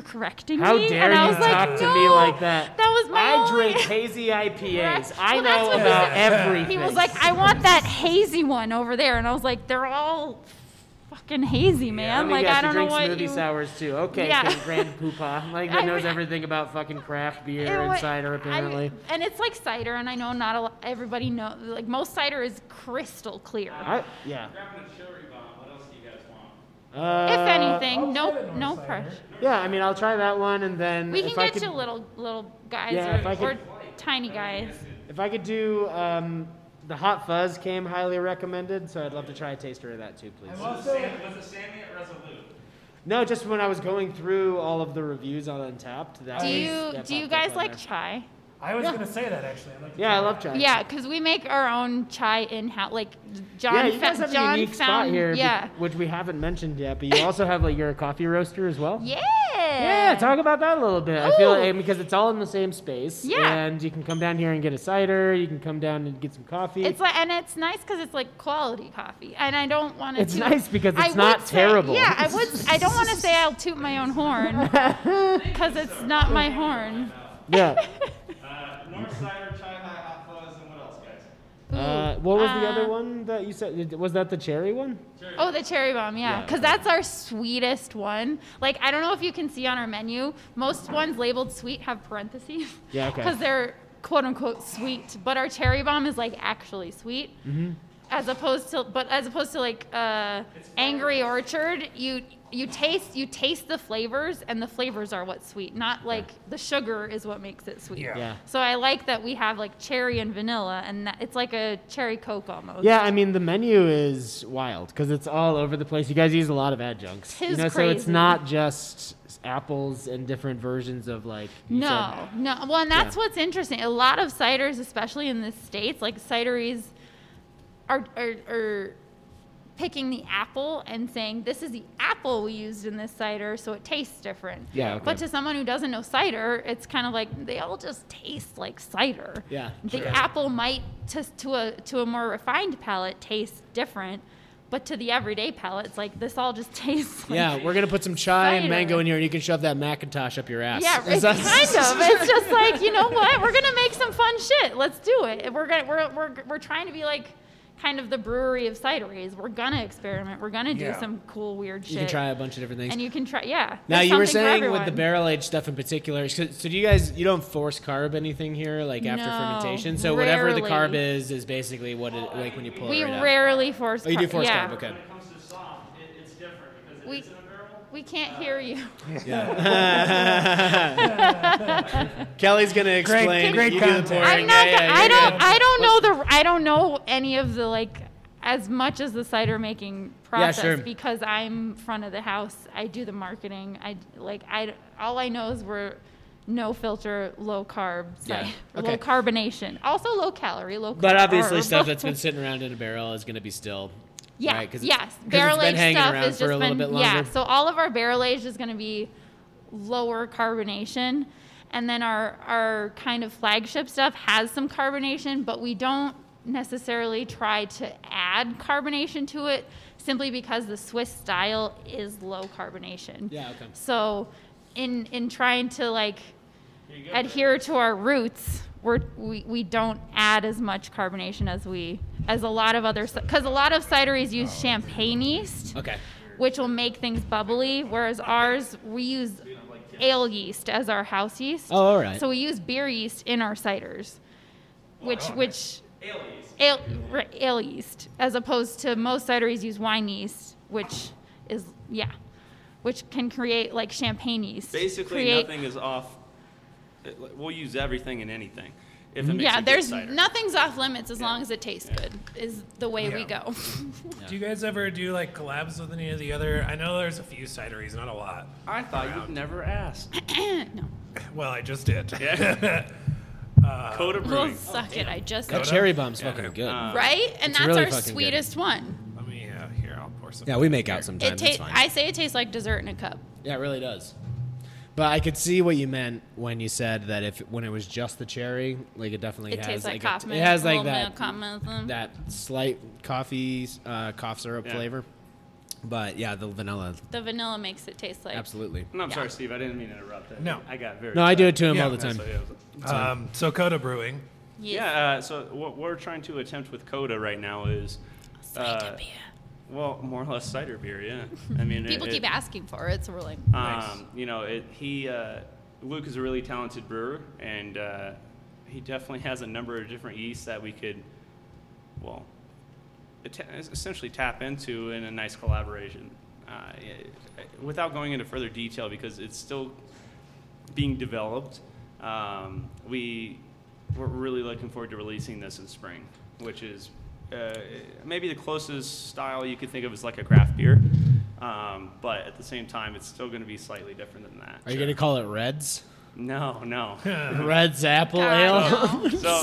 correcting
How
me,
dare
and I
you
was like,
talk to me
"No,
like that?
That was my
I
only-
drink hazy IPAs.
Right.
I
Well, that's
know
what he
about
said.
everything.
He was like, I want that hazy one over there. And I was like, they're all fucking hazy, man.
Let me
Like,
guess,
I don't
you
know
drink
what
smoothie
you.
sours too. Okay,
Yeah.
so Grand Poopa, like
I
that knows
mean-
everything about fucking craft beer
It wa-
and cider
I-
apparently.
and it's like cider, and I know not a lot, everybody know. Like, most cider is crystal clear.
I, yeah.
if
Uh,
anything, no, no pressure.
Yeah, I mean, I'll try that one, and then
We
if
can
I
get
could,
you little little guys
Yeah, if
or,
I could-
or tiny guys.
If I could do um, the hot fuzz, came highly recommended, so I'd love to try a taster of that too, please. No, just when I was going through all of the reviews on Untapped, that
Do
was-
you
that
do you
popped up
guys
on
like
there.
chai?
I was gonna say that actually. I like
Yeah, I love chai.
Yeah, because we make our own chai in house. Like John,
Yeah, you
fa-
guys have
John
a unique
found
spot here, be-
yeah,
which we haven't mentioned yet. But you also have like you're a coffee roaster as well.
yeah,
Yeah, talk about that a little bit. I feel
Ooh.
like, because it's all in the same space.
Yeah.
And you can come down here and get a cider. You can come down and get some coffee.
It's like, and it's nice because it's like quality coffee, and I don't want to.
It's nice because it's not terrible.
yeah, I would. I don't want to say I'll toot my own horn because it's not my horn.
yeah.
Uh, North Sider, Chai High Hot Fuzz, and what else, guys?
Ooh.
Uh, what was the
Uh,
other one that you said? Was that the cherry one?
Oh, the cherry bomb, yeah, because that's our sweetest one. Like, I don't know if you can see on our menu, most ones labeled sweet have parentheses.
Yeah, okay.
Because they're quote unquote sweet, but our cherry bomb is like actually sweet.
Mm-hmm.
As opposed to, but as opposed to like uh, Angry Orchard, you you taste you taste the flavors, and the flavors are what's sweet, not like the sugar is what makes it sweet.
Yeah.
Yeah.
So I like that we have like cherry and vanilla, and that, it's like a cherry coke almost.
Yeah, I mean the menu is wild because it's all over the place. You guys use a lot of adjuncts, you
Tis
know, so it's
crazy.
not just s- apples and different versions of like. you said-
No, no. Well, and that's what's interesting. A lot of ciders, especially in the states, like cideries, are are, are picking the apple and saying this is the apple we used in this cider, so it tastes different.
Yeah, okay.
But to someone who doesn't know cider, it's kind of like they all just taste like cider.
Yeah,
The apple might to to a to a more refined palate taste different, but to the everyday palate, it's like this all just tastes. Like
Yeah, we're gonna put some chai and
Cider.
mango in here, and you can shove that Macintosh up your ass.
Yeah,
Is
it's
that-
kind of. It's just like you know what? We're gonna make some fun shit. Let's do it. We're gonna we're we're we're trying to be like kind of the brewery of cideries. We're gonna experiment. We're gonna do
Yeah.
some cool weird shit.
You can try a bunch of different things.
And you can try. Yeah.
now
There's
you were
something for
saying with the
everyone.
barrel aged stuff in particular. So, so do you guys you don't force carb anything here like after
No,
fermentation? So whatever the carb
rarely.
is is basically what it like when you pull
We
it right out.
rarely force.
Oh, you do
carb-
force
yeah.
carb. Okay.
When it comes to soft, it, it's different because it
We-
is in a barrel.
We can't hear you.
Kelly's gonna explain.
great
you do the
content.
pouring.
I'm not.
Yeah,
gonna,
yeah,
I
you're
don't.
good.
I don't know the. I don't know any of the like as much as the cider making process
sure.
because I'm front of the house. I do the marketing. I like. I all I know is we're no filter, low carb,
Yeah.
ci-
Okay.
low carbonation, also low calorie, low.
But obviously,
carb.
stuff that's been sitting around in a barrel is going to be still.
Yeah.
right? 'Cause it's-
yes.
'cause it's
Barrel
been
aged
hanging
stuff
around
has
for a
just
little
been
bit
yeah.
longer.
So all of our barrel aged is going to be lower carbonation, and then our our kind of flagship stuff has some carbonation, but we don't necessarily try to add carbonation to it simply because the Swiss style is low carbonation.
Yeah, okay.
So in in trying to like adhere to our roots, we're, we we don't add as much carbonation as we as a lot of other because a lot of cideries use champagne yeast,
Oh, Okay.
which will make things bubbly, whereas ours we use ale yeast as our house yeast.
Oh, all right.
So we use beer yeast in our ciders, which which ale re- ale yeast as opposed to most cideries use wine yeast, which is yeah, which can create like champagne yeast.
Basically,
create-
nothing is off. it- like, We'll use everything and anything. If it makes
Yeah,
a good
there's
cider.
nothing's off limits as long as it tastes good. Is the way we
Yeah.
go.
Do you guys ever do like collabs with any of the other? I know there's a few cideries, not a lot.
I thought you'd never asked.
Well, I just did.
Coda
well,
Brewing.
suck it. Uh, I just
That cherry bomb's fucking good.
right, and that's
really
our
fucking good.
sweetest one.
Let me uh, here. I'll pour some.
yeah, we make out
It
sometimes. it's
ta-
fine.
I say it tastes like dessert in a cup.
yeah, it really does. But I could see what you meant when you said that if when it was just the cherry, like it definitely
It
has
tastes like
a-
coffee.
it has like
milk,
that
Kaufman.
that slight coffee uh, cough syrup
Yeah.
flavor. But yeah, the vanilla,
The vanilla makes it taste like
absolutely.
No, I'm sorry, Steve. I didn't mean to interrupt. I-
No.
I got very.
No, I do it
excited.
to him
Yeah,
all the time.
Um, so Coda Brewing.
yes,
Yeah. Uh, so what we're trying to attempt with Coda right now is,
cider
uh,
beer.
well, more or less cider beer. Yeah. I mean, it-
People
it-
keep asking for it, so we're like,
Um, you know, it, he uh, Luke is a really talented brewer, and uh, he definitely has a number of different yeasts that we could, well, atta- essentially tap into in a nice collaboration. Uh, it- without going into further detail, because it's still being developed, um, we we're really looking forward to releasing this in spring, which is. Uh, maybe the closest style you could think of is like a craft beer, um, but at the same time, it's still going to be slightly different than that.
Are you gonna call it Reds?
No, no.
Reds apple ale.
God, no.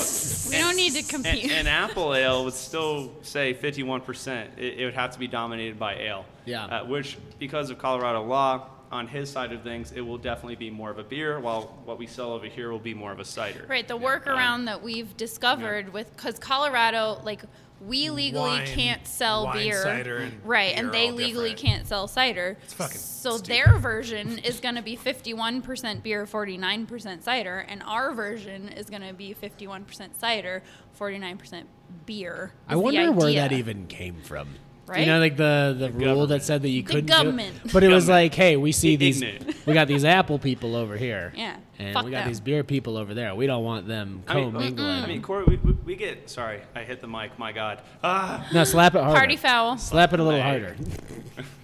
So
we don't need to compete.
an, an apple ale would still say 51%. It, it would have to be dominated by ale.
Yeah.
Uh, which, because of Colorado law, on his side of things, it will definitely be more of a beer, while what we sell over here will be more of a cider.
Right, the
um,
workaround that we've discovered with because Colorado, like we legally
Wine-
can't sell
wine,
beer,
cider, and
right?
beer
and they
all
legally
different.
can't sell cider. It's
fucking
so
stupid.
their version is going to be fifty-one percent beer, forty-nine percent cider, and our version is going to be fifty-one percent cider, forty-nine percent beer. is
I
the
wonder where
idea.
that even came from.
right?
You know, like the, the, rule that said that you couldn't do it?
government.
But it was like, hey, we see
The
these,
ignorant.
we got these apple people over here.
Yeah,
And
fuck
we got
them.
these beer people over there. We don't want them
I mean,
co-mingling.
I mean, Corey, we, we, we get. Sorry, I hit the mic. My God. Ah.
no, slap it harder.
Party foul,
Slap it a little harder.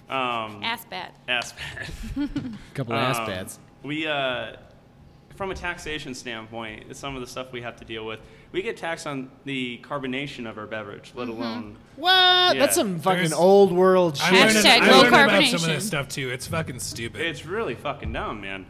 Um.
ass bat.
Ass.
couple of ass
Um,
pads.
We, uh, from a taxation standpoint, some of the stuff we have to deal with. We get taxed on the carbonation of our beverage, let
Mm-hmm.
alone.
What?
Yeah.
That's some fucking
There's-
old world
I
shit.
learned,
Hashtag
I
low
learned about some of
carbonation.
this stuff too. It's fucking stupid.
It's really fucking dumb, man.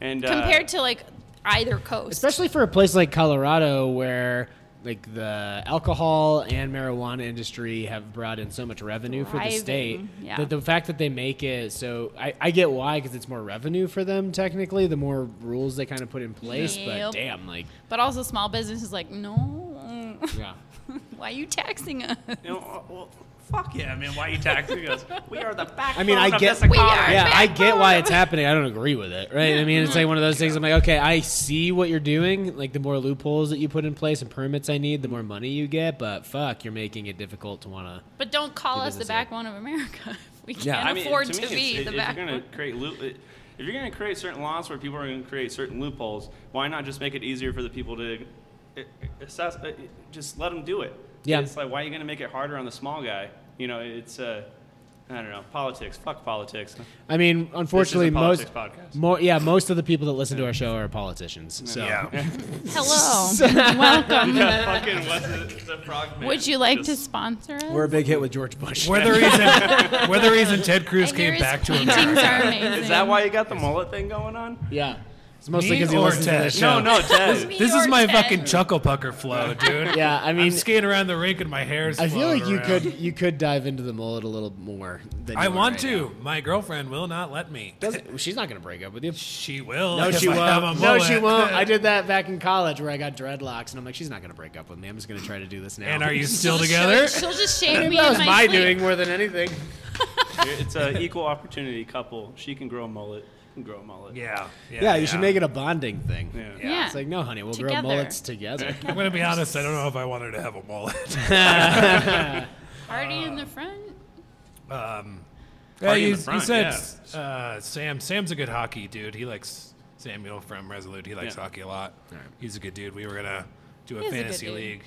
And uh,
Compared to like either coast,
Especially for a place like Colorado where like the alcohol and marijuana industry have brought in so much revenue for the state
Thriving, yeah.
that the fact that they make it so I, I get why because it's more revenue for them technically the more rules they kind of put in place
Yep.
but damn like
but also small business is like, no,
yeah
why are you taxing us?
you know, uh, well, fuck yeah, man. Why are you taxing us? We are the backbone
mean, I
of
get-
this economy.
are.
yeah I
back
get why
on.
it's happening I don't agree with it right I mean it's like one of those things I'm like okay I see what you're doing like the more loopholes that you put in place and permits I need the more money you get but fuck you're making it difficult to want to
But don't call us the
business here.
backbone of America. We can't
Yeah, I
afford
to
to,
me, it's-
be
if-
the
if you're
backbone.
gonna create loop, if you're gonna create certain laws where people are gonna create certain loopholes, why not just make it easier for the people to uh, assess? uh, Just let them do it.
Yeah.
It's like why are you gonna make it harder on the small guy? You know, it's uh, I don't know, politics. Fuck politics.
I mean, unfortunately, most
politics podcast.
mo- yeah, most of the people that listen to our show are politicians. So
yeah.
Hello, welcome.
Fucking what's the, the frog man?
Would you like to
Just-
sponsor us?
we're a big hit with George Bush.
We're the reason. we're the reason Ted Cruz
And your
came back to
paintings
America.
are amazing.
Is that why you got the mullet thing going on?
yeah, it's mostly
Me
because he
or
listens to
Ted?
this show.
No, no, Ted.
Me
This is
or
my
Ted?
fucking chuckle pucker flow, dude.
Yeah, I
I'm
mean,
skating around the rink and my hair's.
I feel
flowing
like you
around.
could you could dive into the mullet a little more. Than
I
you are
want
right
to.
now.
My girlfriend will not let me.
Doesn't- she's not gonna break up with you.
She will.
No,
if
she
I have a
won't. No, she
mullet.
won't. I did that back in college where I got dreadlocks, and I'm like, she's not gonna break up with me. I'm just gonna try to do this now.
And are you
She'll
still
just-
together?
She'll just shave me.
That was
in
my,
my sleep.
doing more than anything.
It's an equal opportunity couple. She can grow a mullet. You can grow a mullet.
Yeah. Yeah.
Yeah, you should make it a bonding thing.
Yeah.
Yeah.
It's like, no, honey, we'll grow
Together.
mullets together.
I'm gonna be honest. I don't know if I wanted to have a mullet.
Party in the front.
Yeah,
in
you,
the front,
you said
yeah.
s- uh, Sam. Sam's a good hockey dude. He likes Samuel from Resolute. He likes
Yeah.
hockey a lot. He's a good dude. We were gonna do a
He is a good
fantasy
dude.
league.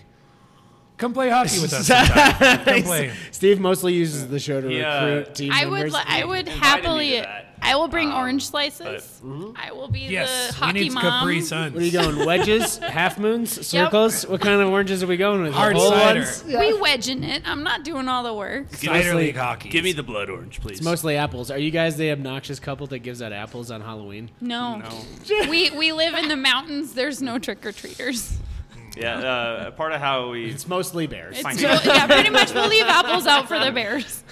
Come play hockey with us. sometime. Come play.
Steve mostly uses the show to
Yeah.
recruit team
I would.
members.
li- I would
invited me to
happily.
that. Um, mm-hmm.
I will bring orange slices. I will be
Yes,
the
we
hockey
need
mom.
Capri Sun.
What are you going? Wedges, half moons, circles. What kind of oranges are we going with?
Hard
Whole
cider.
ones?
We wedging it. I'm not doing all the work.
Cider
mostly-
league hockey.
Give me the blood orange, please.
It's mostly apples. Are you guys the obnoxious couple that gives out apples on Halloween?
No.
no.
we we live in the mountains. There's no trick or treaters.
Yeah, uh, part of how we
It's mostly bears.
It's so, yeah, pretty much. We'll leave apples out for the bears.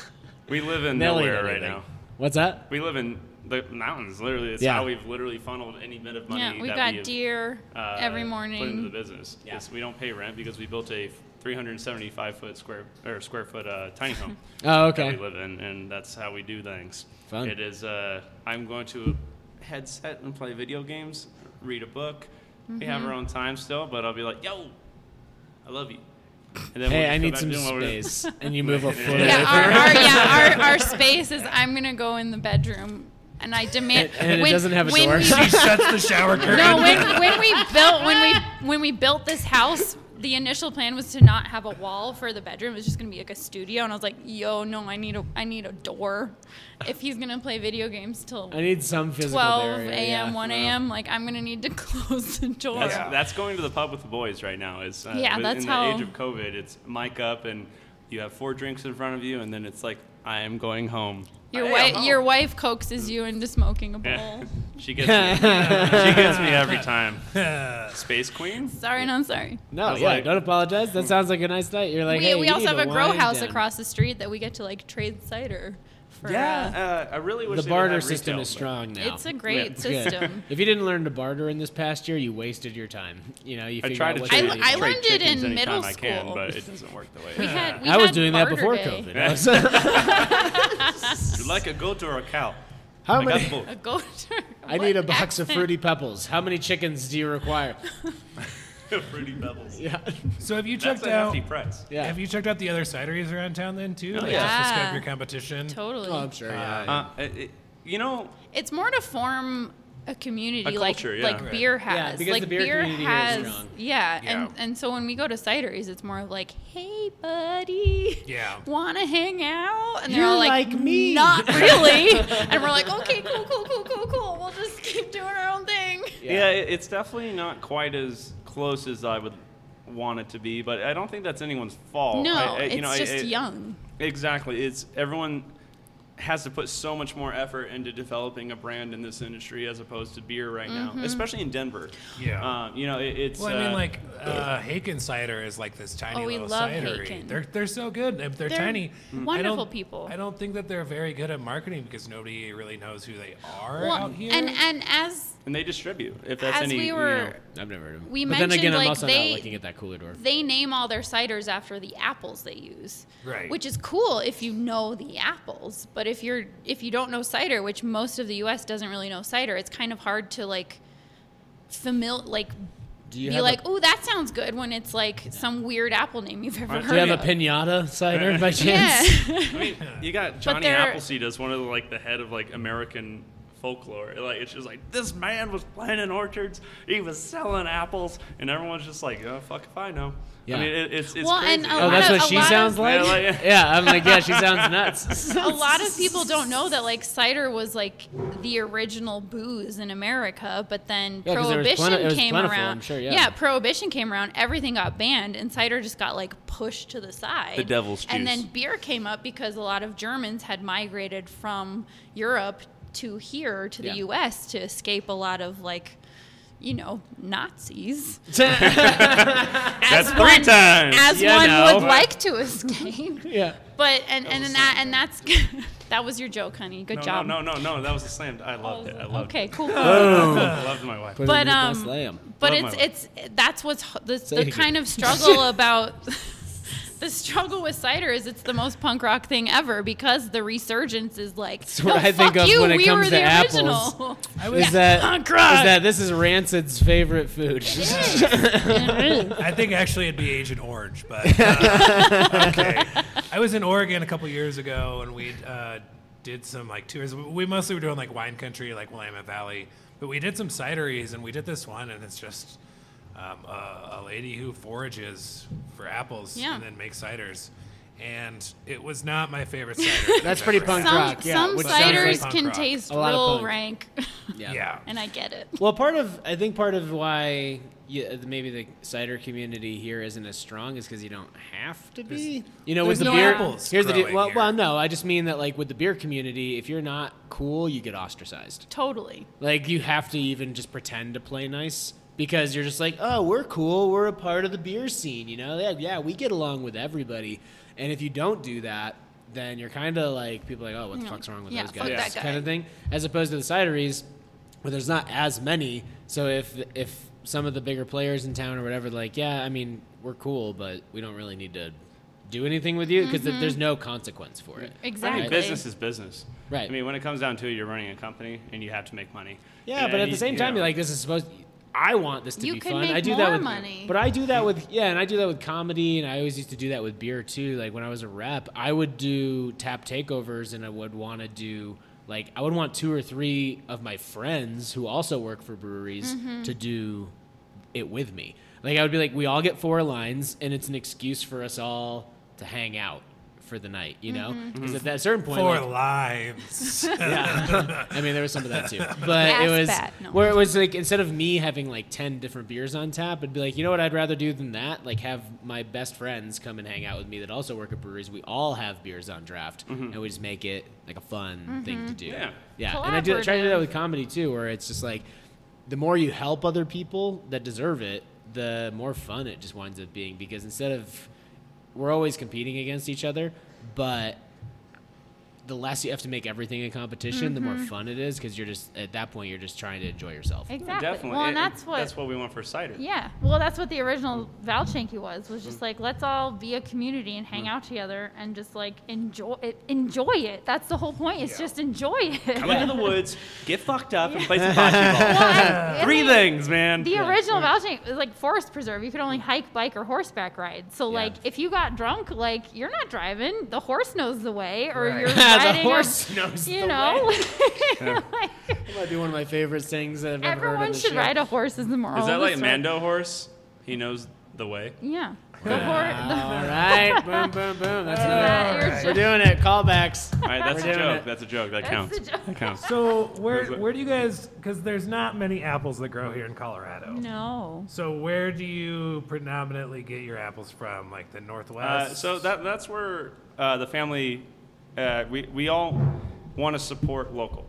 we live in
They'll eat
nowhere right
anything.
now.
What's that?
We live in the mountains. Literally, it's
Yeah.
how we've literally funneled any bit of money.
Yeah, we've
that
got
we've,
deer
uh,
every
Put into the
morning.
business. Yes, we don't pay rent because we built a 375 foot square or square foot uh, tiny home
Oh,
that we
okay.
live in, and that's how we do things.
Fun.
It is. Uh, I'm going to a headset and play video games, read a book. We
Mm-hmm.
have our own time still, but I'll be like, "Yo, I love you." And then
Hey,
just
I
go
need
back
some
to doing what we're-
space, and you move a foot.
Yeah, our, our yeah our, our space is. I'm gonna go in the bedroom, and I demand.
And- and it
when-
doesn't have a
when
door.
we-
She shuts the shower curtain.
no, when, when we built when we when we built this house, the initial plan was to not have a wall for the bedroom. It was just gonna be like a studio, and I was like, "Yo, no, I need a I need a door. If he's gonna play video games till
I need some physical
12
barrier,
a.m.,
yeah.
1 a.m., like I'm gonna need to close the door."
That's, that's going to the pub with the boys right now. Is uh,
Yeah,
with-
that's
in
how-
the age of COVID, it's mic up and you have four drinks in front of you, and then it's like I am going home.
Your
I am
wife,
home.
your wife coaxes you into smoking a bowl.
Yeah. she gets me. she gets me every time. Space Queen.
Sorry, no, I'm sorry.
No,
was
yeah,
like- "Hmm."
don't apologize. That sounds like a nice night. You're like,
we
hey,
we
you
also
need
have a grow
wind
house
down.
across the street that we get to like trade cider for. uh,
Yeah, uh, I really wish
The
they would
barter
have
system
retail,
is
but-
strong now.
it's a great
It's
Good.
system.
If you didn't learn to barter in this past year, you wasted your time. You know, you
I
figured
try
out
to
what
trade,
you
I-
needed.
I
trade
learned it
chickens
in
anytime
middle
I can,
school.
but it doesn't work the way.
We had, we
I was
had
doing that
barter
before
day.
COVID. I was-
You're like a goat or a cow.
how
I got
many?
both.
A goat.
I need a box of fruity pebbles. How many chickens do you require?
Fruity Pebbles.
Yeah.
So have you
That's
checked
a
out?
hefty price.
Yeah.
Have you checked out the other cideries around town then too? like,
yeah.
Just to scope
Yeah.
your competition.
Totally.
Oh, I'm sure. Yeah.
Uh, it- it- you know,
It's more to form a community
A
like
culture, yeah.
like
Right.
beer has.
because
like
the beer community here is
has
strong.
yeah,
Yeah.
and and so when we go to cideries it's more of like, "Hey buddy,
Yeah.
want to hang out?" And
You
they're all
like
like
me.
Not really. and we're like, "Okay, cool, cool, cool, cool, cool. We'll just keep doing our own thing."
yeah. it- it's definitely not quite as close as I would want it to be, but I don't think that's anyone's fault.
No,
Oh, I- I-
it's
you know, I-
just
I-
young.
Exactly. It's everyone has to put so much more effort into developing a brand in this industry as opposed to beer right
Mm-hmm.
now, especially in Denver.
Yeah.
Um, you know, it, it's.
Well, I mean,
uh,
like uh, Haken cider is like this tiny
Oh, we
little
love
cidery.
Haken.
They're they're so good. They're, they're
They're
tiny.
Mm.
I don't-
wonderful people.
I don't think that they're very good at marketing because nobody really knows who they are
Well,
out here.
and and as
and they distribute. If that's
as
any.
we
you
were
know-
I've never heard of them.
We
but then again,
mentioned,
I'm
like,
also
they-
not looking at that cooler door.
they name all their ciders after the apples they use
Right.
which is cool if you know the apples but if you're if you don't know cider which most of the us doesn't really know cider it's kind of hard to like famil like
Do you
be
have
like
a,
oh that sounds good when it's like some weird apple name you've ever
Aren't
do you
heard
have a
of
pinata cider by
yeah
chance?
I mean, you got Johnny
they're-
Appleseed as one of the, like the head of like American folklore. Like it's just like this man was planting orchards, he was selling apples, and everyone's just like, oh fuck if I know.
Yeah.
I mean, it, it's it's
Well,
crazy.
and a
Oh,
lot
that's
of-
what
a
she
lot
sounds
of-
like.
Yeah, like-
yeah, I'm like, yeah, she sounds nuts.
a lot of people don't know that like cider was like the original booze in America, but
'cause
then
there was
prohibition
plenti- it was
came
plentiful,
around.
I'm sure, yeah.
prohibition came around, everything got banned, and cider just got like pushed to the side.
The devil's
And
juice.
then beer came up because a lot of Germans had migrated from Europe to here to the
Yeah.
U.S. to escape a lot of like. You know, Nazis.
that's
As
three
one-
times.
As
You
one
know.
would like to escape.
yeah.
But and and, and that and that's that was your joke, honey. Good
no,
job.
no, no, no, no, that was a slam. I loved it. I loved
Okay,
it.
cool.
I loved my wife.
But
Your
um,
best lamb.
but
Love my
it's it's that's what's h- the,
Say
the
it.
kind of struggle about the struggle with cider is it's the most punk rock thing ever because the resurgence is like
what
no,
I think
fuck
of
you,
when it
we
comes
were
to
the
apples.
original.
is that
Punk
is
rock.
that this is Rancid's favorite food?
I think actually it'd be Agent Orange, but uh, okay. I was in Oregon a couple years ago, and we uh, did some like tours. We mostly were doing like wine country, like Willamette Valley, but we did some cideries, and we did this one, and it's just um, a, a lady who forages for apples
Yeah.
and then makes ciders, and it was not my favorite cider.
That's
I've
pretty
ever had.
punk
some
rock, yeah,
some
which
sounds like
ciders
punk
can
rock.
taste
A lot of
real
punk.
rank,
Yeah.
and I get it.
Well, part of I think part of why you, maybe the cider community here isn't as strong is because you don't have to be. you know, with
there's
the
no
beer.
apples
here's the deal.
growing
Well,
here.
well, no, I just mean that like with the beer community, if you're not cool, you get ostracized.
Totally.
Like you have to even just pretend to play nice because you're just like, oh, we're cool. We're a part of the beer scene. You know, yeah, yeah we get along with everybody. And if you don't do that, then you're kind of like people are like, oh, what the
Yeah.
fuck's wrong with
Mm-hmm. Yeah,
those
fuck
guys?
that guy.
Kind of thing. As opposed to the cideries, where there's not as many. So if if some of the bigger players in town or whatever, like, yeah, I mean, we're cool, but we don't really need to do anything with you because
Mm-hmm.
there's no consequence for it.
I
Exactly.
mean, business is business.
Right.
I mean, when it comes down to it, you're running a company and you have to make money.
Yeah,
And
but at
you-
the same
you
time,
know,
you're like, this is supposed. I want this to
You
be
can
fun.
make
I do
more
that with
money.
But I do that with yeah, and I do that with comedy, and I always used to do that with beer too. Like when I was a rep, I would do tap takeovers, and I would want to do like I would want two or three of my friends who also work for breweries
Mm-hmm.
to do it with me. Like I would be like, we all get four lines, and it's an excuse for us all to hang out for the night. You know,
Mm-hmm.
because
Mm-hmm.
at that certain point,
Four
like,
lives.
yeah. I mean, there was some of that too. But it
Ass
was
fat, no.
where it was like instead of me having like 10 different beers on tap, it'd be like, you know what I'd rather do than that? Like have my best friends come and hang out with me that also work at breweries. We all have beers on draft and we just make it like a fun
Mm-hmm.
thing to do.
Yeah.
Yeah. And I do try to do
Collaborative.
that with comedy too, where it's just like the more you help other people that deserve it, the more fun it just winds up being because instead of we're always competing against each other, but the less you have to make everything a competition, the
Mm-hmm.
more fun it is because you're just at that point you're just trying to enjoy yourself.
Exactly.
Definitely.
Well, and
It- it-
that's what.
that's what we want for cider.
Yeah. Well, that's what the original Valchanky was. Was just like let's all be a community and hang out together and just like enjoy it. Enjoy it. That's the whole point. It's just enjoy it.
Come into the woods, get fucked up, and play some bocce ball.
Well, I- I
Three
mean,
things, man.
The original Valchank was like forest preserve. You could only hike, bike, or horseback ride. So like if you got drunk, like you're not driving. The horse knows the way, or you're
the
riding.
horse
or,
knows
you
the
know.
way.
Like,
That might be one of my favorite things that I've ever heard. on
everyone
this
should
show.
ride a horse. Is the moral.
Is that
of the
like
story.
Mando horse? He knows the way.
Yeah. The hor- the-
All right, boom, boom, boom. That's another.
that your
We're
joke?
doing it. Callbacks.
All right, that's a
doing
joke.
it.
That's a joke. That
That's
counts.
the joke.
That counts.
So where
Is it-
where do you guys? Because there's not many apples that grow here in Colorado.
No.
So where do you predominantly get your apples from? Like the
Uh,
Northwest.
so that that's where uh, the family uh, we we all want to support local,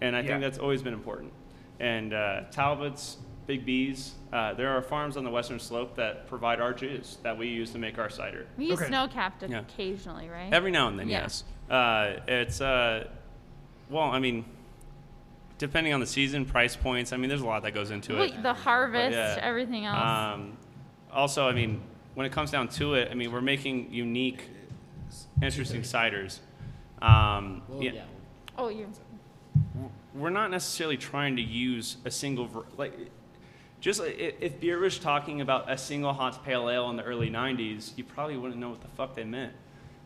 and I
Yeah.
think that's always been important. And uh, Talbot's, Big B's, uh, there are farms on the western slope that provide our juice that we use to make our cider.
We use
Okay.
snow capped
Yeah.
occasionally, right?
Every now and then,
Mm-hmm. Yeah.
yes. Uh, it's uh, well, I mean, depending on the season, price points. I mean, there's a lot that goes into
Well,
it.
the harvest,
yeah.
everything else.
Um, also, I mean, when it comes down to it, I mean, we're making unique, interesting ciders. Um, yeah,
yeah.
oh, you.
We're not necessarily trying to use a single, ver- like, just like, i- if Beer was talking about a single hops pale ale in the early 90s, you probably wouldn't know what the fuck they meant.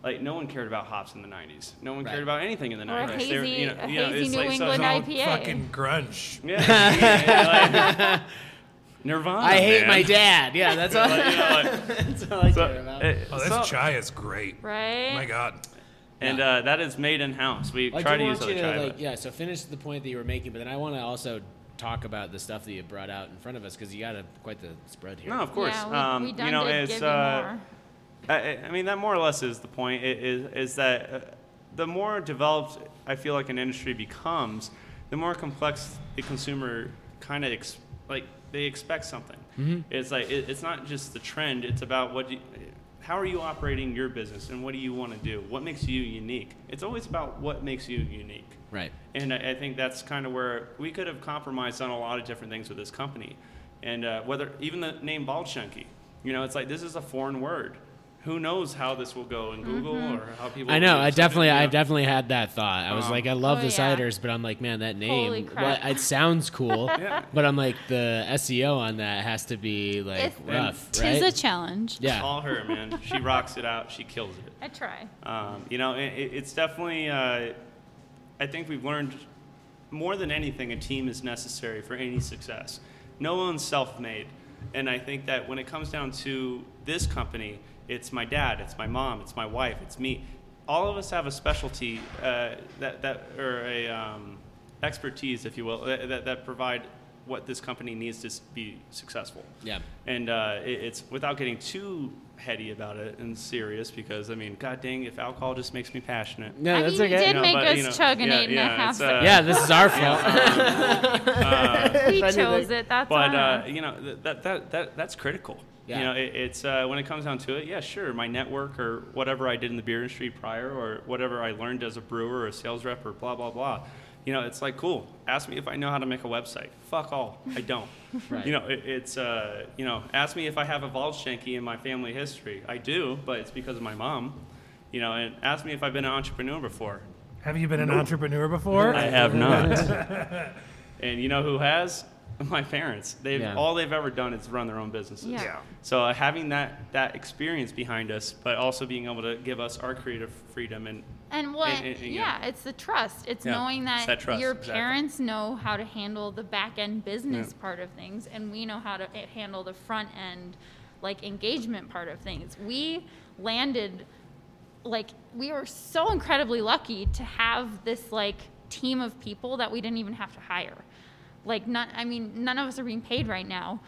Like, no one cared about hops in the 90s. No one cared
Right.
about anything in the
Or a
90s. They were-
hazy- a hazy
it's
New
like- so-
England
It's all
IPA.
Fucking grunge.
Yeah, yeah, yeah, like, Nirvana.
I hate
Oh, man.
my dad. Yeah, that's all.
Like, you know, like,
that's all I
so-
care about.
it-
Oh, this
so-
chai is great. Oh
Right?
My God.
and uh, that is made in house. We
I
try
do
to use
want
other
you
chai.
to,
but-
like, yeah. So finish the point that you were making, but then I want to also talk about the stuff that you brought out in front of us because you got a, quite the spread here.
No, of course.
Yeah, we,
um,
we done
you know,
did
it's
give you
uh,
more.
I, I- I mean that more or less is the point. i- Is is that uh, the more developed I feel like an industry becomes, the more complex the consumer kind of ex- like they expect something. It's like it, it's not just the trend. It's about what. Do you, how are you operating your business and what do you want to do? What makes you unique? It's always about what makes you unique.
Right.
And I, I think that's kind of where we could have compromised on a lot of different things with this company. And uh, whether even the name Balchunky, you know, it's like this is a foreign word. Who knows how this will go in Google or how people.
Mm-hmm. I know.
will
I
use it, Um,
definitely,
you know?
I've definitely had that thought. I was like, I love
Oh,
the
yeah.
ciders, but I'm like, man, that
Holy
name,
crap.
what, it sounds cool, but I'm like, the SEO on that has to be like
It's-
rough,
Tis a
right?
challenge.
yeah.
All her man. She rocks it out. She kills it.
I try.
Um, you know, it, it- it's definitely. Uh, I think we've learned more than anything. A team is necessary for any success. No one's self-made, and I think that when it comes down to this company, it's my dad, it's my mom, it's my wife, it's me. All of us have a specialty uh, that that or a um, expertise, if you will, that, that, that provide what this company needs to s- be successful.
Yeah.
And uh, it, it's without getting too heady about it and serious because I mean, god dang, if alcohol just makes me passionate.
No,
I
that's
mean, you
okay.
did
No,
make
but,
us
you know,
chug an
yeah,
eight and a
yeah,
half.
it's, uh,
yeah, this is our fault.
we chose it. That's
But
on
uh,
us.
you know th- that, that that that's critical.
Yeah.
You know, it, it's uh, when it comes down to it. Yeah, sure, my network or whatever I did in the beer industry prior, or whatever I learned as a brewer or a sales rep or blah blah blah. You know, it's like cool. Ask me if I know how to make a website. Fuck all, I don't.
Right.
You know, it, it's uh, you know, ask me if I have a Volshanky in my family history. I do, but it's because of my mom. You know, and ask me if I've been an entrepreneur before.
Have you been an entrepreneur before?
I have not. and you know who has? My parents. They've
Yeah.
all they've ever done is run their own businesses.
Yeah.
Yeah.
So uh, having that that experience behind us, but also being able to give us our creative freedom and
And what?
and- and, you know.
yeah, it's the trust. It's
Yeah,
knowing that,
it's that trust,
your
exactly.
parents know how to handle the back end business part of things, and we know how to eh, handle the front end, like engagement part of things. We landed, like we were so incredibly lucky to have this like team of people that we didn't even have to hire. Like none. I mean, none of us are being paid right now,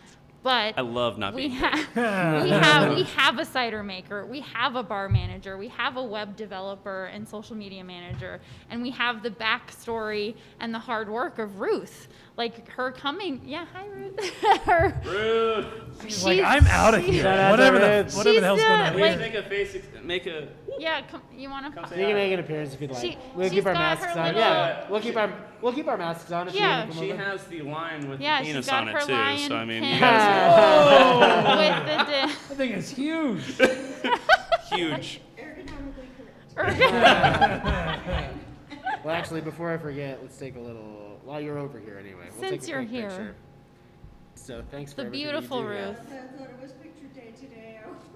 but
I love not
we
being
have, we have we have a cider maker, we have a bar manager, we have a web developer and social media manager, and we have the backstory and the hard work of Ruth. like her coming. Yeah, hi Ruth. her,
Rude.
She's like, I'm out of here. Whatever the, whatever the
she's
hell's going on
the,
here.
like-
Make a face. Make a.
yeah, come, you want to?
You can make an appearance if you'd like.
She-
we'll
she's
keep our
got
masks
her
on.
little-
Yeah, we'll keep our we'll keep our masks on if you
Yeah.
want to come
She
over.
has the line with
Yeah,
the
she's
penis
got
on it
her
too.
lion
so I mean,
pin.
you guys
with the di-
That thing is huge.
are huge.
Well, actually, before I forget, let's take a little. While you're over here, anyway. We'll
Since
take a
you're
quick
here.
Picture. So thanks for
the
everything you
beautiful
do.
Ruth.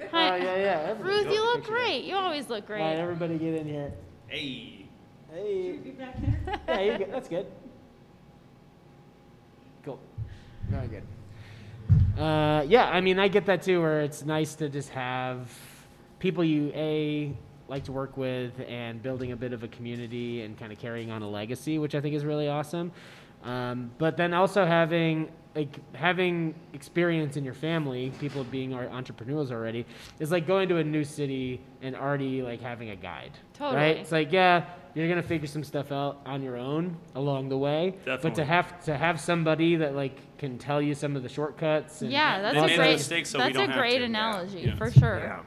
Oh
Hi,
yeah, yeah. everybody
Ruth,
take a
you look
picture.
great. You always look
All right,
great.
everybody, get in here.
Hey.
Hey. yeah, you're good. That's good. Cool. Very good. Uh, yeah, I mean, I get that too, where it's nice to just have people you a like to work with and building a bit of a community and kind of carrying on a legacy, which I think is really awesome. Um, but then also having like having experience in your family, people being our entrepreneurs already, is like going to a new city and already like having a guide. Right?
Totally.
It's like yeah, you're gonna figure some stuff out on your own along the way. But to
Definitely.
have to have somebody that like can tell you some of the shortcuts. And
Yeah, that's
They
a
made the
great.
mistake, so we
that's
don't
a
have
great
to. Yeah.
analogy
Yeah.
for sure.
Yeah.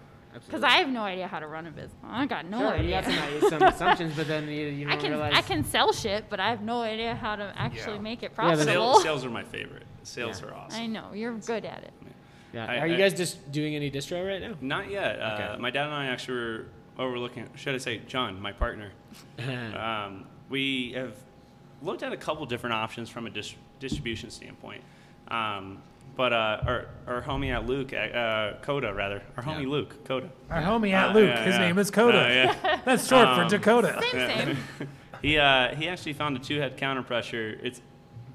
Because I have no idea how to run a business. I got no
Sure, you
idea.
got some, some assumptions, but then you, you don't
I can
realize.
I can sell shit, but I have no idea how to actually make it
Yeah, the-
profitable.
Sales, sales are my favorite. Sales are awesome.
I know you're good at it.
Yeah.
I-
Are you
I-
guys just doing any distro right now?
Not yet. Uh, my dad and I actually were overlooking. Should I say John, my partner? um, we have looked at a couple different options from a dis- distribution standpoint. Um, but uh, our, our homie at Luke, uh, Coda rather, our homie Luke, Coda.
Our homie at
Uh,
Luke,
yeah,
his
yeah.
name is Coda.
Uh, yeah.
That's short
Um,
for Dakota.
Same, same.
he uh, he actually found a two-head counter pressure. It's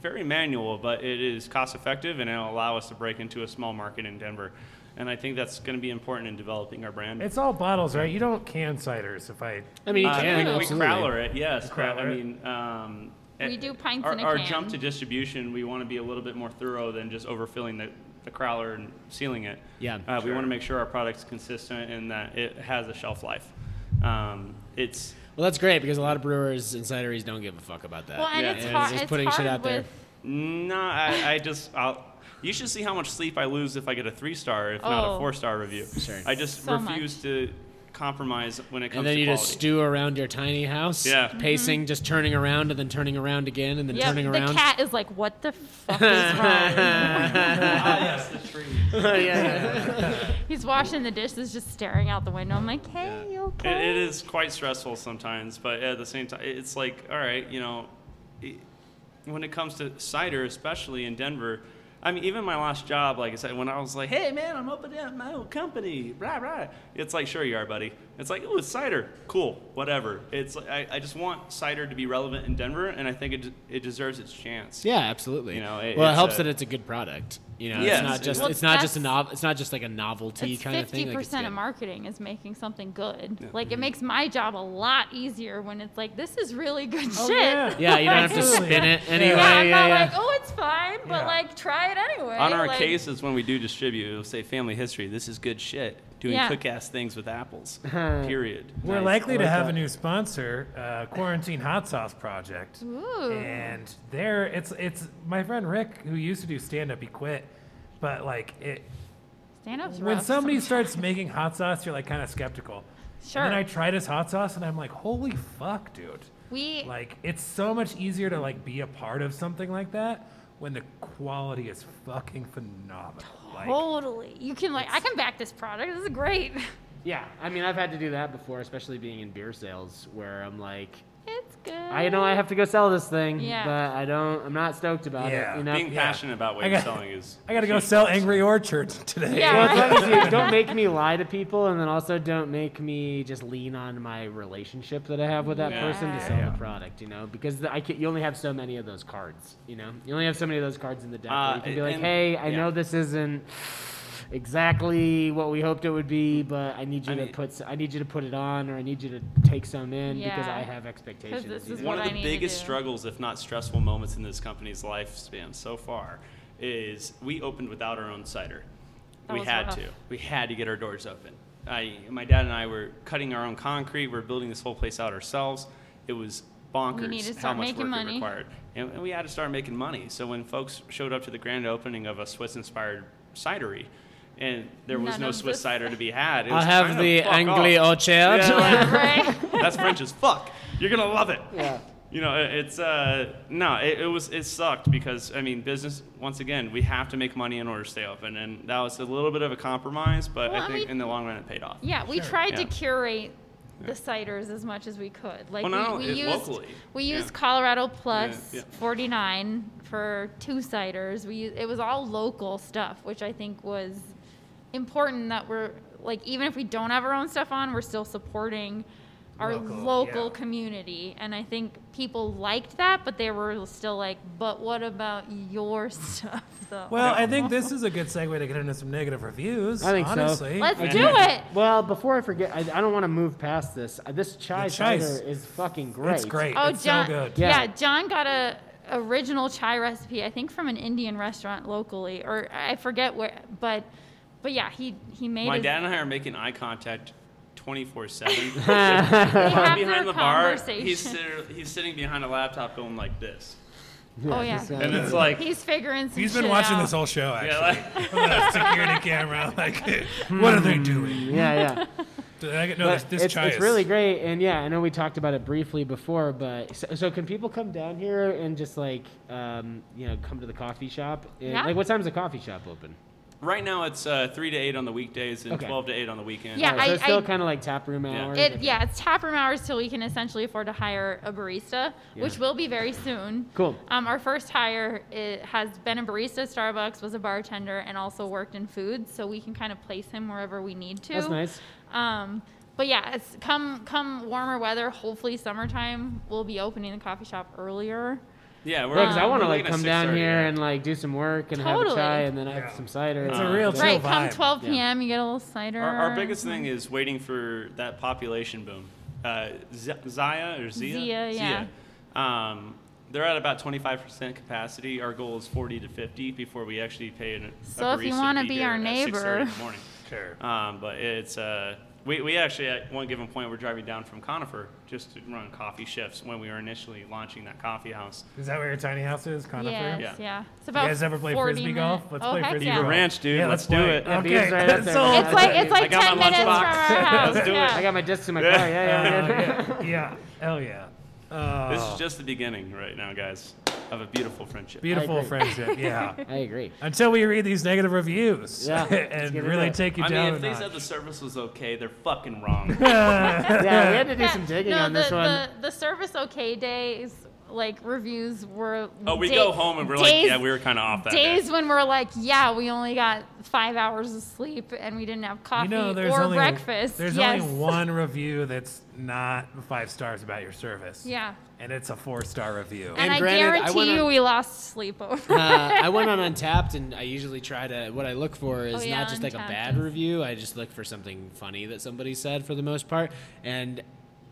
very manual, but it is cost-effective, and it'll allow us to break into a small market in Denver. And I think that's going to be important in developing our brand.
It's all bottles, right? You don't can ciders if I.
I mean, you
Uh,
can.
we
absolutely.
crowler it, yes. but,
crowler
I
it.
mean, um,
We
it-
do pints
our,
in a
our
can.
jump to distribution, we want to be a little bit more thorough than just overfilling the, the crowler and sealing it.
Yeah,
Uh, We want to make sure our product's consistent and that it has a shelf life. Um, it's
Well, that's great because a lot of brewers and cideries don't give a fuck about that.
Well, and
Yeah.
it's
Yeah,
hard.
just
it's
putting
hard
shit out there.
with
no, I, I just I'll, you should see how much sleep I lose if I get a three star, if not
Oh.
a four star review.
Sure.
I just
So
refuse
much.
to compromise when it comes
And then
to
you
quality.
just stew around your tiny house.
Yeah.
Pacing, just turning around and then turning around again and then
yeah,
turning
Mm-hmm. the
around.
cat is like, what the fuck is wrong?
ah, yes, the tree.
yeah, Oh, yeah.
He's washing the dishes, just staring out the window. I'm like, hey, you
It,
okay?
it is quite stressful sometimes, but at the same time, it's like, all right, you know, it, when it comes to cider, especially in Denver, I mean, even my last job, like I said, when I was like, hey, man, I'm opening up my own company, rah, rah. It's like, sure you are, buddy. It's like, oh, it's cider. Cool, whatever. It's like, I, I just want cider to be relevant in Denver, and I think it, de- it deserves its chance.
Yeah, absolutely.
You know, it-
well, it
it's
helps
a-
that it's a good product. You know,
Yes,
it's not
it's-
just
Well,
it's not just a
that's-
nov- it's not just like a novelty
It's
kind of thing.
fifty
like, it's
percent
good.
of marketing is making something good. Like it makes my job a lot easier when it's like this is really good shit.
Oh, yeah.
Yeah, you don't have to
Absolutely.
spin it anyway.
Yeah,
Yeah,
I'm
yeah,
not like, oh, it's fine, but
Yeah.
like try it anyway.
On our
like,
cases, when we do distribute, it'll say family history. This is good shit. Doing
Yeah.
cook ass things with apples. Period.
We're likely to have a new sponsor, uh, Quarantine Hot Sauce Project.
Ooh.
And there, it's it's my friend Rick who used to do stand up. He quit, but like it,
Stand up's
when
rough
somebody
sometimes.
starts making hot sauce, you're like kind of skeptical.
Sure.
And then I tried his hot sauce, and I'm like, holy fuck, dude!
we
Like it's so much easier to like be a part of something like that when the quality is fucking phenomenal. Like,
totally. You can like, I can back this product. This is great.
yeah, I mean, I've had to do that before, especially being in beer sales, where I'm like,
It's good.
I know I have to go sell this thing,
Yeah.
but I don't. I'm not stoked about
Yeah.
it. You know.
Being passionate about what
I
you're
got-
selling is.
I gotta go sell Angry Orchard today.
Yeah,
well,
right?
as long as you don't make me lie to people, and then also don't make me just lean on my relationship that I have with that person to sell the product, you know, because the, I can, you only have so many of those cards, you know, you only have so many of those cards in the deck. where
Uh,
you can be like,
and-
hey, I
yeah.
know this isn't exactly what we hoped it would be, but I need you
I
to
mean-
put, s- I need you to put it on, or I need you to take some in because
Yeah.
I have expectations.
this
you
is
know?
One
what
of
I need
the
to
biggest
do.
struggles, if not stressful moments in this company's lifespan so far, is we opened without our own cider.
That
we
was
had
rough.
to. We had to get our doors open. I, my dad and I were cutting our own concrete. We are building this whole place out ourselves. It was bonkers
We need to
how
start
much
making
work
money.
it required. And, and we had to start making money. So when folks showed up to the grand opening of a Swiss-inspired cidery, and there was
None
no
of
Swiss
this-
cider to be had, it
I'll
was
have
kind of
the
fuck
Angli
off.
au chair.
Yeah, like,
right?
that's French as fuck. You're gonna love it. Yeah. You know, it- it's uh, no, it, it was it sucked because I mean, business. Once again, we have to make money in order to stay open, and that was a little bit of a compromise, but
Well,
I
I
think
mean-
in the long run it paid off.
Yeah, we tried
Yeah.
to curate the ciders as much as we could. Like
Well, now
we,
it-
we used
locally,
we
yeah.
used Colorado Plus
Yeah, yeah.
49 for two ciders. We u- it was all local stuff, which I think was important that we're like even if we don't have our own stuff on, we're still supporting our
Local,
local,
yeah.
community and i think people liked that but they were still like but what about your stuff though
Well, I think this is a good segue to get into some negative reviews.
I think so.
honestly.
let's
I-
do it
Well, before I forget, I, I don't want to move past this. Uh, This chai
The chai is-
cider is fucking great.
It's great.
Oh,
it's
John,
so good.
Yeah.
Yeah. John got a original chai recipe, I think from an Indian restaurant locally, or I forget where, but but yeah, he he made.
My
his,
dad and I are making eye contact. 24 7.
they have their
Behind the bar,
conversation.
he's, sit- he's sitting behind a laptop going like this.
oh yeah,
uh,
And it's like,
he's figuring some.
He's been
shit
watching
out.
this whole show actually.
yeah, like
From the security camera, like, what are they doing?
Yeah, yeah.
Did I get- no, this, this
it's,
chai
it's
is-
really great, and yeah, I know we talked about it briefly before, but so, so can people come down here and just like, um, you know, come to the coffee shop? And,
Yeah.
Like, what time's the coffee shop open?
right now it's uh, 3 to 8 on the weekdays and
Okay.
12 to 8 on the weekend.
Yeah,
Alright, so
I-
it's still
I-
kind of like tap room hours.
It, yeah, it's tap room hours till we can essentially afford to hire a barista, which
Yeah.
will be very soon.
Cool.
Um, our first hire it has been a barista at Starbucks, was a bartender, and also worked in food, so we can kind of place him wherever we need to.
That's nice.
Um, but yeah, it's come come warmer weather. Hopefully, summertime we'll be opening the coffee shop earlier.
Yeah, we're
Yeah, 'cause I
we're
want to like
looking at
come down
6:30,
here
yeah.
and like do some work and have
Totally.
a chai and then have some cider.
It's
and-
a real
Yeah.
chill
right, come
vibe.
12
Yeah.
p.m. You get a little cider.
Our, our biggest thing is waiting for that population boom. Uh, Z- Zaya or Zia?
Zia, yeah.
Um, they're at about 25% capacity. Our goal is 40 to 50 before we actually pay an,
So
a
if you
barista to
wanna be
here
our
at 6:30 in the
neighbor-
morning.
Sure.
Um, but it's, uh, we, we actually, at one given point, we're driving down from Conifer just to run coffee shifts when we were initially launching that coffee house.
Is that where your tiny house is? Conifer?
Yes,
Yeah.
yeah. It's
You
about
guys ever play
40
frisbee
minute-
golf? Let's
oh,
play
heck
frisbee
yeah.
golf.
Ranch, dude.
Yeah, let's,
let's, do
play.
it.
Yeah,
Okay,
these are-
that's
that's
sold.
our-
It's like it's
I
like
got
10
my
minutes from our
lunchbox.
house.
Let's do it.
yeah.
I got my discs in my car. Yeah, yeah, yeah.
yeah, yeah, hell yeah. Uh,
This is just the beginning right now, guys, of a beautiful friendship.
I
beautiful
agree.
friendship. Yeah.
I agree.
Until we read these negative reviews
Yeah, let's
and
get
really
into it.
take you
I
down.
mean, if
a
they
notch.
said the service was okay, they're fucking wrong.
Yeah, we had to do
Yeah,
some digging
no,
on
the,
this one.
The, the service okay days like reviews were.
Oh, we
day-
go home and we're like,
days-
yeah, we were kind of off that
Days
day.
when we're like, yeah, we only got five hours of sleep and we didn't have coffee
you know, there's
or
only
breakfast.
there's
yes.
only one review that's not five stars about your service.
Yeah.
and it's a four star review.
And
And, I
granted, I went
guarantee you,
on-
we lost sleep over.
uh,
it.
I went on Untapped, and I usually try to. What I look for is
Oh, yeah,
not just like a
Untappd
bad
is-
review. I just look for something funny that somebody said for the most part. And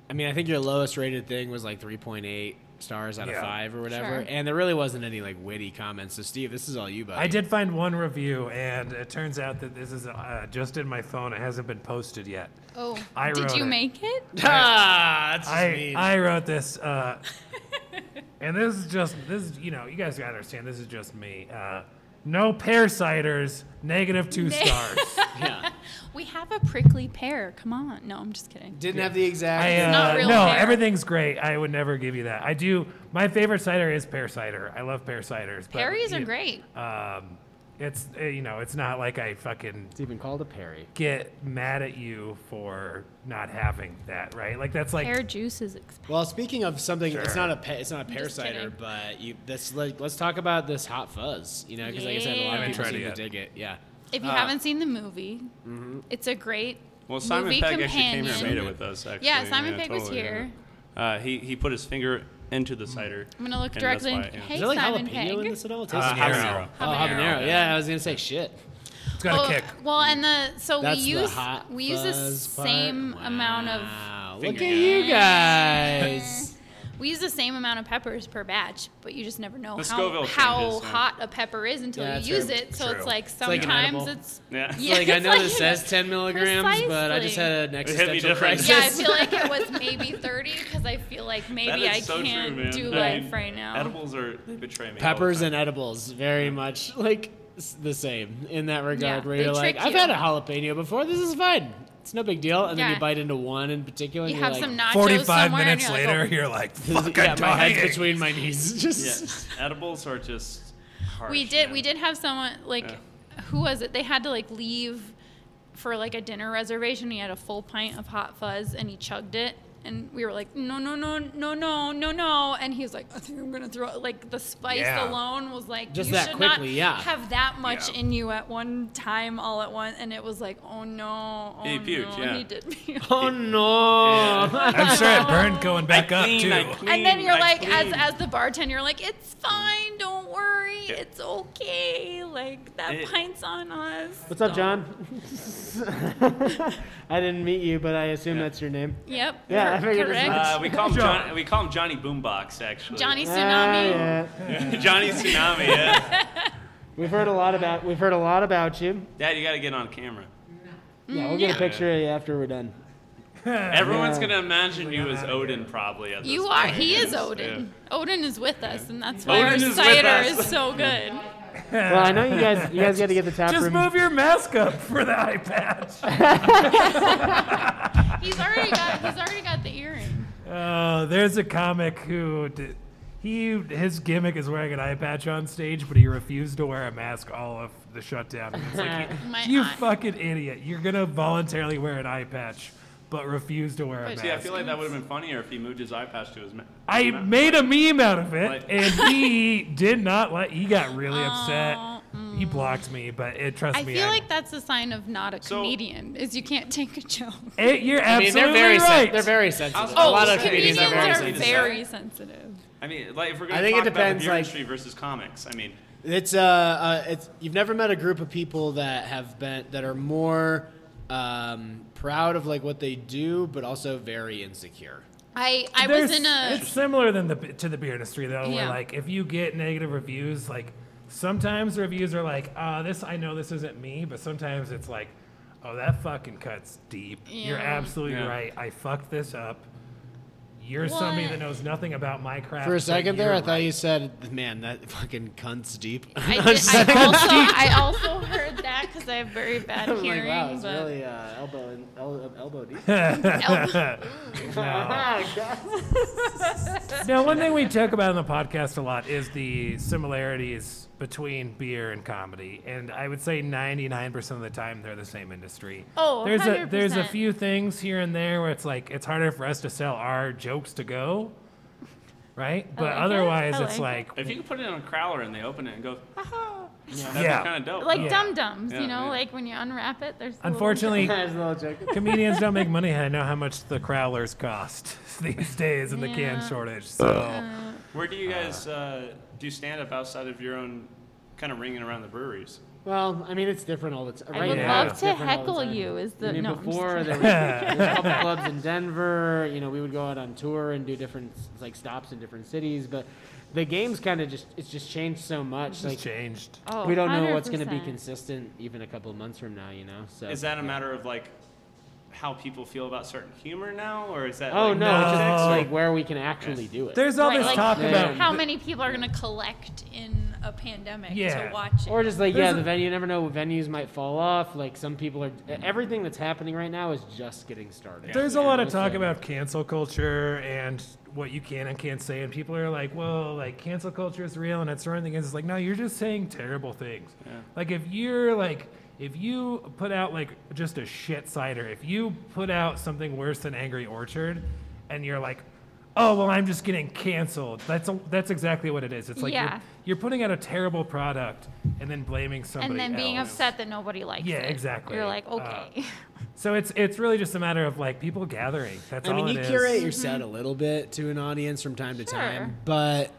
I mean, I think your lowest rated thing was like 3.8 stars out
Yeah.
of five or whatever.
Sure.
And there really wasn't any like witty comments. So Steve, this is all you, buddy.
I did find one review, and it turns out that this is uh, just in my phone. It hasn't been posted yet.
Oh,
I
did
wrote
you
it.
make it?
Ah, that's just
I,
mean.
I wrote this, uh, and this is just this is you know you guys gotta understand this is just me. Uh, no pear ciders, negative two stars.
yeah.
We have a prickly pear. Come on. No, I'm just kidding.
Didn't have the exact.
I, uh,
not real
no,
pear.
everything's great. I would never give you that. I do. My favorite cider is pear cider. I love pear ciders. but,
Perries are
you-
great.
Um, it's uh, you know it's not like I fucking
it's even called a Perry.
get mad at you for not having that, right? Like that's like
Pear juice is expensive.
Well, speaking of something, it's
Sure.
not a pa- it's not a pear
just
cider,
kidding.
but you, this like let's talk about this hot fuzz. You know, because like I said, a lot
Yeah.
of people
tried it
seem to
yet.
dig it. Yeah.
If you haven't seen the movie, it's a great
Well, Simon
movie
Pegg actually
companion.
came here and made it with us, actually.
Yeah, Simon Pegg was
totally, yeah.
here.
Uh, he, he put his finger into the cider.
I'm gonna look
and that's
directly.
why,
in-
yeah.
Hey,
Is there like
Simon
jalapeno
Peg.
in this at all? It tastes
Uh,
amazing.
habanero.
Oh, habanero. Yeah, I was gonna say shit.
it's got
well,
a kick.
Well, and the so
That's
we
the
use
hot
we use the
fuzz part.
same amount of
Wow,
Finger
Look at you guys.
we use the same amount of peppers per batch, but you just never know
The
how,
Scoville
how
changes, yeah.
hot a pepper is until
Yeah, that's
you use
true.
it. So
True.
it's like
like an
sometimes
edible.
it's
Yeah.
Yeah.
like I know
it's
this
like-
says 10 milligrams, but I just
Precisely.
had an
hit me
existential
different.
crisis.
yeah, I feel like it was maybe 30 because I feel like maybe
That
I
is so true,
can't
man.
do
I
life
mean,
right now.
Edibles are they betray me. all the
peppers
time.
and edibles very much like s- the same in that regard
Yeah,
where
they
you're like
trick
i've
you.
had a jalapeno before this is fine it's no big deal and then
Yeah.
you bite into one in particular
You
and
have
you're
some
like,
nachos
45
somewhere
minutes
and you're like,
later,
"Oh,
you're like, fuck,
yeah
I'm
my
dying.
head between my knees just
yeah, edibles are just. Harsh,
we did
man.
we did have someone like who was it they had to like leave for like a dinner reservation he had a full pint of hot fuzz and he chugged it and we were like no no no no no no no and he was like i think i'm gonna throw like the spice
Yeah.
alone was like
Just
you
that
should
quickly,
not
yeah.
have that much
Yeah.
in you at one time all at once and it was like oh no oh
He puked,
no
yeah.
he did puke.
oh no
I'm sure it burned going back up,
Clean, Oh, I
too.
clean,
and then you're
I
like
Mmm, clean.
as as the bartender you're like it's fine don't worry it's okay like that
It-
pint's on us
What's up, John? I didn't meet you, but I assume
Yeah.
that's your name.
Yep.
Yeah, I
cor-
figured as
correct.
Uh, we call him John, we call him Johnny Boombox actually.
Johnny
Ah,
Uh,
Tsunami.
yeah.
Johnny Tsunami. Yeah,
We've heard a lot about we've heard a lot about you.
Dad, you got to get on camera.
Mm,
Yeah, we'll get a picture of you after we're done.
Everyone's gonna imagine you as Odin probably at this
You
point.
are. He is Odin. Odin is with us, and that's why
Odin
our
is with
cider
us.
is so good.
Well, I know you guys you guys got to get the tap
Just
room.
move your mask up for the eye patch.
He's already got. He's already got the earring.
Uh, there's a comic who d he his gimmick is wearing an eye patch on stage, but he refused to wear a mask all of the shutdown. It's like,
My
you
eye.
fucking idiot! You're gonna voluntarily wear an eye patch, but refuse to wear a mask.
See, I feel like that would have been funnier if he moved his eye patch to his mouth.
I made a meme out of it,
Like-
and he did not like. He got really upset. He blocked me, but it trust
mm. I
me.
feel
I'm-
like that's a sign of not a
So-
comedian is you can't take a joke.
Eh, you're
i mean
absolutely
they're very sen-
right.
they're very sensitive
Oh,
a lot of comedians
comedians
are very
are
sensitive
very sensitive.
I mean, like if we're gonna
I think
talk
it
about
depends,
the beer
like-
industry versus comics, I mean,
It's uh, uh, it's you've never met a group of people that have been that are more um, proud of like what they do, but also very insecure.
I I was
There's-
in a
It's similar than the to the beer industry though, where
Yeah.
like if you get negative reviews, like sometimes the reviews are like, uh, this I know this isn't me, but sometimes it's like, oh that fucking cuts deep. You're
Yeah.
absolutely
Yeah.
right. I fucked this up. You're somebody
What?
that knows nothing about my craft.
For a
but
second there,
you're
I thought
right."
you said, "Man, that fucking cunt's deep."
I, did, I also I also heard that because I have very bad
I'm like,
hearing.
wow, it's
but
really uh, elbow in, el- elbow deep. Ah,
Elbow-
Now, one thing we talk about on the podcast a lot is the similarities between beer and comedy, and I would say 99% of the time they're the same industry.
Oh,
there's a there's a
100%.
few things here and there where it's like it's harder for us to sell our jokes to go, right? But
like it.
otherwise,
Oh, I
it's
like
like
if you could put it on a crowler and they open it and go, haha, that'd
Yeah.
be kind of dope.
like
Yeah.
dum dums,
Yeah,
you know,
yeah.
like when you unwrap it, there's. a little-
unfortunately
That's a little joke.
comedians don't make money. and I know how much the crowlers cost these days in the can
Yeah.
shortage. So
Where do you guys uh, do stand up outside of your own kind of ringing around the breweries?
Well, I mean, it's different all the time.
I would
Yeah.
love to heckle you. Is the
I mean,
no? I'm just
before
kidding.
there was there was a couple clubs in Denver. You know, we would go out on tour and do different like stops in different cities. But the game's kind of just it's just changed so much.
it's
like
changed.
Oh,
we don't know what's going to be
100%.
consistent even a couple of months from now. You know, so
Is that a matter of like how people feel about certain humor now, or is that?
Oh
like,
no! It's just
No.
like where we can actually do it.
There's all
Right,
this
like,
talk
Yeah.
about
How many people are going to collect in a pandemic
Yeah.
to watch it?
Or just like yeah,
There's a-
the venue. You never know. Venues might fall off. Like some people are. e, Everything that's happening right now is just getting started.
There's a lot of talk
Okay.
about cancel culture and what you can and can't say, and people are like, "Well, like cancel culture is real and it's running against." It's like, no, you're just saying terrible things. Like if you're like, if you put out like just a shit cider, if you put out something worse than Angry Orchard, and you're like, "Oh, well, I'm just getting canceled." That's a, that's exactly what it is. It's like
Yeah.
you're, you're putting out a terrible product and then blaming somebody
and then being
else.
upset that nobody likes
Yeah,
it.
exactly.
You're like,
Uh,
okay.
So it's it's really just a matter of like people gathering. That's
I
all
mean,
it
you
is.
curate your set a little bit to an audience from time to
Sure.
time, but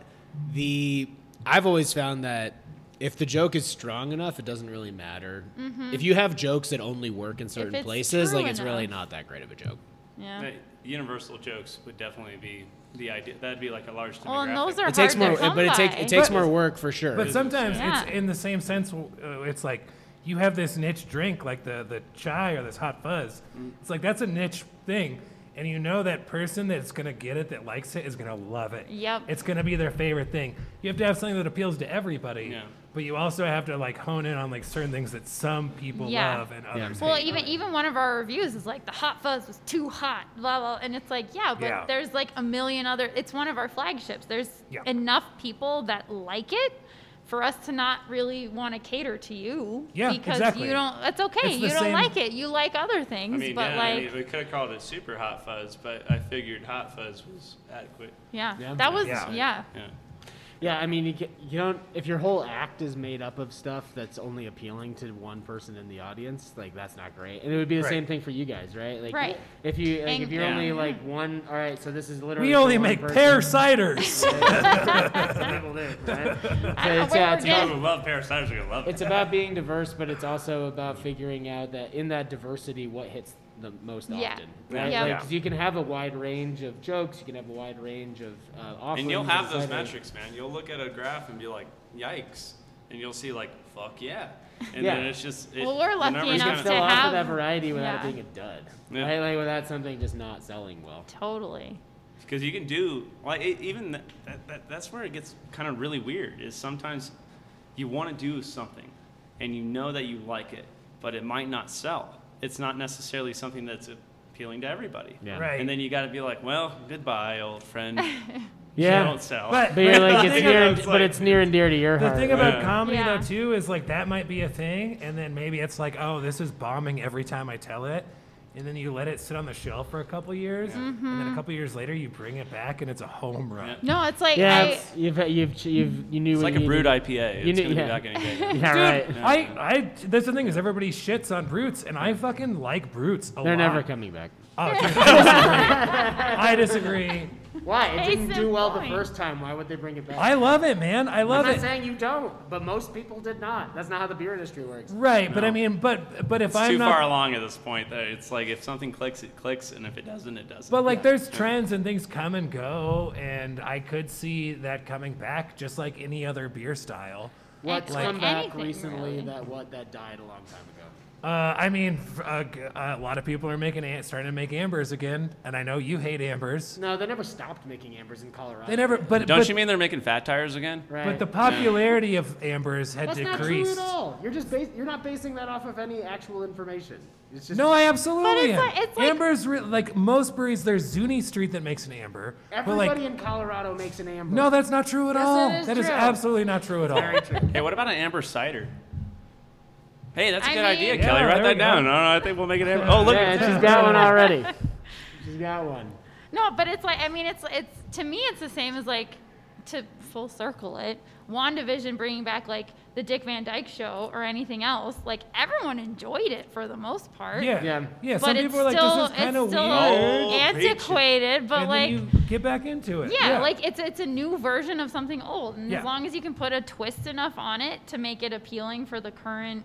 the I've always found that if the joke is strong enough, it doesn't really matter. If you have jokes that only work in certain
Mm-hmm. it's
places,
true
like it's really
enough.
not that great of a joke.
yeah.
Universal jokes would definitely be the idea. That'd be like a large demographic.
Well, and those are
It takes
hard
more,
to come
but it takes
by.
it takes
But-
more work for sure.
But sometimes it's
Yeah.
in the same sense. Uh, it's like you have this niche drink, like the the chai or this hot fuzz. It's like that's a niche thing, and you know that person that's gonna get it, that likes it, is gonna love it.
Yep.
It's gonna be their favorite thing. You have to have something that appeals to everybody.
Yeah.
But you also have to like hone in on like certain things that some people
Yeah.
love and others.
Well,
hate.
even even one of our reviews is like the hot fuzz was too hot, blah blah, and it's like yeah, but
Yeah.
there's like a million other. It's one of our flagships. There's
Yeah.
enough people that like it for us to not really want to cater to you.
Yeah,
because
exactly.
you don't. That's okay.
It's the
you don't
same-
like it. You like other
I
things,
mean,
but
yeah,
like.
I mean, we could have called it super hot fuzz, but I figured hot fuzz was adequate.
Yeah,
Yeah.
that was
Yeah.
yeah.
Yeah.
Yeah, I mean, you, ca- you don't. If your whole act is made up of stuff that's only appealing to one person in the audience, like that's not great. And it would be the
Right.
same thing for you guys, right? Like,
Right.
If you like, if
And-
you're
Yeah.
only like one, all right. So this is literally
we
for
only
one
make
person.
pear ciders.
People do, right? So
don't know
it's,
where
yeah,
we're
it's,
getting-
People who love parasiters are gonna love it.
it's about being diverse, but it's also about figuring out that in that diversity, what hits the most
Yeah.
often, right?
Yeah.
Like,
Yeah.
'cause you can have a wide range of jokes, you can have a wide range of uh, offerings.
And you'll have
et
those
cetera.
metrics, man. You'll look at a graph and be like, "Yikes," and you'll see like, "Fuck yeah," and
Yeah.
then it's just. It,
Well, we're
the
lucky
numbers
enough
kinda
Still
to
offer
have-
that variety without
yeah.
being a dud,
Yeah.
right? Like without something just not selling well.
totally.
because you can do like it, even that, that, that that's where it gets kind of really weird is sometimes you want to do something and you know that you like it but it might not sell it's not necessarily something that's appealing to everybody
Yeah.
Right.
and then you got to be like well goodbye old friend
Yeah.
don't sell
But-
But you're like it's
thing
near, and,
about-
but it's near and dear to your
The
heart.
thing
right?
about
Yeah.
comedy
Yeah.
though too is like that might be a thing, and then maybe it's like, oh, this is bombing every time I tell it, and then you let it sit on the shelf for a couple years, and then a couple years later you bring it back and it's a home run.
Yeah.
No, it's like
yeah,
I,
it's- you've you've you've you knew
it's
what
like
you
a brewed
needed.
ipa
you
it's
knew-
going to
yeah.
be back any day
Yeah, right.
Dude, I, I, that's the thing is everybody shits on brutes, and I fucking like brutes a
They're
lot.
never coming back.
Oh, dude, I disagree. I disagree.
Why? It
Case
didn't
in
do well the
point.
first time. Why would they bring it back?
I love it, man. I
am
love
not
it.
saying you don't, but most people did not. That's not how the beer industry works.
Right, but I mean, but but if
it's
I'm
too
not
far along at this point that it's like if something clicks it clicks and if it doesn't it doesn't
But like, there's trends and things come and go, and I could see that coming back, just like any other beer style.
What's
Like-
come back
Anything,
recently
really.
that what that died a long time ago?
Uh, I mean, f- a, g- uh, a lot of people are making am- starting to make ambers again, and I know you hate ambers.
No, they never stopped making ambers in Colorado.
They never, but
don't
but,
you mean they're making fat tires again
Right.
but the popularity of ambers had
That's not true
decreased.
at all. You're just bas- you're not basing that off of any actual information. It's just
No, I absolutely
But it's
am.
like- it's like-
ambers, re- like most breweries, there's Zuni Street that makes an amber,
everybody
but like.
in Colorado makes an amber.
No, that's not true at
Yes, it
all.
is
that is
true.
absolutely not true at all.
very true.
Hey, what about an amber cider? Hey, that's a
I
good
mean-
idea,
Yeah,
Kelly. Write
there we
that
go.
down. No, no, I think we'll make it amber. Oh, look.
Yeah, she's got one already. She's got one.
No, but it's like I mean, it's it's to me, it's the same as like to full circle it. Wandavision bringing back like the Dick Van Dyke Show or anything else. Like everyone enjoyed it for the most part.
Yeah,
Yeah.
yeah. yeah
but
some
it's
people are like,
still
"This is kind of
it's still
weird."
Oh,
antiquated, but
and
like.
then you get back into it.
yeah, like it's it's a new version of something old, and
Yeah.
as long as you can put a twist enough on it to make it appealing for the current,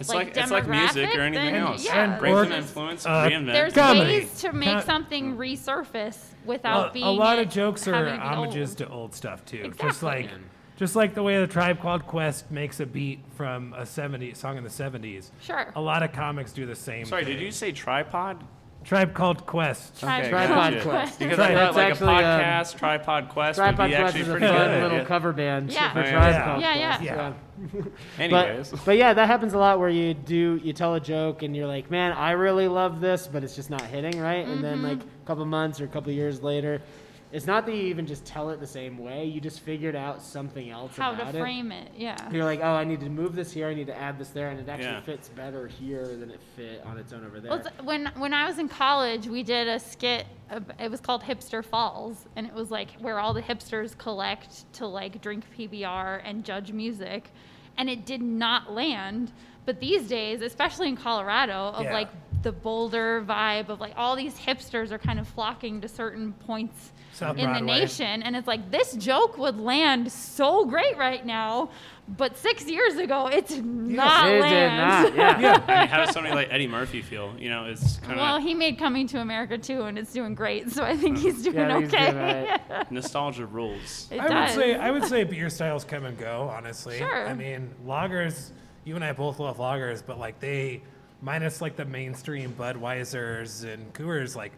It's
like,
like, it's like music
demographic,
or anything
then,
else.
yeah, And
Bring
or-
some influence,
uh,
there's
reinvent.
Comedy.
ways to make
Com-
something resurface
a,
without being
a lot of
it
jokes are
having to be
homages
old.
to old stuff too. Just
Exactly.
like, just like the way the Tribe Called Quest makes a beat from a 70 song in the 70s.
Sure.
A lot of comics do the same.
Sorry,
thing.
did you say tripod?
Tribe Called Quest.
Tribe
Tripod
Called
Quest.
Quest.
Because
Right.
I
That's
thought like a
actually, um,
podcast, Tripod Quest would
Tripod
be
Quest
actually
is a
pretty
fun
good.
little
Yeah. Oh,
cover band
Yeah.
for
Yeah.
Tribe
Yeah.
Called
Yeah,
Quest,
yeah.
Anyways.
But, but yeah, that happens a lot where you do you tell a joke and you're like, man, I really love this, but it's just not hitting right. And then
Mm-hmm.
like a couple months or a couple years later, it's not that you even just tell it the same way. You just figured out something else
how
about
to frame it. Yeah.
it. You're like, oh, I need to move this here. I need to add this there, and it actually
Yeah.
fits better here than it fit on its own over there.
Well, it's- when when I was in college, we did a skit. ab- It was called Hipster Falls, and it was like where all the hipsters collect to like drink PBR and judge music, and it did not land. But these days, especially in Colorado, of
Yeah.
like the Boulder vibe of like all these hipsters are kind of flocking to certain points
South
in the
Broadway.
nation. And it's like this joke would land so great right now, but six years ago it did not
It did
land.
not. Yeah.
I mean, how does somebody like Eddie Murphy feel? You know, it's kind
Well,
of
he made Coming to America too, and it's doing great. So I
Oh.
think he's doing
Yeah, he's doing
okay.
alright.
nostalgia rules.
It
I would
does.
say I would say beer styles come and go. Honestly,
Sure.
I mean lagers. You and I both love lagers, but like they, minus like the mainstream Budweisers and Coors, like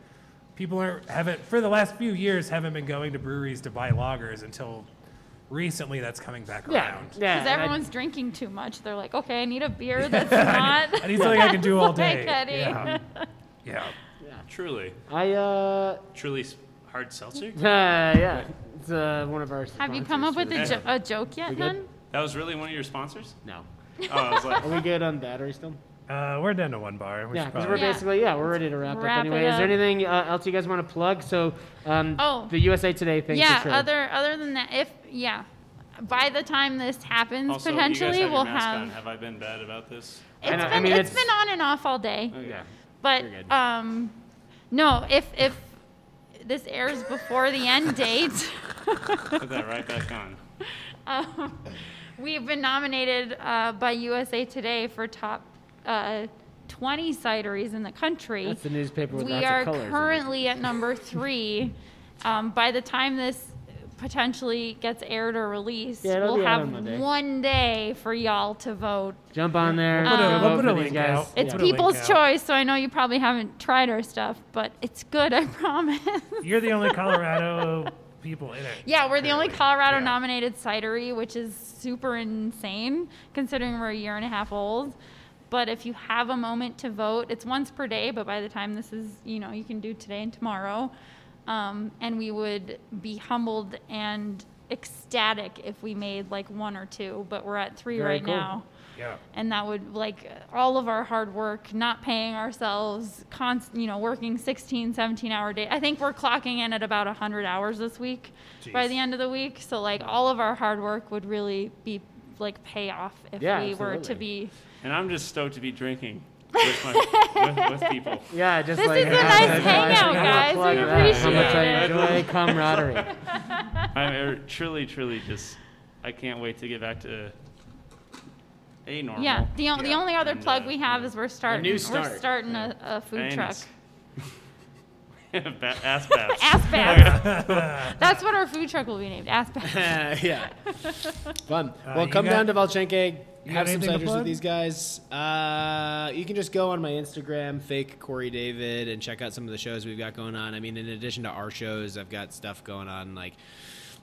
people aren't haven't for the last few years haven't been going to breweries to buy lagers until recently. That's coming back
Yeah.
around.
Yeah.
Because
and I-
everyone's drinking too much. They're like, okay, I need a beer that's not.
I need something I can do all
Like
day.
Eddie.
Yeah. yeah.
Truly,
I, uh,
truly s- hard seltzer.
yeah. It's uh, one of our.
Have you come up
sponsors
with
for
a,
this.
jo- a joke yet,
good?
hun?
That was really one of your sponsors.
No.
Oh, I was like,
Are we good on battery still?
Uh, we're down to one bar. We
Yeah,
should
because
probably.
we're
Yeah.
basically yeah, we're ready to wrap,
Wrap
up
it
anyway. Is there
up.
anything uh, else you guys want to plug? So, um,
Oh.
the USA Today thing.
Yeah.
for sure.
Other other than that, if yeah, by the time this happens,
"Oh, also, you guys
potentially
have your
we'll
mask
have.
on. Have I been bad about this?
It's
know,
been
I mean,
it's
it's-
been on and off all day.
Uh,
yeah.
But
You're good.
um, no, if if this airs before the end date.
Put that right back on.
Um, we've been nominated uh, by USA Today for top uh, 20 cideries in the country.
That's the newspaper with
we
lots of
are
colors in it.
currently at number three. Um, by the time this potentially gets aired or released,
Yeah, it'll
we'll
be out on
have
Monday.
one day for y'all to vote.
Jump on there.
put a- we'll
vote
put
for
a
these
link
guys.
out.
It's
Put a link
people's
out.
choice, so I know you probably haven't tried our stuff, but it's good, I promise.
You're the only Colorado people in it.
Yeah, we're the only Colorado
Yeah.
nominated cidery, which is super insane considering we're a year and a half old. But if you have a moment to vote, it's once per day, but by the time this is, you know, you can do today and tomorrow. Um, and we would be humbled and ecstatic if we made like one or two, but we're at three
Very
right
cool.
now.
Yeah.
And that would like all of our hard work, not paying ourselves, const, you know, working 16, 17 hour day. I think we're clocking in at about 100 hours this week by
Jeez.
the end of the week. So like all of our hard work would really be like pay off if
Yeah,
we were to
absolutely.
be.
And I'm just stoked to be drinking with, my, with, with people.
Yeah, just
This
like
is a
yeah, that's
nice
how I
hangout,
feel.
guys.
Plug
We
that. How much I
appreciate
enjoy camaraderie.
I'm er, truly, truly just. I can't wait to get back to a normal.
Yeah. The, o- the
Uh-huh. Yeah.
only other
And,
plug
uh,
we have is we're starting. We're
start.
starting a, a food truck.
Anus. Ba- ass baths.
Ass bags. That's what our food truck will be named. Ass bags.
Uh, yeah. Fun. well,
Uh, you
come down
got-
to Valchenke,
you
have
got
some
anything to
ciders with
plug?
these guys. Uh, you can just go on my Instagram, fake Corey David, and check out some of the shows we've got going on. I mean, in addition to our shows, I've got stuff going on like.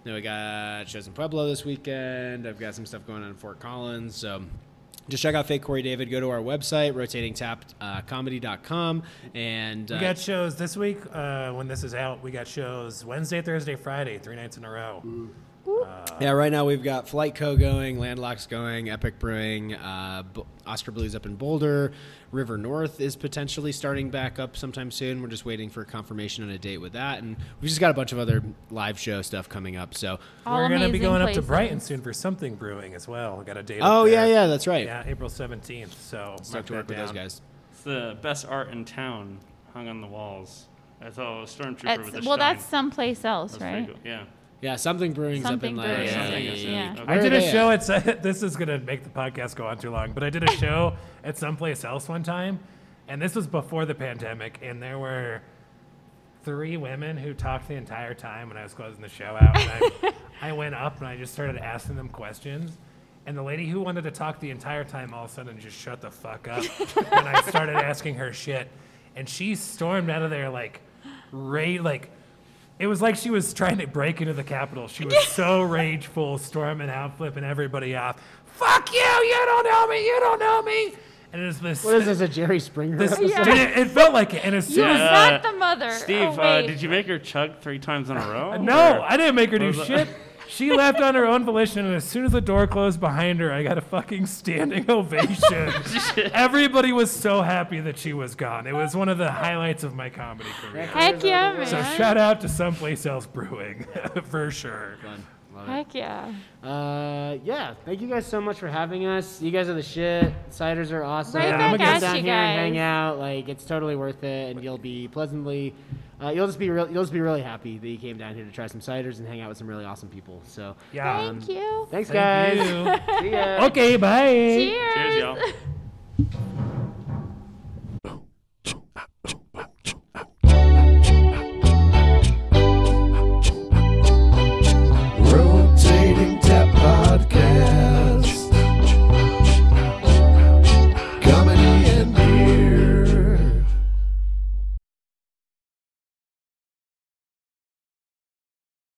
You know, we got shows in Pueblo this weekend. I've got some stuff going on in Fort Collins. So just check out Fake Corey David. Go to our website, uh, rotatingtapcomedy.com. And uh,
We got shows this week. Uh, when this is out, we got shows Wednesday, Thursday, Friday, three nights in a row.
Mm-hmm. Yeah, right now we've got Flight Co going, Landlocks going, Epic Brewing, uh, B- Oscar Blues up in Boulder, River North is potentially starting back up sometime soon. We're just waiting for confirmation on a date with that, and we've just got a bunch of other live show stuff coming up. So,
All
We're gonna be
amazing
going
places.
up to Brighton soon for something brewing as well. We got a date. up
oh yeah,
there.
yeah, that's right.
Yeah, April seventeenth. So mark
Stoked to work
that
with those
down.
guys.
It's the best art in town hung on the walls. I saw a stormtrooper
That's-
with a
well,
Stein.
that's someplace else,
That's pretty
right?
cool. Yeah.
Yeah, something brewing's
Something
up in
Brewing,
Lansing.
something,
Yeah,
yeah.
I did
Where are
a
they
show at. s- this is gonna make the podcast go on too long, but I did a show at someplace else one time, and this was before the pandemic, and there were three women who talked the entire time when I was closing the show out. And I, I went up and I just started asking them questions. And the lady who wanted to talk the entire time all of a sudden just shut the fuck up. and I started asking her shit. And she stormed out of there like, ra- like, it was like she was trying to break into the Capitol. She was so rageful, storming out, flipping everybody off. Fuck you! You don't know me! You don't know me! And it was this.
What is this? A Jerry Springer?
this
episode?
dude, it, it felt like it. And as soon
It was
as
not the mother.
Steve,
oh,
uh,
wait.
did you make her chug three times in a row?
No,
Or-
I didn't make her do
was
shit. She left on her own volition, and as soon as the door closed behind her, I got a fucking standing ovation. Everybody was so happy that she was gone. It was one of the highlights of my comedy career.
Heck yeah, man.
So shout out to someplace else brewing for sure.
Love it.
Heck yeah.
Uh, yeah. Thank you guys so much for having us. You guys are the shit. Ciders are awesome.
Right
Come
back
get
at
down
you
here and hang
guys.
out. Like it's totally worth it, and you'll be pleasantly. Uh, you'll just be real. You'll just be really happy that you came down here to try some ciders and hang out with some really awesome people. So
Yeah.
Thank you.
thanks,
Thank
guys. See ya.
you. Oh, Okay, bye.
Cheers.
Cheers, y'all.